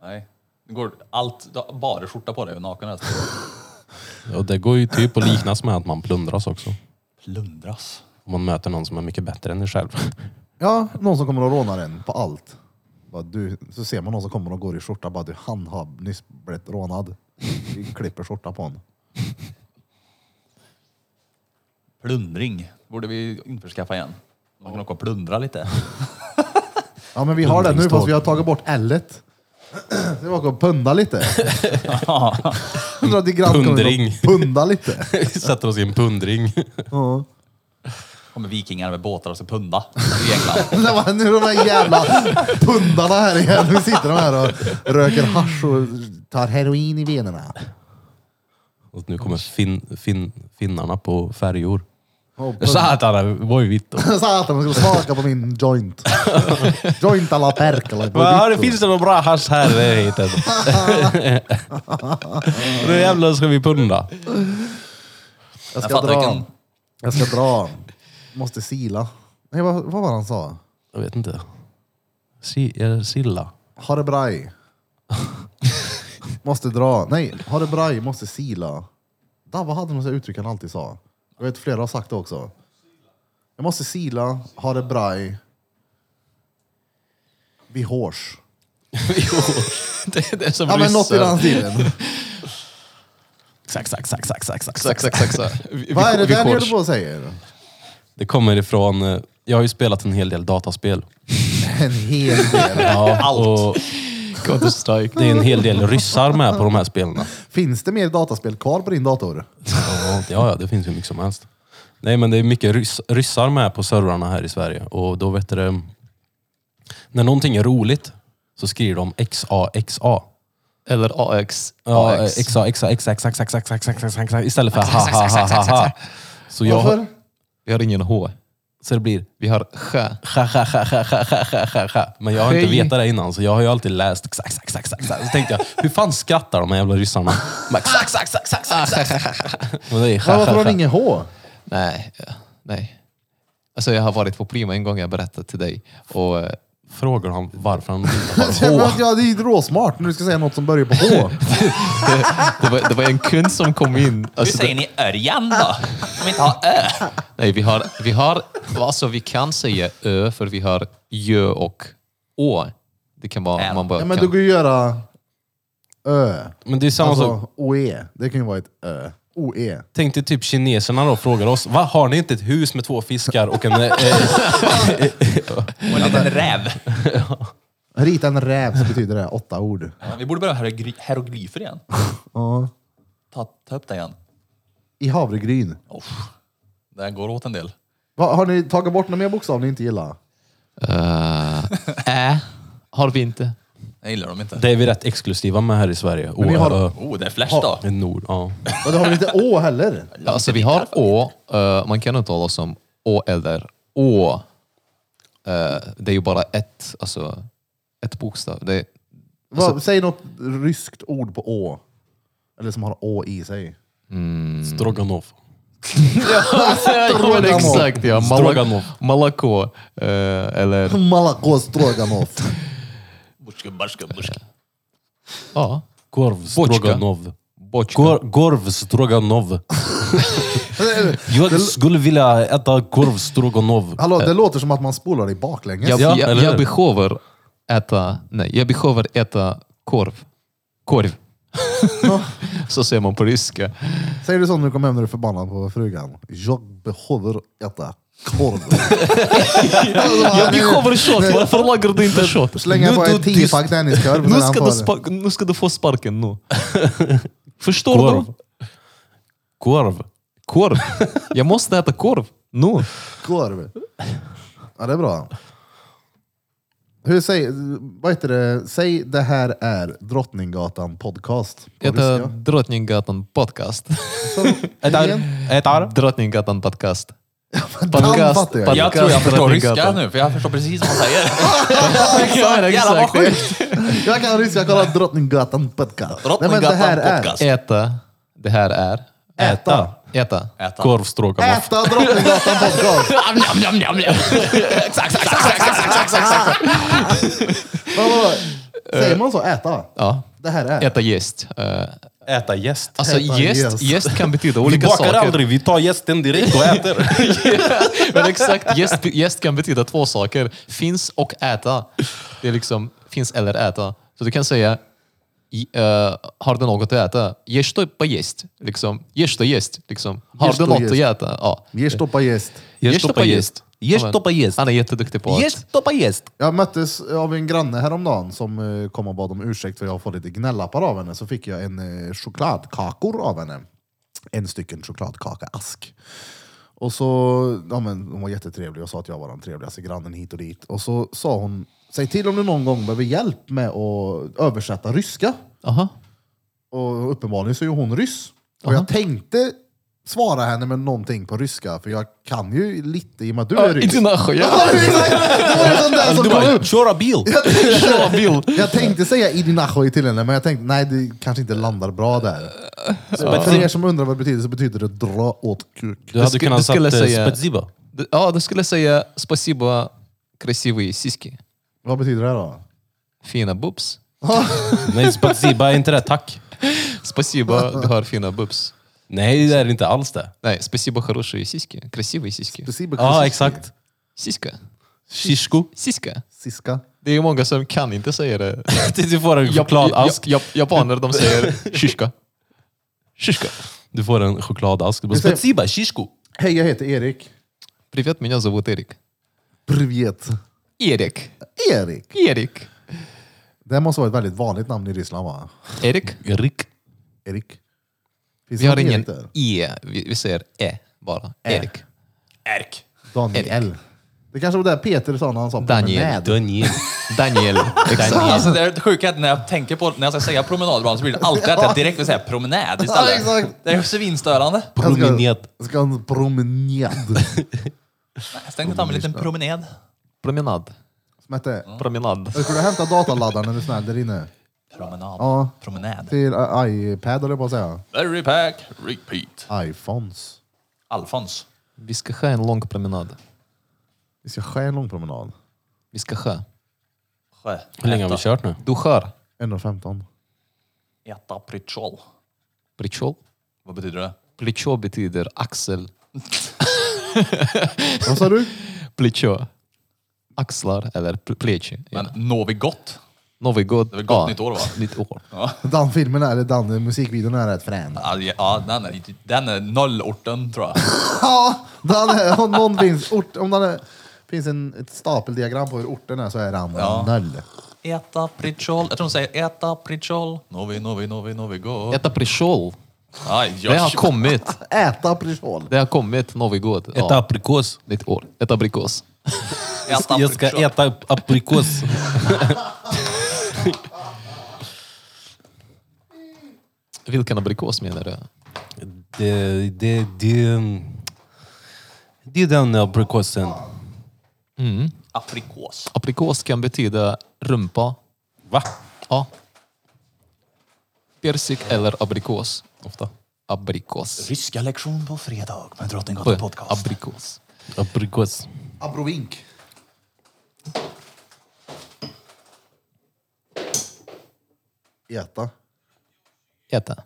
[SPEAKER 7] Nej. Det går allt, du har bara skjorta på dig och naken resten.
[SPEAKER 4] Och det går ju typ att liknas med att man plundras också.
[SPEAKER 7] Plundras.
[SPEAKER 4] Om man möter någon som är mycket bättre än en själv.
[SPEAKER 1] Ja, någon som kommer och rånar en på allt. Bara, du, så ser man någon som kommer och går i skjorta. Bara, du, han har nyss blivit rånad. Vi klipper skjorta på honom.
[SPEAKER 7] Plundring. Borde vi införskaffa igen. Man kan åka och plundra lite.
[SPEAKER 1] Ja men vi har det nu fast vi har tagit bort L-et. Det var att punda lite. Undrar till grannkommunen
[SPEAKER 4] Pundring.
[SPEAKER 1] och Punda lite.
[SPEAKER 4] Sätter oss i en pundring.
[SPEAKER 1] Ja.
[SPEAKER 7] Kommer vikingar med båtar och ska punda. I England.
[SPEAKER 1] Det var nu de här jävla pundarna här igen. Nu sitter de här och röker hasch och tar heroin i venerna.
[SPEAKER 4] Och nu kommer fin, fin, finnarna på färjor.
[SPEAKER 1] Och
[SPEAKER 4] Jag sa att han var ju vitt.
[SPEAKER 1] sa att de skulle smaka på min joint. Joint alla perkele.
[SPEAKER 4] Ja, det finns det någon bra hasch här i närheten? Nu jävlar ska vi punda.
[SPEAKER 1] Jag
[SPEAKER 7] Jag
[SPEAKER 1] ska
[SPEAKER 7] fattar
[SPEAKER 1] dra.
[SPEAKER 7] vilken...
[SPEAKER 1] Jag ska dra. Måste sila. Nej, vad, vad var det han sa?
[SPEAKER 4] Jag vet inte. Si, är det silla?
[SPEAKER 1] Ha det braj. måste dra. Nej, ha det braj, måste sila. Där, vad hade de så här uttryck han alltid sa? Jag vet flera har sagt det också. Jag måste sila, ha det braj. Vi hårs.
[SPEAKER 5] det, det är som
[SPEAKER 1] Ja men något i
[SPEAKER 5] ryssen.
[SPEAKER 1] den stilen.
[SPEAKER 4] Exakt, exakt, exakt, exakt, exakt.
[SPEAKER 5] Exakt, exakt, exakt. Vi- vi-
[SPEAKER 1] Vad är det
[SPEAKER 5] vi
[SPEAKER 1] där
[SPEAKER 5] går-
[SPEAKER 1] nere på säger?
[SPEAKER 4] Det kommer ifrån... eh, Jag har ju spelat en hel del dataspel.
[SPEAKER 1] En hel del.
[SPEAKER 4] Ja, och
[SPEAKER 5] Counter-Strike.
[SPEAKER 4] det är en hel del ryssar med på de här spelen.
[SPEAKER 1] Finns det mer dataspel kvar på din dator?
[SPEAKER 4] Ja, ja, ja, det finns hur mycket som helst. Nej, men det är mycket ryss, ryssar med på servrarna här i Sverige. Och då vet du det, När någonting är roligt så skriver de XAXA.
[SPEAKER 5] Eller AX.
[SPEAKER 4] Ja,
[SPEAKER 5] AX.
[SPEAKER 4] XA, XA, XA, XA, XA, XA, XA, XA, XA, istället för ha, ha, ha, ha, ha. Så jag
[SPEAKER 1] Varför?
[SPEAKER 5] Vi har ingen H.
[SPEAKER 4] Så det blir
[SPEAKER 5] Vi har Sj.
[SPEAKER 4] ha, ha, ha, ha, ha, ha, ha, ha, ha. Men jag har inte
[SPEAKER 5] Hej.
[SPEAKER 4] vetat det innan, så jag har ju alltid läst XA, XA, XA, XA, XA. Så tänkte jag, hur fan skrattar de här jävla ryssarna? Men
[SPEAKER 1] Ja,
[SPEAKER 4] det är ha,
[SPEAKER 1] varför
[SPEAKER 4] ha,
[SPEAKER 1] har
[SPEAKER 4] ha.
[SPEAKER 1] de ingen H?
[SPEAKER 5] Nej, ja, nej. Alltså jag har varit på Prima en gång, jag berättade till dig. Och eh,
[SPEAKER 4] frågar han varför han inte har hår.
[SPEAKER 1] Ja, det är ju råsmart när du ska säga något som börjar på H.
[SPEAKER 5] Det var, det var en kund som kom in. Alltså, det,
[SPEAKER 7] ni Örjan då? Om vi inte har Ö?
[SPEAKER 5] nej, vi har, vi har, alltså vi kan säga ö för vi har jö och å. Det kan vara, man bara
[SPEAKER 1] Ja, men
[SPEAKER 5] kan.
[SPEAKER 1] du kan ju göra Ö.
[SPEAKER 4] Men det är samma sak.
[SPEAKER 1] Alltså OE. Det kan ju vara ett Ö. E. OE.
[SPEAKER 4] Tänk dig typ kineserna då frågar oss, va har ni inte ett hus med två fiskar och en... Eh,
[SPEAKER 7] Och en liten räv.
[SPEAKER 1] Rita en räv så betyder det åtta ord.
[SPEAKER 7] Vi borde börja hierogly- hieroglyfer igen.
[SPEAKER 1] Ja.
[SPEAKER 7] Ta, ta upp det igen.
[SPEAKER 1] I havregryn.
[SPEAKER 7] Uff. Det går åt en del.
[SPEAKER 1] Va, har ni tagit bort några mer bokstav ni inte gillar?
[SPEAKER 5] Eh, Ä har vi inte.
[SPEAKER 7] Jag gillar dem inte.
[SPEAKER 4] det är vi rätt exklusiva med här i Sverige.
[SPEAKER 1] Men ni
[SPEAKER 4] Å,
[SPEAKER 1] har-
[SPEAKER 4] ö,
[SPEAKER 7] Oh, det är Flash då.
[SPEAKER 4] ö, Nord, ja.
[SPEAKER 1] Och det har väl inte Å heller?
[SPEAKER 5] Alltså vi har å, eh, man kan uttala som å eller å. Eh, det är ju bara ett, alltså ett bokstav. Det är,
[SPEAKER 1] Va, säg något ryskt ord på Å. Eller som har Å i sig. Mm.
[SPEAKER 4] Stroganov.
[SPEAKER 5] ja, exakt ja.
[SPEAKER 4] Stroganov.
[SPEAKER 5] Malak- Malako. eh, eller
[SPEAKER 1] Malakå stroganoff.
[SPEAKER 7] Borska, borska, borska.
[SPEAKER 5] ja,
[SPEAKER 4] Korv
[SPEAKER 5] Bochka.
[SPEAKER 4] Stroganov.
[SPEAKER 5] botchka.
[SPEAKER 4] Gor, korv Stroganov. Jag skulle vilja äta korv Stroganov.
[SPEAKER 1] Hallå, det låter som att man spolar i baklänges.
[SPEAKER 5] Jag,
[SPEAKER 4] Ja,
[SPEAKER 5] jag,
[SPEAKER 4] eller
[SPEAKER 5] jag
[SPEAKER 4] hur?
[SPEAKER 5] behöver äta, nej, jag behöver äta korv. Korv. Så säger man på ryska.
[SPEAKER 1] Säger du så när du kommer hem när du är förbannad på frugan? Jag behöver äta korv.
[SPEAKER 5] Jag behöver shot, varför lagar du inte shot?
[SPEAKER 1] Slänga på
[SPEAKER 5] du
[SPEAKER 1] ett
[SPEAKER 5] tyst.
[SPEAKER 1] tiopack tenniskorv. sen
[SPEAKER 5] Nu ska,
[SPEAKER 1] han
[SPEAKER 5] du
[SPEAKER 1] får-
[SPEAKER 5] spark, nu ska du få sparken nu. Förstår
[SPEAKER 4] Korv.
[SPEAKER 5] du?
[SPEAKER 4] Korv.
[SPEAKER 5] Korv. Jag måste äta korv. Nu.
[SPEAKER 1] Korv. Ja, det är bra. Hur säg, vad heter det? Säg det här är Drottninggatan podcast. På
[SPEAKER 5] Äta
[SPEAKER 1] ryska.
[SPEAKER 5] Drottninggatan podcast.
[SPEAKER 1] Så, igen.
[SPEAKER 4] Ätar.
[SPEAKER 5] Drottninggatan podcast.
[SPEAKER 1] Dan
[SPEAKER 5] Podcast.
[SPEAKER 1] fattar jag.
[SPEAKER 5] pod-
[SPEAKER 7] Jag tror jag förstår
[SPEAKER 5] Drottninggatan.
[SPEAKER 7] ryska nu, för jag förstår precis vad han säger.
[SPEAKER 5] Exakt,
[SPEAKER 7] Jävlar vad
[SPEAKER 5] exakt.
[SPEAKER 7] sjukt!
[SPEAKER 1] Jag kan ryska, jag kollar Drottninggatan podcast. Nej, men det
[SPEAKER 7] Drottninggatan
[SPEAKER 1] här är-
[SPEAKER 7] podcast.
[SPEAKER 5] Äta. Det här är...
[SPEAKER 1] Äta.
[SPEAKER 5] Äta.
[SPEAKER 7] Äta.
[SPEAKER 4] Korv Stroganov.
[SPEAKER 1] Äta Drottninggatan podcast.
[SPEAKER 7] Njam, njam, njam, njam. Exakt, exakt, exakt, exakt, exakt, exakt.
[SPEAKER 1] Vad- vad- Säger man så? Äta?
[SPEAKER 5] Ja.
[SPEAKER 1] Det här är?
[SPEAKER 5] Äta gäst. Eh,
[SPEAKER 4] Äta gäst.
[SPEAKER 5] Alltså
[SPEAKER 1] Äta
[SPEAKER 5] gäst,
[SPEAKER 1] gäst.
[SPEAKER 5] gäst kan betyda
[SPEAKER 4] Alltså, Vi
[SPEAKER 5] olika
[SPEAKER 4] bakar
[SPEAKER 5] saker.
[SPEAKER 4] aldrig, vi tar gästen direkt och äter.
[SPEAKER 5] Men exakt, gäst, gäst kan betyda två saker. Finns och äta. Det är liksom finns eller äta. Så du kan säga, i- eh, har du något att äta? Ges du på gäst? Liksom, ges du gäst? Liksom. Har
[SPEAKER 1] Ges
[SPEAKER 5] du
[SPEAKER 1] du
[SPEAKER 5] något
[SPEAKER 1] gäst?
[SPEAKER 5] att äta? Ja.
[SPEAKER 1] Ger stoppa gäst.
[SPEAKER 5] Ges du på gäst?
[SPEAKER 6] Ges
[SPEAKER 5] Ja, men
[SPEAKER 6] du på gäst?
[SPEAKER 5] Han är jätteduktig på att...
[SPEAKER 6] stoppa gäst.
[SPEAKER 1] Jag möttes av en granne häromdagen som eh, kom och bad om ursäkt för jag har fått lite gnällappar av henne. Så fick jag en eh, chokladkakor av henne. En stycken chokladkaka-ask. Och så, ja men hon var jättetrevlig och sa att jag var den trevligaste grannen hit och dit. Och så sa hon, säg till om du någon gång behöver hjälp med att översätta ryska.
[SPEAKER 5] Aha.
[SPEAKER 1] Och uppenbarligen så är ju hon ryss. Och jag tänkte svara henne med någonting på ryska, för jag kan ju lite i och med att du är ryss.
[SPEAKER 5] Inte nahoj.
[SPEAKER 1] Ja, exakt. Alltså, Det var ju sånt där som kom upp.
[SPEAKER 6] Köra bil.
[SPEAKER 1] Jag tänkte säga idinahoj till henne, men jag tänkte nej, det kanske inte landar bra där. Så för er som undrar vad det betyder, så betyder det dra åt kuk.
[SPEAKER 4] Du hade
[SPEAKER 5] skulle-
[SPEAKER 4] kunnat eh,
[SPEAKER 5] du skulle
[SPEAKER 4] sagt
[SPEAKER 5] säga-
[SPEAKER 4] spetsiba.
[SPEAKER 5] Ja, du skulle säga spasibo красивые сиськи.
[SPEAKER 1] Vad betyder det då?
[SPEAKER 5] Fina boobs.
[SPEAKER 4] Nej, spetsiba är inte det. Tack.
[SPEAKER 5] Спасибо, du har fina boobs.
[SPEAKER 4] Nej, det är inte alls det.
[SPEAKER 5] Nej, спасибо, хорошие сиськи. Красивые сиськи.
[SPEAKER 1] Princip-
[SPEAKER 4] Ja, exakt.
[SPEAKER 5] Сиська.
[SPEAKER 4] Shishko.
[SPEAKER 5] Siska.
[SPEAKER 1] Siska.
[SPEAKER 5] Det är många som kan inte säga det.
[SPEAKER 4] Tills du får en
[SPEAKER 5] Jap-
[SPEAKER 4] chokladask.
[SPEAKER 5] jap- jap- Japaner de säger shiska. Shiska.
[SPEAKER 4] Du får en chokladask. Du bara,
[SPEAKER 1] säger-
[SPEAKER 4] spetsiba, shishko.
[SPEAKER 1] Hej, jag heter Erik.
[SPEAKER 5] Привет, меня зовут Erik.
[SPEAKER 1] Privet.
[SPEAKER 5] Erik.
[SPEAKER 1] Erik.
[SPEAKER 5] Erik.
[SPEAKER 1] Det här måste vara ett väldigt vanligt namn i Ryssland va?
[SPEAKER 5] Erik.
[SPEAKER 4] Rick.
[SPEAKER 1] Erik. Finns
[SPEAKER 5] Vi har
[SPEAKER 1] någon Erik
[SPEAKER 5] ingen
[SPEAKER 1] där?
[SPEAKER 5] e. Vi, vi säger e bara. Erik.
[SPEAKER 7] Erk.
[SPEAKER 1] Daniel. Det kanske var det Peter sa när han sa
[SPEAKER 5] Daniel.
[SPEAKER 1] promenad.
[SPEAKER 4] Daniel.
[SPEAKER 5] Daniel. Daniel.
[SPEAKER 7] Alltså det är det sjuka att när jag tänker på, när jag ska säga promenad ibland så blir det alltid att jag direkt vill säga promenad istället.
[SPEAKER 1] Ja, exakt.
[SPEAKER 7] Det är svinstörande.
[SPEAKER 1] Jag ska-
[SPEAKER 4] Promenad.
[SPEAKER 1] Jag ska ha en promenad.
[SPEAKER 7] Jag tänkte ta mig en liten promenad.
[SPEAKER 5] Promenad.
[SPEAKER 1] Som hette...
[SPEAKER 5] Promenad.
[SPEAKER 1] Ska du hämta dataladdaren är du snäll där inne?
[SPEAKER 7] Promenad.
[SPEAKER 1] Ja.
[SPEAKER 7] Promenad.
[SPEAKER 1] Till eh, iPad eller på att säga.
[SPEAKER 7] Very pack, repeat.
[SPEAKER 1] iPhones.
[SPEAKER 7] Alfons.
[SPEAKER 5] Vi ska ha en lång promenad.
[SPEAKER 1] Vi ska skära en lång promenad.
[SPEAKER 5] Vi ska ha.
[SPEAKER 4] Hur länge har vi kört nu?
[SPEAKER 5] Du skör.
[SPEAKER 1] 1.15.
[SPEAKER 3] Äta pritchol.
[SPEAKER 5] Plichol.
[SPEAKER 3] Vad betyder det?
[SPEAKER 5] Plichol betyder axel.
[SPEAKER 1] Vad sa du?
[SPEAKER 5] Plicho. Axlar eller pl- pleci.
[SPEAKER 3] Men
[SPEAKER 5] Ja.
[SPEAKER 3] Novigott.
[SPEAKER 5] Novigod.
[SPEAKER 3] Det är väl gott nytt år, va?
[SPEAKER 5] Nytt år.
[SPEAKER 1] Den filmen, är- eller den musikvideon är rätt frän.
[SPEAKER 3] Ja, det- Ja, den är, den är nollorten tror jag.
[SPEAKER 1] Ja, den är, om någon finns, ort, om den är, finns en, ett stapeldiagram på hur orten är så är den
[SPEAKER 3] Ja.
[SPEAKER 1] noll.
[SPEAKER 3] Äta pritchol. Jag tror de säger äta pritchol. Novi, novi, novi, novigott.
[SPEAKER 5] Äta plichol.
[SPEAKER 3] Aj,
[SPEAKER 5] Det har
[SPEAKER 3] jag-
[SPEAKER 5] kommit.
[SPEAKER 1] Äta aprikol.
[SPEAKER 5] Det har kommit. Novigod.
[SPEAKER 4] Ett
[SPEAKER 5] Ja.
[SPEAKER 4] aprikos.
[SPEAKER 5] Nytt år. Ett aprikos.
[SPEAKER 3] Äta
[SPEAKER 4] Jag ska
[SPEAKER 3] pritchol.
[SPEAKER 4] äta ap- aprikos.
[SPEAKER 5] Vilken aprikos menar du?
[SPEAKER 4] Det, det, det, det är den aprikosen.
[SPEAKER 3] Aprikos.
[SPEAKER 5] Aprikos kan betyda rumpa.
[SPEAKER 4] Va?
[SPEAKER 5] Ja. Persik eller aprikos. Ofta. Aprikos.
[SPEAKER 3] Ryska lektion på fredag med Drottninggatan podcast.
[SPEAKER 5] Aprikos.
[SPEAKER 4] Aprikos.
[SPEAKER 1] Abrovink. Äta.
[SPEAKER 5] Äta.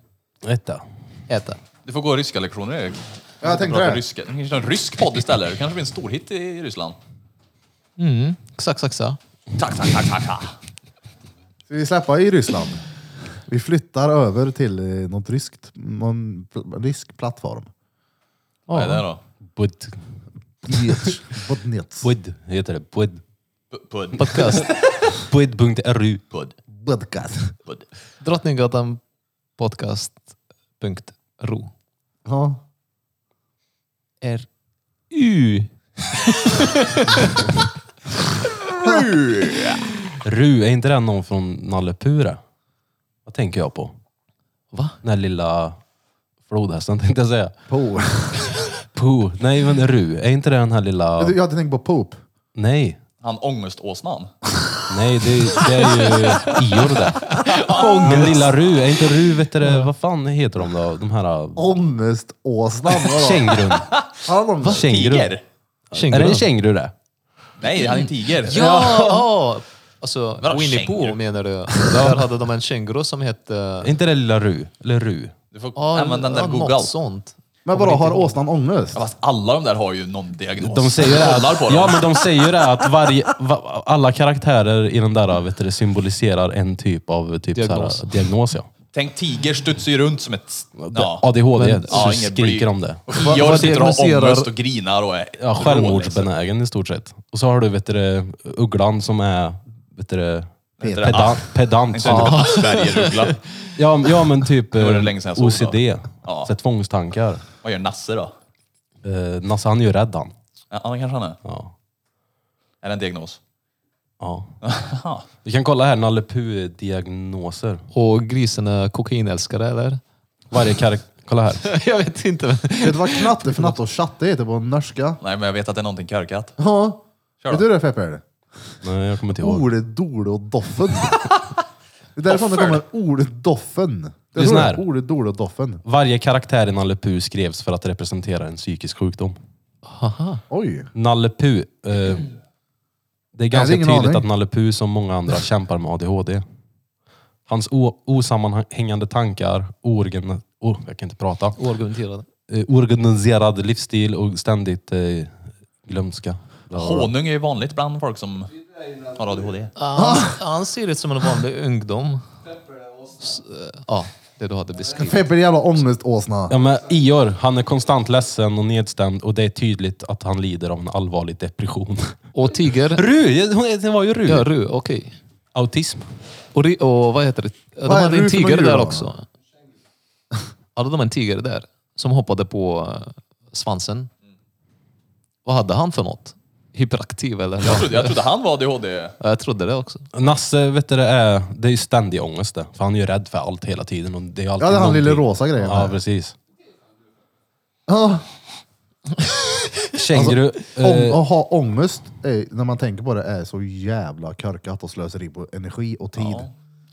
[SPEAKER 4] Äta.
[SPEAKER 5] Äta.
[SPEAKER 3] Du får gå ryska lektioner Erik.
[SPEAKER 1] Ja, jag tänkte
[SPEAKER 3] Prata
[SPEAKER 1] det.
[SPEAKER 3] ryska. Du kan köra en rysk podd istället. Det kanske blir en stor hit i Ryssland.
[SPEAKER 5] Exakt, exakt så.
[SPEAKER 3] Tack, tack, tack, tack, tack.
[SPEAKER 1] Ska vi släppa i Ryssland? Vi flyttar över till eh, något ryskt, någon pl- rysk plattform.
[SPEAKER 3] Vad är det då?
[SPEAKER 4] Bud.
[SPEAKER 1] Botnets. Botnets.
[SPEAKER 4] Bud heter det. Bud.
[SPEAKER 3] P- Pudd.
[SPEAKER 5] Podcast.
[SPEAKER 4] Bud.ru.
[SPEAKER 3] Pudd.
[SPEAKER 1] Bodkas.
[SPEAKER 3] Pudd.
[SPEAKER 5] Drottninggatan podcast.ro.
[SPEAKER 1] Ja.
[SPEAKER 5] R. U.
[SPEAKER 4] Ru, är inte den någon från Nalle Pure? Vad tänker jag på?
[SPEAKER 5] Va?
[SPEAKER 4] Den här lilla flodhästen tänkte jag säga.
[SPEAKER 1] Po.
[SPEAKER 4] Pooh. Nej men Ru, är inte det den här lilla...
[SPEAKER 1] Du, Jag hade tänkt på poop.
[SPEAKER 4] Nej.
[SPEAKER 3] Han ångeståsnan.
[SPEAKER 4] Nej, det, det är ju Ior det. Men lilla Ru, är inte Ru, vet du det, vad fan heter de då? De här... äh,
[SPEAKER 1] Ångeståsnan. vadå?
[SPEAKER 4] Kängurun.
[SPEAKER 1] Har de det?
[SPEAKER 4] Kängurun. Är det en känguru det?
[SPEAKER 3] Nej, han är en tiger.
[SPEAKER 5] Ja! ja. Alltså, Winnie
[SPEAKER 3] känguru?
[SPEAKER 5] Pooh menar du? Där hade de en känguru som hette...
[SPEAKER 4] Är inte det lilla Ru? Eller Ru?
[SPEAKER 3] Du får
[SPEAKER 5] Ja,
[SPEAKER 3] använda den där
[SPEAKER 5] något
[SPEAKER 3] Google.
[SPEAKER 5] sånt.
[SPEAKER 1] Men vadå, har åsnan ångest?
[SPEAKER 3] Fast alla de där har ju någon diagnos.
[SPEAKER 4] De säger ju
[SPEAKER 3] Kollar
[SPEAKER 4] att,
[SPEAKER 3] på dem.
[SPEAKER 4] ja, men de säger ju det att varje, va, alla karaktärer i den där vet du, symboliserar en typ av typ diagnos.
[SPEAKER 5] Diagnos.
[SPEAKER 4] Så här, diagnos ja.
[SPEAKER 3] Tänk tiger studsar ju runt som ett... Ja.
[SPEAKER 4] ADHD,
[SPEAKER 5] Men-
[SPEAKER 4] så
[SPEAKER 3] inget
[SPEAKER 4] skriker
[SPEAKER 3] blyg. alltså?
[SPEAKER 4] om det.
[SPEAKER 3] Och Georg sitter och har
[SPEAKER 5] diagnoserar-
[SPEAKER 3] ångest och grinar och är...
[SPEAKER 4] Ja, självmordsbenägen i stort sett. Och så har du vet du, det, ugglan som är vet du, det,
[SPEAKER 1] Peter.
[SPEAKER 4] pedan, pedant.
[SPEAKER 3] Ah. liksom. Inte typ en Asperger-uggla.
[SPEAKER 4] Ja, men- ja men typ
[SPEAKER 3] var det
[SPEAKER 4] eh,
[SPEAKER 3] länge sedan jag såg
[SPEAKER 4] OCD.
[SPEAKER 3] Ja.
[SPEAKER 4] Så här, tvångstankar.
[SPEAKER 3] Vad gör Nasse då?
[SPEAKER 4] Eh, Nasse han är ju rädd han.
[SPEAKER 3] Ja, det kanske han är.
[SPEAKER 4] Ja.
[SPEAKER 3] Är det en diagnos?
[SPEAKER 4] Ja. Vi kan kolla här, Nalle Puh diagnoser.
[SPEAKER 5] Och grisen är kokainälskare eller?
[SPEAKER 4] Varje karaktär. Kolla här.
[SPEAKER 5] jag vet inte. Men...
[SPEAKER 1] Vet du vad knatte för natt och chatte heter på norska?
[SPEAKER 3] Nej, men jag vet att det är någonting korkat.
[SPEAKER 1] Ja.
[SPEAKER 3] Kör
[SPEAKER 1] Vet
[SPEAKER 3] då.
[SPEAKER 1] du det Fepper?
[SPEAKER 4] Nej, jag kommer inte ihåg.
[SPEAKER 1] Ole, Dole och Doffen. Det är därifrån det kommer Ole Doffen.
[SPEAKER 4] är
[SPEAKER 1] Jag
[SPEAKER 4] sån
[SPEAKER 1] tror
[SPEAKER 4] här.
[SPEAKER 1] det. Ole, Dole och Doffen.
[SPEAKER 4] Varje karaktär i Nalle Puh skrevs för att representera en psykisk sjukdom.
[SPEAKER 1] Oj.
[SPEAKER 4] Nalle Puh. Eh, det är ganska
[SPEAKER 1] ingen
[SPEAKER 4] tydligt
[SPEAKER 1] aning.
[SPEAKER 4] att Nalle Puh som många andra kämpar med ADHD. Hans o- osammanhängande tankar, oorgan- oh, jag kan inte prata.
[SPEAKER 5] Oargumenterade.
[SPEAKER 4] Eh, oorganiserad livsstil och ständigt eh, glömska. Bla, bla, bla.
[SPEAKER 3] Honung är ju vanligt bland folk som har ADHD.
[SPEAKER 5] Han, han ser ut som en vanlig ungdom. S- eh, Ja, det du hade beskrivit.
[SPEAKER 1] Fepper är jävla ångeståsna.
[SPEAKER 4] Ja, men Ior, han är konstant ledsen och nedstämd och det är tydligt att han lider av en allvarlig depression.
[SPEAKER 5] Och tiger.
[SPEAKER 4] Ru! hon- Det var ju Ru.
[SPEAKER 5] Ja, ru, okej.
[SPEAKER 4] Autism.
[SPEAKER 5] Och, ri- och vad heter det? De
[SPEAKER 1] Vad är
[SPEAKER 5] hade en
[SPEAKER 1] ru för
[SPEAKER 5] tiger
[SPEAKER 1] något djur
[SPEAKER 5] där
[SPEAKER 1] då?
[SPEAKER 5] också. Hade de en tiger där? Som hoppade på eh, svansen. Vad hade han för något? Hyperaktiv eller?
[SPEAKER 3] Jag trodde, jag trodde han var ADHD.
[SPEAKER 5] Ja, jag trodde det också.
[SPEAKER 4] Nasse, vet du, det är, det är ju ständig ångest det. För han är ju rädd för allt hela tiden. Och det är alltid
[SPEAKER 1] Ja, det är han
[SPEAKER 4] någonting.
[SPEAKER 1] lille rosa grejen.
[SPEAKER 4] Ja,
[SPEAKER 1] där.
[SPEAKER 4] precis.
[SPEAKER 1] Ja. Alltså,
[SPEAKER 4] Känguru...
[SPEAKER 1] Ång-
[SPEAKER 4] eh,
[SPEAKER 1] Att ha ångest, är, när man tänker på det, är så jävla korkat och slöseri på energi och tid.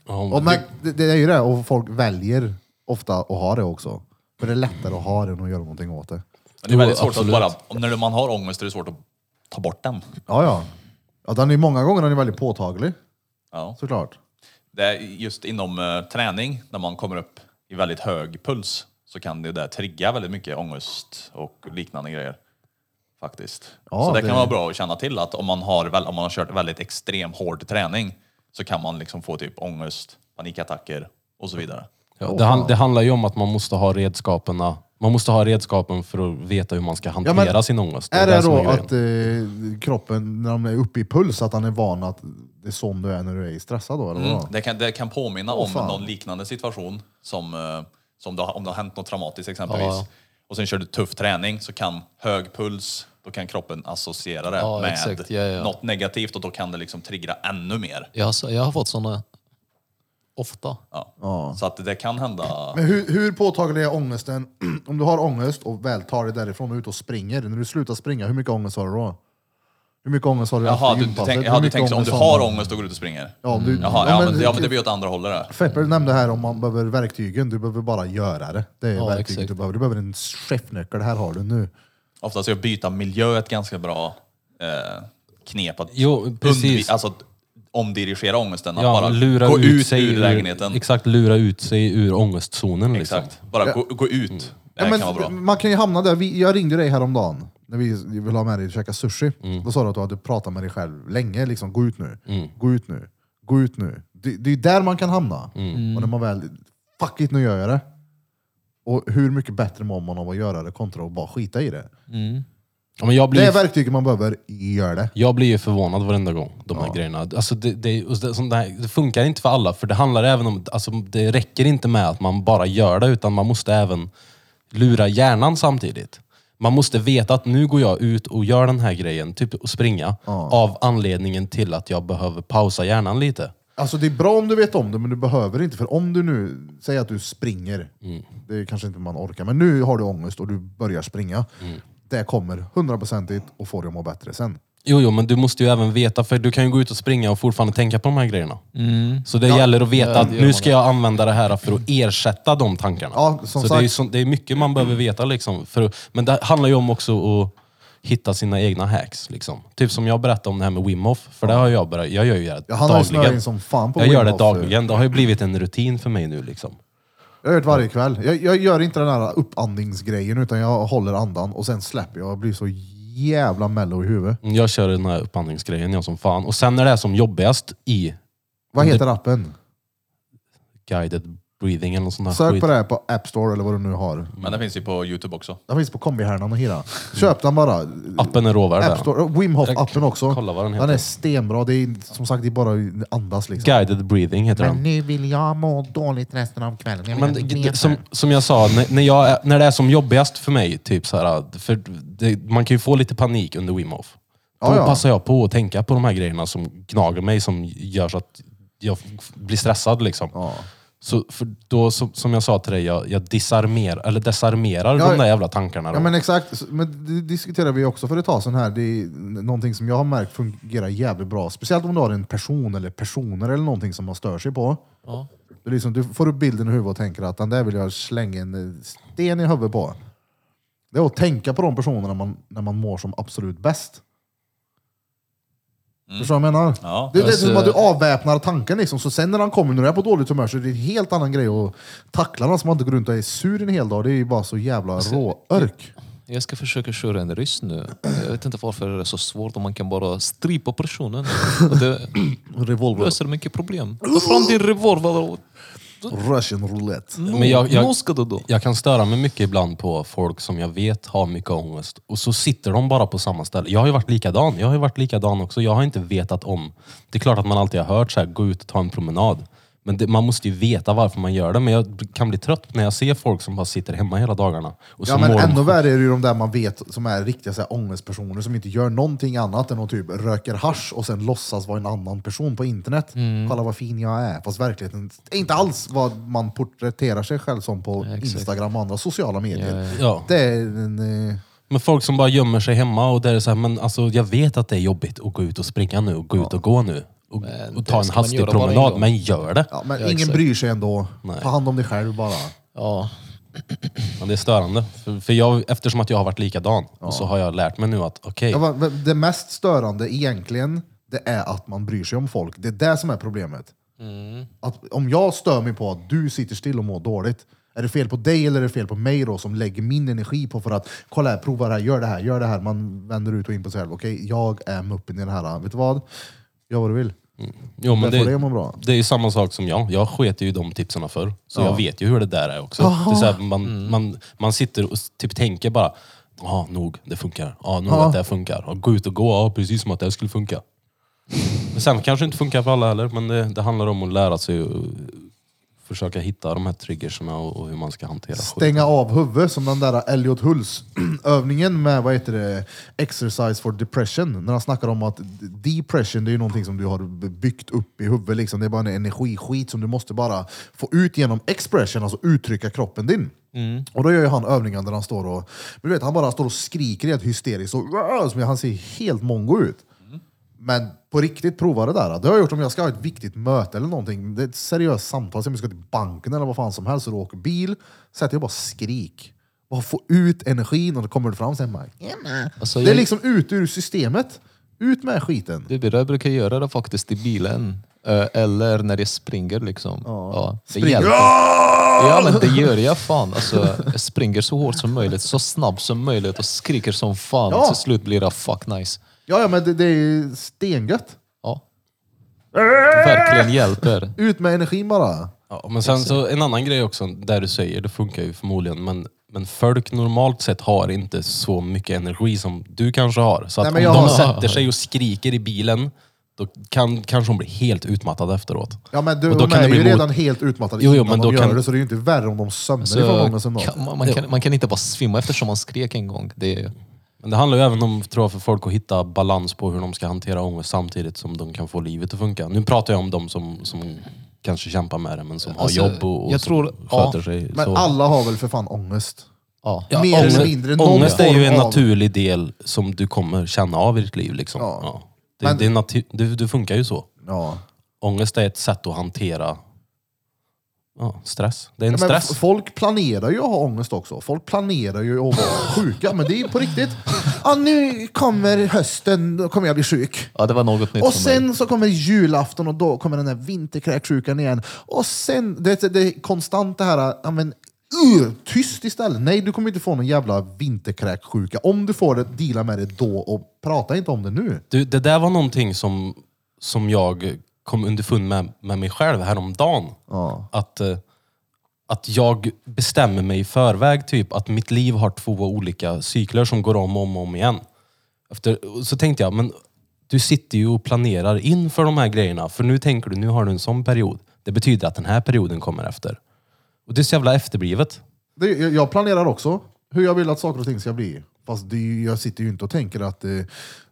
[SPEAKER 4] ja,
[SPEAKER 1] Och men, det, det är ju det, och folk väljer ofta att ha det också. För det är lättare att ha det än att göra någonting åt det.
[SPEAKER 3] Men det är väldigt svårt att bara... När man har ångest är det svårt att ta bort den.
[SPEAKER 1] Ja, ja. ja den är många gånger den är väldigt påtaglig.
[SPEAKER 7] Ja.
[SPEAKER 1] såklart.
[SPEAKER 7] Det är just inom eh, träning, när man kommer upp i väldigt hög puls, så kan det där trigga väldigt mycket ångest och liknande grejer. Faktiskt.
[SPEAKER 1] Ja,
[SPEAKER 7] så det,
[SPEAKER 1] det-
[SPEAKER 7] kan vara bra att känna till att om man har, väl, om man har kört väldigt extrem hård träning så kan man liksom få typ ångest, panikattacker och så vidare.
[SPEAKER 4] Ja, det, han, det handlar ju om att man måste ha redskapen. ja. Man måste ha redskapen för att veta hur man ska
[SPEAKER 1] men
[SPEAKER 4] hantera sin ångest.
[SPEAKER 1] Är det
[SPEAKER 4] där som
[SPEAKER 1] då
[SPEAKER 4] grejen.
[SPEAKER 1] att eh, kroppen, när de är uppe i puls, att han är van att det är som du är när du är stressad då? Eller
[SPEAKER 3] Mm.
[SPEAKER 1] vadå?
[SPEAKER 7] Mm. Det kan, det kan påminna om
[SPEAKER 1] fan.
[SPEAKER 7] någon liknande situation som, eh, som det, har- om det har hänt något traumatiskt exempelvis. Och sen kör du tuff träning så kan hög puls, då kan kroppen associera det
[SPEAKER 5] Ja,
[SPEAKER 7] med
[SPEAKER 5] exakt. Ja, ja.
[SPEAKER 7] något negativt och då kan det liksom trigga ännu mer.
[SPEAKER 5] Jag har, jag har fått såna ofta.
[SPEAKER 7] Ja. Så att det kan hända.
[SPEAKER 1] Men hur, hur påtaglig är ångesten? Om du har ångest och väl tar dig därifrån och ut och springer, när du slutar springa, hur mycket ångest har du då? Hur mycket ångest har du
[SPEAKER 7] Jaha,
[SPEAKER 1] efter
[SPEAKER 7] du, du,
[SPEAKER 1] gympasset?
[SPEAKER 7] tänk,
[SPEAKER 1] Hur
[SPEAKER 7] jaha, du
[SPEAKER 1] mycket
[SPEAKER 7] tänker så, om du
[SPEAKER 1] har
[SPEAKER 7] har ångest och går ut och springer? Mm.
[SPEAKER 1] Ja, om du,
[SPEAKER 7] Jaha, ja, men, ja, men det blir åt andra hållet det.
[SPEAKER 1] Fepper nämnde här om man behöver verktygen, du behöver bara göra det. Det är verktyget
[SPEAKER 5] exakt.
[SPEAKER 1] du behöver. Du behöver en chefnyckel, det här har du nu.
[SPEAKER 7] Oftast är att byta miljö ett ganska bra eh, knep. Att
[SPEAKER 4] Jo, precis.
[SPEAKER 7] undvi- alltså, att omdirigera ångesten. Att
[SPEAKER 4] Ja,
[SPEAKER 7] bara
[SPEAKER 4] lura
[SPEAKER 7] gå
[SPEAKER 4] ut
[SPEAKER 7] ut
[SPEAKER 4] sig
[SPEAKER 7] ur lägenheten.
[SPEAKER 4] Exakt, lura ut sig ur ångestzonen. Liksom.
[SPEAKER 7] Exakt. Bara gå, gå ut. Det här
[SPEAKER 1] Ja, men
[SPEAKER 7] kan vara bra.
[SPEAKER 1] Man kan ju hamna där. Vi, jag ringde dig häromdagen när vi ville ha med dig och käka sushi.
[SPEAKER 7] Mm.
[SPEAKER 1] Då sa du att du hade pratat med dig själv länge. Liksom, gå ut nu, gå ut nu, gå ut nu. Det, det är där man kan hamna.
[SPEAKER 7] Mm.
[SPEAKER 1] Och när man väl, fuck it, nu gör jag det. Och hur mycket bättre mår man av att göra det kontra att bara skita i det.
[SPEAKER 4] Ja, men jag
[SPEAKER 1] Det
[SPEAKER 4] blir
[SPEAKER 1] är verktyget man behöver, gör det.
[SPEAKER 4] Jag blir ju förvånad varenda gång, de här grejerna. Alltså det, det, och det, sånt där, det funkar inte för alla, för det handlar även om... Alltså det räcker inte med att man bara gör det, utan man måste även lura hjärnan samtidigt. Man måste veta att nu går jag ut och gör den här grejen, typ att springa, av anledningen till att jag behöver pausa hjärnan lite.
[SPEAKER 1] Alltså det är bra om du vet om det, men du behöver inte. För om du nu, säger att du springer,
[SPEAKER 4] Mm.
[SPEAKER 1] det är kanske inte man orkar, men nu har du ångest och du börjar springa.
[SPEAKER 4] Mm.
[SPEAKER 1] Det kommer hundraprocentigt och får dig att må bättre sen.
[SPEAKER 4] Jo, jo, men du måste ju även veta, för du kan ju gå ut och springa och fortfarande tänka på de här grejerna. Så det gäller att veta att nu ska jag använda det här för att ersätta de tankarna.
[SPEAKER 1] Mm. Ja, som
[SPEAKER 4] så det, är ju
[SPEAKER 1] sagt.
[SPEAKER 4] så, det är mycket man behöver veta. Liksom, för, att- men det handlar ju om också att hitta sina egna hacks. Liksom. Typ som jag berättade om det här med Wim Hof, för det har jag börjat, jag gör ju det
[SPEAKER 1] Ja, han har ju snöat in som fan på
[SPEAKER 4] Jag gör
[SPEAKER 1] Wim
[SPEAKER 4] det
[SPEAKER 1] Hof. eh.
[SPEAKER 4] dagligen. Det har ju blivit en rutin för mig nu. Liksom.
[SPEAKER 1] Jag har gjort varje kväll. Jag, jag gör inte den här uppandningsgrejen utan jag håller andan och sen släpper jag och blir så jävla mellow i huvudet.
[SPEAKER 4] Jag kör den här upphandlingsgrejen, jag som fan. Och sen när det är som jobbigast i
[SPEAKER 1] Vad heter appen?
[SPEAKER 4] guided breathing eller något sånt här
[SPEAKER 1] Sök
[SPEAKER 4] Ah, skit.
[SPEAKER 1] på det här på App Store eller vad du nu har.
[SPEAKER 7] Men det finns ju på Youtube också.
[SPEAKER 1] Den finns på kombihärnan och hyra. Köp den bara.
[SPEAKER 4] Appen är råvärd.
[SPEAKER 1] App Store, och Wim Hof-appen också.
[SPEAKER 4] kolla vad den heter.
[SPEAKER 1] den är stenbra. Det är som sagt det är bara att andas liksom.
[SPEAKER 4] Guided breathing heter den.
[SPEAKER 8] nu vill jag må dåligt resten av kvällen. Jag
[SPEAKER 4] Men
[SPEAKER 8] vill
[SPEAKER 4] det-
[SPEAKER 8] veta.
[SPEAKER 4] det- som, som jag sa, när, när, jag, är- när det är som jobbigast för mig, typ så här, för det, man kan ju få lite panik under Wim Hof. Då
[SPEAKER 1] Ja, ja.
[SPEAKER 4] passar jag på att tänka på de här grejerna som gnager mig, som gör så att jag f- blir stressad. Liksom. Så, för då, som, som jag sa till dig, jag, jag disarmerar, eller desarmerar
[SPEAKER 1] Ja,
[SPEAKER 4] de där jävla tankarna. Då.
[SPEAKER 1] Ja men exakt, Så- men det diskuterade vi också för ett tag sedan här. Det är någonting som jag har märkt fungerar jävligt bra. Speciellt om du har en person eller personer eller någonting som man stör sig på. Det är liksom, du får upp bilden i huvudet och tänker att den där vill jag slänga en eh, sten i huvudet på. Det är att tänka på de personerna man, när man mår som absolut bäst.
[SPEAKER 4] Mm.
[SPEAKER 1] Förstår du vad jag menar?
[SPEAKER 7] Ja.
[SPEAKER 1] Det, det är
[SPEAKER 5] Alltså-
[SPEAKER 1] som att du avväpnar tanken liksom, så sen när han kommer, när du är på dåligt humör, så är det en helt annan grej att tackla den, så man inte går runt och är sur en hel dag. Det är ju bara så jävla råörk.
[SPEAKER 5] Jag ska försöka köra en ryss nu. Jag vet inte varför det är så svårt om man kan bara strypa personen. Och det
[SPEAKER 1] Revolver.
[SPEAKER 5] löser mycket problem. Ta fram din revolver och
[SPEAKER 1] Russian roulette.
[SPEAKER 4] Men jag- jag-
[SPEAKER 5] nå ska du då.
[SPEAKER 4] Jag kan störa mig mycket ibland på folk som jag vet har mycket ångest och så sitter de bara på samma ställe. Jag har ju varit likadan. Jag har ju varit likadan också. Jag har inte vetat om. Det är klart att man alltid har hört så här, gå ut och ta en promenad. Men det, man måste ju veta varför man gör det. Men jag kan bli trött när jag ser folk som bara sitter hemma hela dagarna. Och så
[SPEAKER 1] Ja men
[SPEAKER 4] mår de-
[SPEAKER 1] ännu värre är det ju de där man vet som är riktiga så här, ångestpersoner som inte gör någonting annat än att typ röker hasch och sen låtsas vara en annan person på internet. Kolla vad fin jag är. Fast verkligheten är inte alls vad man porträtterar sig själv som på Instagram och andra sociala medier.
[SPEAKER 4] Ja.
[SPEAKER 1] Det är en... Eh,
[SPEAKER 4] Men folk som bara gömmer sig hemma och där är det så här, men alltså jag vet att det är jobbigt att gå ut och springa nu och gå ut och gå nu. Och,
[SPEAKER 5] Men
[SPEAKER 4] och
[SPEAKER 5] det
[SPEAKER 4] ta en
[SPEAKER 5] ska man göra
[SPEAKER 4] hastig
[SPEAKER 5] bara en
[SPEAKER 4] promenad,
[SPEAKER 5] gång.
[SPEAKER 4] men gör det.
[SPEAKER 1] Ja, men ingen bryr sig ändå. Ta hand om dig själv bara.
[SPEAKER 5] Ja,
[SPEAKER 4] Men det är störande. För, för jag, eftersom att jag har varit likadan och så har jag lärt mig nu att okej,
[SPEAKER 1] Ja, va- va- det mest störande egentligen, det är att man bryr sig om folk. Det är det som är problemet. Att om jag stör mig på att du sitter still och mår dåligt, är det fel på dig eller är det fel på mig då som lägger min energi på för att kolla här, prova det här, gör det här, gör det här. Man vänder ut och in på sig själv. Okej, jag är muppen i det här. Vet du vad? Gör vad du vill.
[SPEAKER 4] Jo, men
[SPEAKER 1] Där får det
[SPEAKER 4] det,
[SPEAKER 1] må bra.
[SPEAKER 4] det är ju samma sak som jag. Jag sket ju i de tipsen förr. Så jag vet ju hur det där är också. Det är så här, man,
[SPEAKER 1] Mm.
[SPEAKER 4] man, man sitter och s- typ tänker bara, ja nog, det funkar. Ja, nog att det här funkar. Och gå ut och gå, ja precis som att det här skulle funka. Men sen kanske det inte funkar för alla heller, men det, det handlar om att lära sig och försöka hitta de här triggerserna och, och hur man ska hantera skit.
[SPEAKER 1] Stänga av huvudet som den där Elliot Hulls övningen med vad heter det, Exercise for Depression. När han snackar om att depression det är ju någonting som du har byggt upp i huvudet. Liksom. Det är bara en energiskit som du måste bara få ut genom expression, alltså uttrycka kroppen din. Och då gör ju han övningen där han står och, men du vet, han bara står och skriker helt hysteriskt. Och, som han ser helt mongo ut. Men på riktigt prova det där. Det har jag gjort om jag ska ha ett viktigt möte eller någonting. Det är ett seriöst samtal, som jag ska till banken eller vad fan som helst och du åker bil. Sätt dig och bara skrik. Bara få ut energin och då kommer du fram sen bara, "Tjena."
[SPEAKER 5] Alltså,
[SPEAKER 1] Det är
[SPEAKER 5] jag-
[SPEAKER 1] liksom ut ur systemet. Ut med skiten.
[SPEAKER 5] Det är det jag brukar göra det faktiskt i bilen. Eh, Eller när jag springer liksom. Ja. det hjälper. Ja men det gör jag fan. Alltså, jag springer så hårt som möjligt, så snabbt som möjligt och skriker som fan.
[SPEAKER 1] Ja.
[SPEAKER 5] Till slut blir det fuck nice.
[SPEAKER 1] Ja, ja men det, det är ju stengött.
[SPEAKER 5] Ja. Verkligen hjälper.
[SPEAKER 1] Ut med energin bara.
[SPEAKER 4] Ja, men sen så en annan grej också, där du säger, det funkar ju förmodligen, men, men folk normalt sett har inte så mycket energi som du kanske har. Så att
[SPEAKER 1] Nej, men
[SPEAKER 4] om
[SPEAKER 1] jag
[SPEAKER 4] de
[SPEAKER 1] har-
[SPEAKER 4] sätter sig och skriker i bilen, då kan, kanske de blir helt utmattade efteråt.
[SPEAKER 1] Ja men du
[SPEAKER 4] Och
[SPEAKER 1] och
[SPEAKER 4] då kan
[SPEAKER 1] är
[SPEAKER 4] det
[SPEAKER 1] ju
[SPEAKER 4] bli mot-
[SPEAKER 1] redan helt utmattade
[SPEAKER 4] Jo, jo,
[SPEAKER 1] innan
[SPEAKER 4] men
[SPEAKER 1] de
[SPEAKER 4] då
[SPEAKER 1] gör
[SPEAKER 4] kan- Alltså,
[SPEAKER 1] det, så det är ju inte värre om de sömnar
[SPEAKER 5] Så,
[SPEAKER 1] ifrån gången sen då.
[SPEAKER 5] kan, man, man, kan, man kan inte bara svimma eftersom man skrek en gång. Det är,
[SPEAKER 4] Men det handlar ju även om, tror jag, för folk att hitta balans på hur de ska hantera ångest samtidigt som de kan få livet att funka. Nu pratar jag om de som, som kanske kämpar med det, men som
[SPEAKER 5] Alltså,
[SPEAKER 4] har jobb och, och
[SPEAKER 5] jag
[SPEAKER 4] som
[SPEAKER 5] tror-
[SPEAKER 4] sköter
[SPEAKER 5] ja,
[SPEAKER 4] sig.
[SPEAKER 1] Men
[SPEAKER 4] så.
[SPEAKER 1] alla har väl för fan ångest?
[SPEAKER 5] ja.
[SPEAKER 4] Ja,
[SPEAKER 1] mer eller
[SPEAKER 4] ångest-
[SPEAKER 1] mindre någon
[SPEAKER 4] Ångest är ju
[SPEAKER 1] form
[SPEAKER 4] en
[SPEAKER 1] av-
[SPEAKER 4] naturlig del som du kommer känna av i ditt liv. Liksom.
[SPEAKER 1] Ja.
[SPEAKER 4] Ja. Det,
[SPEAKER 1] Men-
[SPEAKER 4] det, är natu- det, det funkar ju så.
[SPEAKER 1] Ja.
[SPEAKER 4] Ångest är ett sätt att hantera ja, stress. Det är en
[SPEAKER 1] Ja, men
[SPEAKER 4] stress.
[SPEAKER 1] f- folk planerar ju att ha ångest också. Folk planerar ju att vara sjuka, men det är ju på riktigt. Ja, nu kommer hösten, då kommer jag bli sjuk.
[SPEAKER 5] ja, det var något nytt
[SPEAKER 1] Och
[SPEAKER 5] för mig.
[SPEAKER 1] sen så kommer julafton och då kommer den här vinterkräksjukan igen. Och sen, det, det är konstant det här, ja, men, uh, tyst istället. Nej, du kommer inte få någon jävla vinterkräksjuka. Om du får det, deala med det då och prata inte om det nu.
[SPEAKER 4] Du, det där var någonting som, som jag kom underfund med, med mig själv häromdagen.
[SPEAKER 1] Ja.
[SPEAKER 4] Att, eh, att jag bestämmer mig i förväg, typ att mitt liv har två olika cykler som går om och om, och om igen. Efter, så tänkte jag, men du sitter ju och planerar inför de här grejerna. För nu tänker du, nu har du en sån period. Det betyder att den här perioden kommer efter. Och det är så jävla efterblivet.
[SPEAKER 1] Det, jag jag planerar också hur jag vill att saker och ting ska bli. Fast det, är ju- jag sitter ju inte och tänker att eh,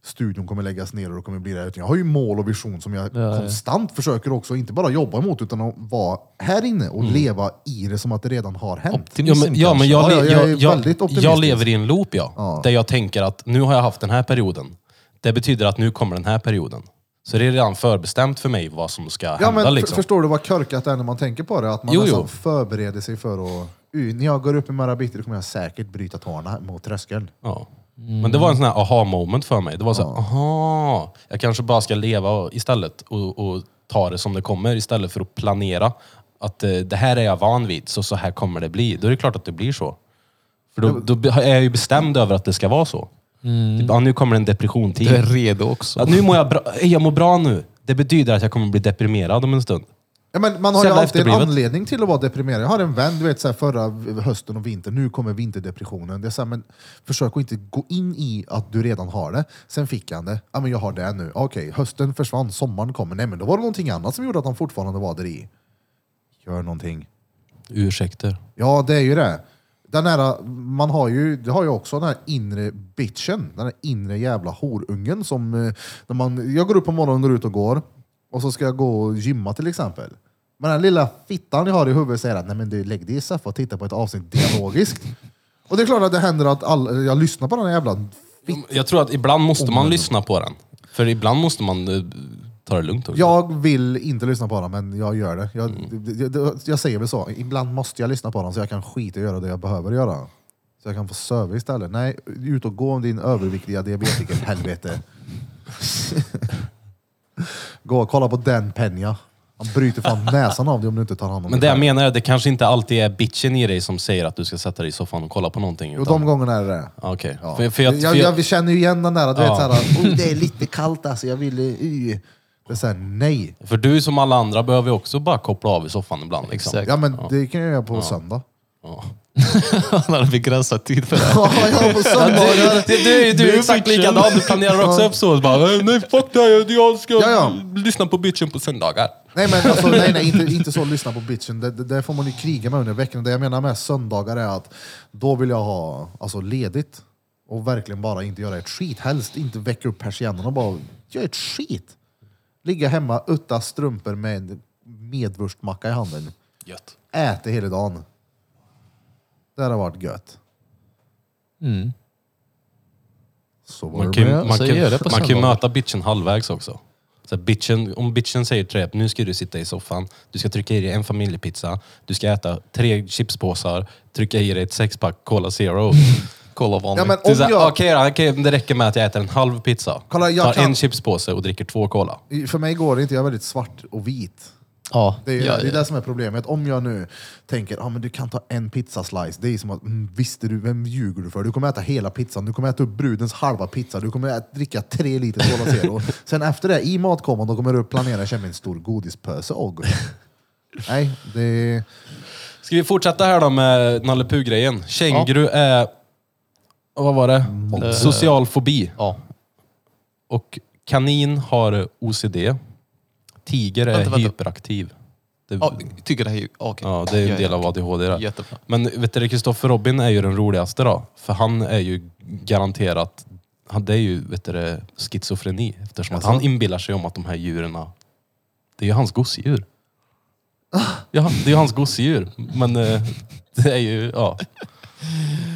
[SPEAKER 1] studion kommer läggas ner och det kommer bli det. här, utan Jag har ju mål och vision som jag konstant försöker också, inte bara jobba emot utan att vara här inne och
[SPEAKER 4] Mm.
[SPEAKER 1] leva i det som att det redan har hänt.
[SPEAKER 4] Ja, men, ja, men
[SPEAKER 1] Ja,
[SPEAKER 4] jag,
[SPEAKER 1] ja,
[SPEAKER 4] le-
[SPEAKER 1] jag är
[SPEAKER 4] jag, jag,
[SPEAKER 1] väldigt
[SPEAKER 4] jag,
[SPEAKER 1] optimistisk.
[SPEAKER 4] lever i en loop, ja.
[SPEAKER 1] Ja.
[SPEAKER 4] Där jag tänker att nu har jag haft den här perioden. Det betyder att nu kommer den här perioden. Så det är redan förbestämt för mig vad som ska
[SPEAKER 1] Ja,
[SPEAKER 4] hända.
[SPEAKER 1] men, f-
[SPEAKER 4] liksom.
[SPEAKER 1] Förstår du vad körkat det är när man tänker på det? Att man
[SPEAKER 4] Jo,
[SPEAKER 1] nästan
[SPEAKER 4] jo.
[SPEAKER 1] förbereder sig för att "Uh, när jag går upp i morgon bitti då kommer jag säkert bryta tårna mot tröskeln.
[SPEAKER 4] Ja. Men det var en sån här aha-moment för mig. Det var så här, aha, jag kanske bara ska leva istället och, och ta det som det kommer istället för att planera att eh, det här är jag van vid, så så här kommer det bli. Då är det klart att det blir så. För då, då be- är jag ju bestämd över att det ska vara så.
[SPEAKER 1] Mm.
[SPEAKER 4] Typ, ah, nu kommer en depressiontid.
[SPEAKER 5] Du är redo också.
[SPEAKER 4] Ja, nu mår jag bra. Ey, Jag mår bra nu. Det betyder att jag kommer bli deprimerad om en stund.
[SPEAKER 1] Ja, men man har
[SPEAKER 4] Så
[SPEAKER 1] ju
[SPEAKER 4] jävla
[SPEAKER 1] alltid en
[SPEAKER 4] efterblivet.
[SPEAKER 1] anledning till att vara deprimerad. Jag har en vän, du vet så här, förra hösten och vintern, nu kommer vinterdepressionen. Det är så här, men försök att inte gå in i att du redan har det. Sen fick han det. Ja, men jag har det nu. Okej, hösten försvann, sommaren kommer. Nej, men då var det någonting annat som gjorde att han fortfarande var där i. Gör någonting.
[SPEAKER 4] Ursäkter.
[SPEAKER 1] Ja, det är ju det. Den här, man har ju, det har ju också den här inre bitchen, den här inre jävla horungen som... eh, När man, jag går upp på morgonen, går ut och går, och så ska jag gå och gymma till exempel. Men den här lilla fittan jag har i huvudet säger att nej men du lägg dig i soffan och titta på ett avsnitt dialogiskt. och det är klart att det händer att all, jag lyssnar på den här jävla fittan.
[SPEAKER 4] Jag tror att ibland måste man lyssna på den. För ibland måste man eh, ta det Mm. lugnt också.
[SPEAKER 1] Jag vill inte lyssna på den, men jag gör det. Jag, jag, jag, jag säger väl så, ibland måste jag lyssna på den så jag kan skita i att göra det jag behöver göra. Så jag kan få söva istället. Nej, ut och gå om din överviktiga diabetiker, helvete. Gå och kolla på Dan Peña. Han bryter fan näsan av dig om du inte tar hand om
[SPEAKER 4] Men det
[SPEAKER 1] dig
[SPEAKER 4] jag
[SPEAKER 1] själv.
[SPEAKER 4] menar är att det kanske inte alltid är bitchen i dig som säger att du ska sätta dig i soffan och kolla på någonting.
[SPEAKER 1] Jo,
[SPEAKER 4] Utan,
[SPEAKER 1] de gångerna är det det.
[SPEAKER 4] Ja, Okej.
[SPEAKER 1] Ja.
[SPEAKER 4] För, för
[SPEAKER 1] jag,
[SPEAKER 4] jag,
[SPEAKER 1] jag,
[SPEAKER 4] för jag,
[SPEAKER 1] känner ju igen den där, du
[SPEAKER 4] Ja.
[SPEAKER 1] vet såhär, oh, det är lite kallt alltså, jag ville... Uh. Det är såhär, nej.
[SPEAKER 4] för du som alla andra behöver ju också bara koppla av i soffan ibland. Liksom.
[SPEAKER 5] Exakt.
[SPEAKER 1] Ja men det kan jag göra på söndag.
[SPEAKER 5] Han har begränsad tid för det.
[SPEAKER 1] Ja, ja, på söndagar.
[SPEAKER 4] Du, du, du är
[SPEAKER 5] ju
[SPEAKER 4] exakt
[SPEAKER 5] bitchen.
[SPEAKER 4] likadan, du planerar också upp så. Bara, "Eh, nej fuck det, här, jag ska
[SPEAKER 1] Ja, ja.
[SPEAKER 4] lyssna på bitchen på söndagar.
[SPEAKER 1] Nej men alltså, nej, nej, inte, inte så lyssna på bitchen. Det, det, det får man ju kriga med under veckan. Det jag menar med söndagar är att då vill jag ha alltså, ledigt. Och verkligen bara inte göra ett skit. Helst inte väcka upp persiennerna och bara göra ett skit. Ligga hemma, utta strumpor med en medvurstmacka i handen.
[SPEAKER 3] Gött.
[SPEAKER 1] Äta hela dagen. Det har varit gött.
[SPEAKER 5] Mm.
[SPEAKER 1] Så var
[SPEAKER 4] Man
[SPEAKER 1] det
[SPEAKER 4] kan,
[SPEAKER 1] med.
[SPEAKER 4] ju- man
[SPEAKER 5] Så
[SPEAKER 4] kan,
[SPEAKER 5] gör det på
[SPEAKER 4] man kan ju
[SPEAKER 5] söndagar.
[SPEAKER 4] möta bitchen halvvägs också. Så här, bitchen, om bitchen säger till dig att nu ska du sitta i soffan, du ska trycka i dig en familjepizza, du ska äta tre chipspåsar, trycka i dig ett sexpack Cola Zero.
[SPEAKER 5] Kolla
[SPEAKER 1] Ja,
[SPEAKER 5] vanligt.
[SPEAKER 1] men
[SPEAKER 4] Det är
[SPEAKER 1] om
[SPEAKER 4] så här,
[SPEAKER 1] jag,
[SPEAKER 4] Okej då, okej, men det räcker med att jag äter en halv pizza.
[SPEAKER 1] Kolla, jag
[SPEAKER 4] tar
[SPEAKER 1] kan-
[SPEAKER 4] en chipspåse och dricker två Cola.
[SPEAKER 1] för mig går det inte, jag är väldigt svart och vit.
[SPEAKER 5] ja,
[SPEAKER 1] Det är, ju-
[SPEAKER 5] ja,
[SPEAKER 1] det, är det som är problemet. Om jag nu tänker ah, men du kan ta en pizzaslice, det är som att mm, visste du, vem ljuger du för? Du kommer äta hela pizzan, du kommer äta upp brudens halva pizza, du kommer att dricka tre liter Cola Zero. Sen efter det, i matkomman, då kommer du planera köpa en stor godispöse och... Nej, det...
[SPEAKER 4] Ska vi fortsätta här då med Nalle Puh-grejen? Känguru är... Vad var det? Eh, Social fobi.
[SPEAKER 5] ja.
[SPEAKER 4] Och kanin har OCD. Tiger är
[SPEAKER 5] Vänta, vänta.
[SPEAKER 4] hyperaktiv. Det,
[SPEAKER 5] Ja, jag tycker det här är ju... Okej.
[SPEAKER 4] ja, det är
[SPEAKER 5] Ja,
[SPEAKER 4] en del
[SPEAKER 5] ja.
[SPEAKER 4] av ADHD det.
[SPEAKER 5] Jättebra.
[SPEAKER 4] Men vet du, Kristoffer Robin är ju den roligaste då. För han är ju garanterat... Han, det är ju vet du, det, schizofreni. Eftersom att han inbillar sig om att de här djuren... Det är ju hans gosedjur. Ja, det är ju hans gosedjur. Men eh, det är ju... Ja.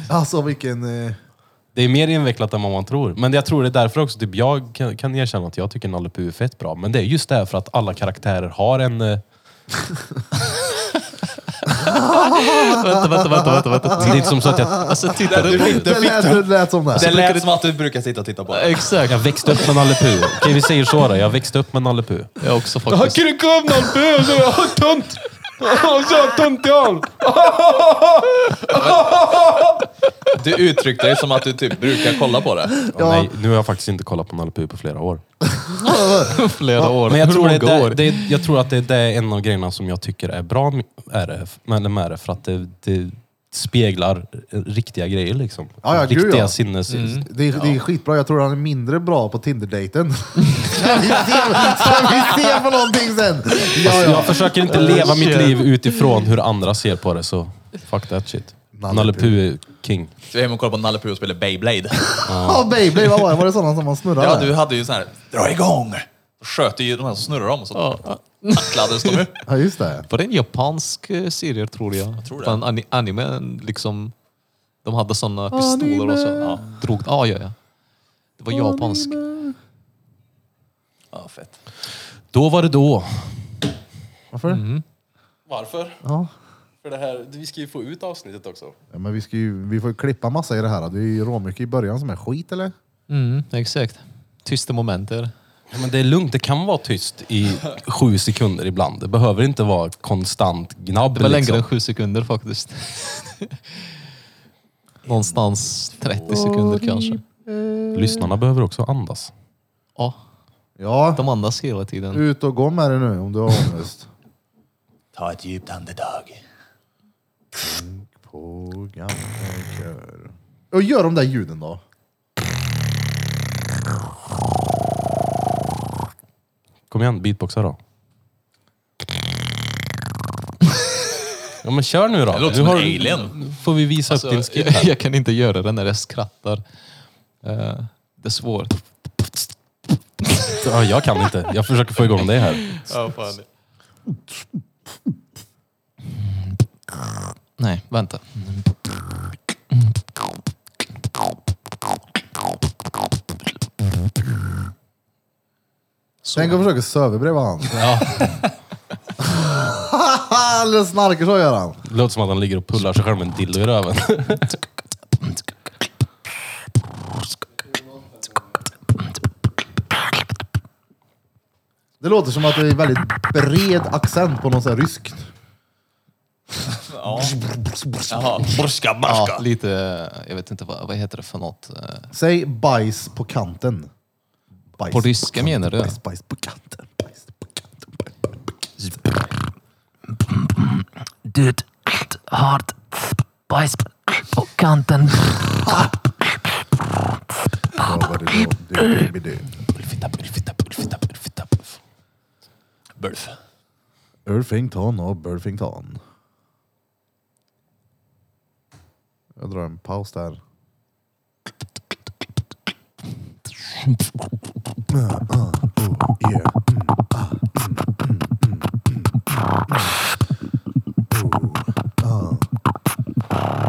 [SPEAKER 1] Alltså vilken... Eh...
[SPEAKER 4] Det är mer invecklat än vad man tror. Men jag tror det är därför också, typ jag kan, kan erkänna att jag tycker Nalle Puh är fett bra. Men det är just därför att alla karaktärer har en... eh,
[SPEAKER 5] Vänta, vänta, vänta, vänta, vänta.
[SPEAKER 4] Det är inte som så att jag,
[SPEAKER 5] Alltså titta, det
[SPEAKER 1] Det lät, det lät som det.
[SPEAKER 7] Det lät som att du brukar sitta och titta på.
[SPEAKER 5] Exakt.
[SPEAKER 4] jag växte upp med Nalle Puh. Okej, vi säger så då. Jag växte upp med Nalle Puh.
[SPEAKER 5] Jag också faktiskt.
[SPEAKER 4] du komma Nalle Puh? Så jag har tönt! Så jag har tönt i honom!
[SPEAKER 7] Du uttryckte dig som att du typ brukar kolla på det.
[SPEAKER 4] Nej, nu har jag faktiskt inte kollat på Nalle Puh på flera år.
[SPEAKER 5] Flera år.
[SPEAKER 4] Men jag tror, det,
[SPEAKER 5] Hur många
[SPEAKER 4] är
[SPEAKER 5] år?
[SPEAKER 4] där- det, är- jag tror att det, det är en av grejerna som jag tycker är bra med är det, med det, med det för att det, det speglar riktiga grejer liksom.
[SPEAKER 1] Ja, ja, gud,
[SPEAKER 4] riktiga
[SPEAKER 1] ja.
[SPEAKER 4] sinnes...
[SPEAKER 1] Det är, det är skitbra, jag tror han är mindre bra på Tinder-dejten. ska, vi se- ska vi se på någonting sen? Ja, ja.
[SPEAKER 4] Jag försöker inte leva mitt liv utifrån hur andra ser på det, så fuck that shit.
[SPEAKER 1] Nalle
[SPEAKER 4] Nalle Puh är king.
[SPEAKER 7] Så vi är hemma och kollar på Nalle Puh och spelar Beyblade.
[SPEAKER 1] Ja, baby, vad var det? Var det sådana som man snurrade?
[SPEAKER 7] Ja, du hade ju sån här, dra igång! Då sköt du ju de här som snurrar om och så
[SPEAKER 5] Ja.
[SPEAKER 7] tacklades de ju.
[SPEAKER 1] ja just det.
[SPEAKER 5] Var det en japansk eh, serie tror jag? jag
[SPEAKER 7] tror det.
[SPEAKER 5] An ani- anime, liksom. De hade såna pistoler och så. Ja, drog, ja, ja, ja. Det var japansk.
[SPEAKER 7] Ja, fett.
[SPEAKER 4] Då var det då.
[SPEAKER 1] Varför?
[SPEAKER 4] Varför?
[SPEAKER 1] Ja.
[SPEAKER 4] För det här, vi ska ju få ut avsnittet också.
[SPEAKER 1] Ja, men vi, ska ju, vi får ju klippa massa i det här. Det är ju råmycket i början som är skit eller?
[SPEAKER 5] Mm, exakt. Tysta momenter.
[SPEAKER 4] men det är lugnt, det kan vara tyst i sju sekunder ibland. Det behöver inte vara konstant gnabb.
[SPEAKER 5] Det var
[SPEAKER 4] liksom.
[SPEAKER 5] längre än sju sekunder faktiskt. Någonstans 30 sekunder kanske.
[SPEAKER 4] Lyssnarna behöver också andas.
[SPEAKER 5] Ja,
[SPEAKER 1] Ja,
[SPEAKER 5] de andas hela tiden.
[SPEAKER 1] ut och gå med det nu om du har ångest.
[SPEAKER 7] Ta ett djupt andetag.
[SPEAKER 1] På gamla kör. Och gör de där ljuden då.
[SPEAKER 4] Kom igen, beatboxa då. Ja men kör nu då.
[SPEAKER 7] Det låter
[SPEAKER 4] nu
[SPEAKER 7] som en
[SPEAKER 4] du-
[SPEAKER 7] alien. Alltså,
[SPEAKER 4] nu får vi visa upp din skill
[SPEAKER 5] jag,
[SPEAKER 4] här.
[SPEAKER 5] jag kan inte göra det när jag skrattar. Eh, det är svårt.
[SPEAKER 4] Ja, jag kan inte. Jag försöker få igång dig här.
[SPEAKER 5] Nej, vänta. Så.
[SPEAKER 1] Tänk att försöka söva bredvid han. Eller snarkar så gör han.
[SPEAKER 4] Det låter som att han ligger och pullar sig själv med en dildo i röven.
[SPEAKER 1] Det låter som att det är väldigt bred accent på något så här ryskt.
[SPEAKER 3] Jaha, borska, borska.
[SPEAKER 5] Ja, lite, jag vet inte vad, vad heter det för något. eh,
[SPEAKER 1] Säg bajs på kanten. Bajs
[SPEAKER 5] På ryska
[SPEAKER 1] kanten,
[SPEAKER 5] menar du?
[SPEAKER 1] Bajs, bajs på kanten. Bajs på kanten. Bajs på kanten.
[SPEAKER 9] Dude, hard bajs på kanten.
[SPEAKER 1] Ja, vad det då? Du, baby, du.
[SPEAKER 3] Bulf.
[SPEAKER 1] Urfington och Burfington. Jag drar en paus där. Ah, oh,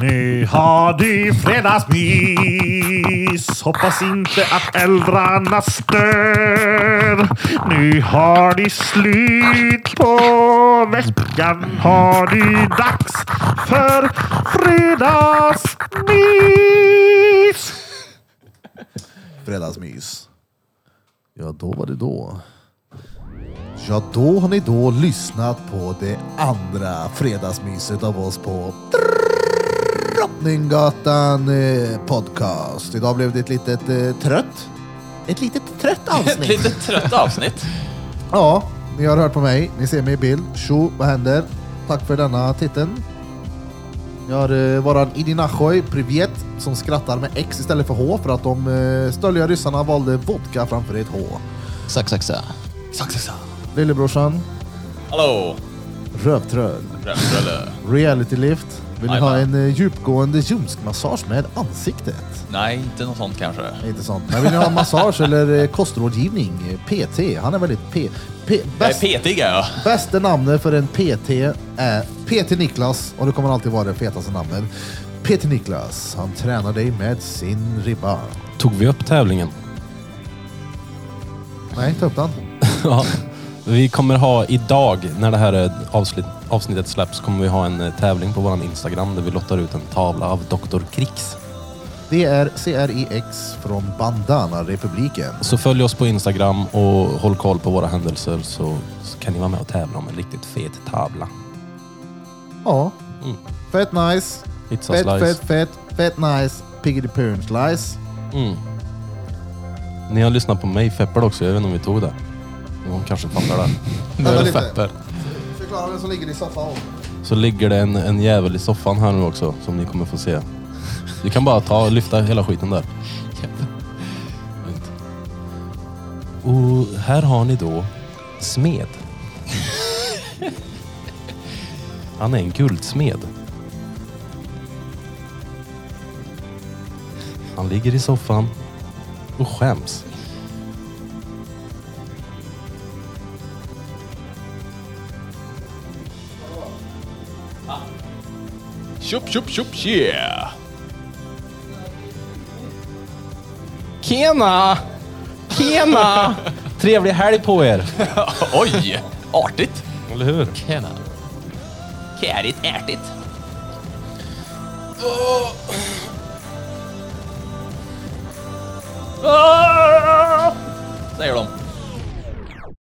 [SPEAKER 10] Ni har det fredagsmys. Hoppas inte att älvrarna stör. Nu har det slut på veckan. Har det dags för fredagsmys.
[SPEAKER 1] Fredagsmys. Ja, då var det då. Ja, då har ni då lyssnat på det andra fredagsmyset av oss på Drottninggatan eh, podcast. Idag blev det ett litet eh, trött. Ett litet trött avsnitt.
[SPEAKER 3] Lite trött avsnitt.
[SPEAKER 1] Ja, ni har hört på mig. Ni ser mig i bild. Tjo, vad händer? Tack för denna titeln. Jag har eh, våran Idinachoj Privet som skrattar med X istället för H för att de eh, stöldiga ryssarna valde vodka framför ett H.
[SPEAKER 5] Sax, sax, sax.
[SPEAKER 1] Lillebrorsan,
[SPEAKER 3] Hallå!
[SPEAKER 1] rövtröl,
[SPEAKER 3] Rövrulle.
[SPEAKER 1] reality lift. Vill ni
[SPEAKER 3] Aj,
[SPEAKER 1] ha
[SPEAKER 3] va.
[SPEAKER 1] en eh, djupgående ljumskmassage med ansiktet?
[SPEAKER 3] Nej, inte något sånt kanske.
[SPEAKER 1] Inte sånt. Men vill ni ha massage eller eh, kostrådgivning? Eh, PT. Han är väldigt P... P
[SPEAKER 3] Jag
[SPEAKER 1] bäst-
[SPEAKER 3] är petig är jag.
[SPEAKER 1] Bästa namnet för en PT är PT Niklas och det kommer alltid vara det fetaste namnet. PT Niklas, han tränar dig med sin ribba.
[SPEAKER 4] Tog vi upp tävlingen?
[SPEAKER 1] Nej, ta upp den.
[SPEAKER 4] Ja. Vi kommer ha idag, när det här eh, avsnitt, avsnittet släpps, kommer vi ha en eh, tävling på vår Instagram där vi lottar ut en tavla av Dr. Krix.
[SPEAKER 1] Det är CRIX från Bandana-republiken.
[SPEAKER 4] Så följ oss på Instagram och håll koll på våra händelser så, så kan ni vara med och tävla om en riktigt fet tavla.
[SPEAKER 1] Ja,
[SPEAKER 4] Mm.
[SPEAKER 1] fett nice.
[SPEAKER 4] Pizza
[SPEAKER 1] Fett,
[SPEAKER 4] slice.
[SPEAKER 1] fett, fett, fett nice. Piggity Poon Slice.
[SPEAKER 4] Mm. Ni har lyssnat på mig Feppel också, jag vet inte om vi tog det. Någon kanske fattar det.
[SPEAKER 1] Vänta lite.
[SPEAKER 4] Feppel.
[SPEAKER 1] Förklara vem som ligger i soffan.
[SPEAKER 4] Så ligger det en, en jävel i soffan här nu också som ni kommer få se. Vi kan bara ta lyfta hela skiten där. Och här har ni då Smed. Han är en guldsmed. Han ligger i soffan och skäms.
[SPEAKER 3] Tjup, tjup, tjup, yeah!
[SPEAKER 4] Kena! Kena! Trevlig helg på er!
[SPEAKER 3] Oj! Artigt!
[SPEAKER 4] Eller hur?
[SPEAKER 5] Tjena.
[SPEAKER 3] Kärigt, ärtigt. Ah! Åh! Ah!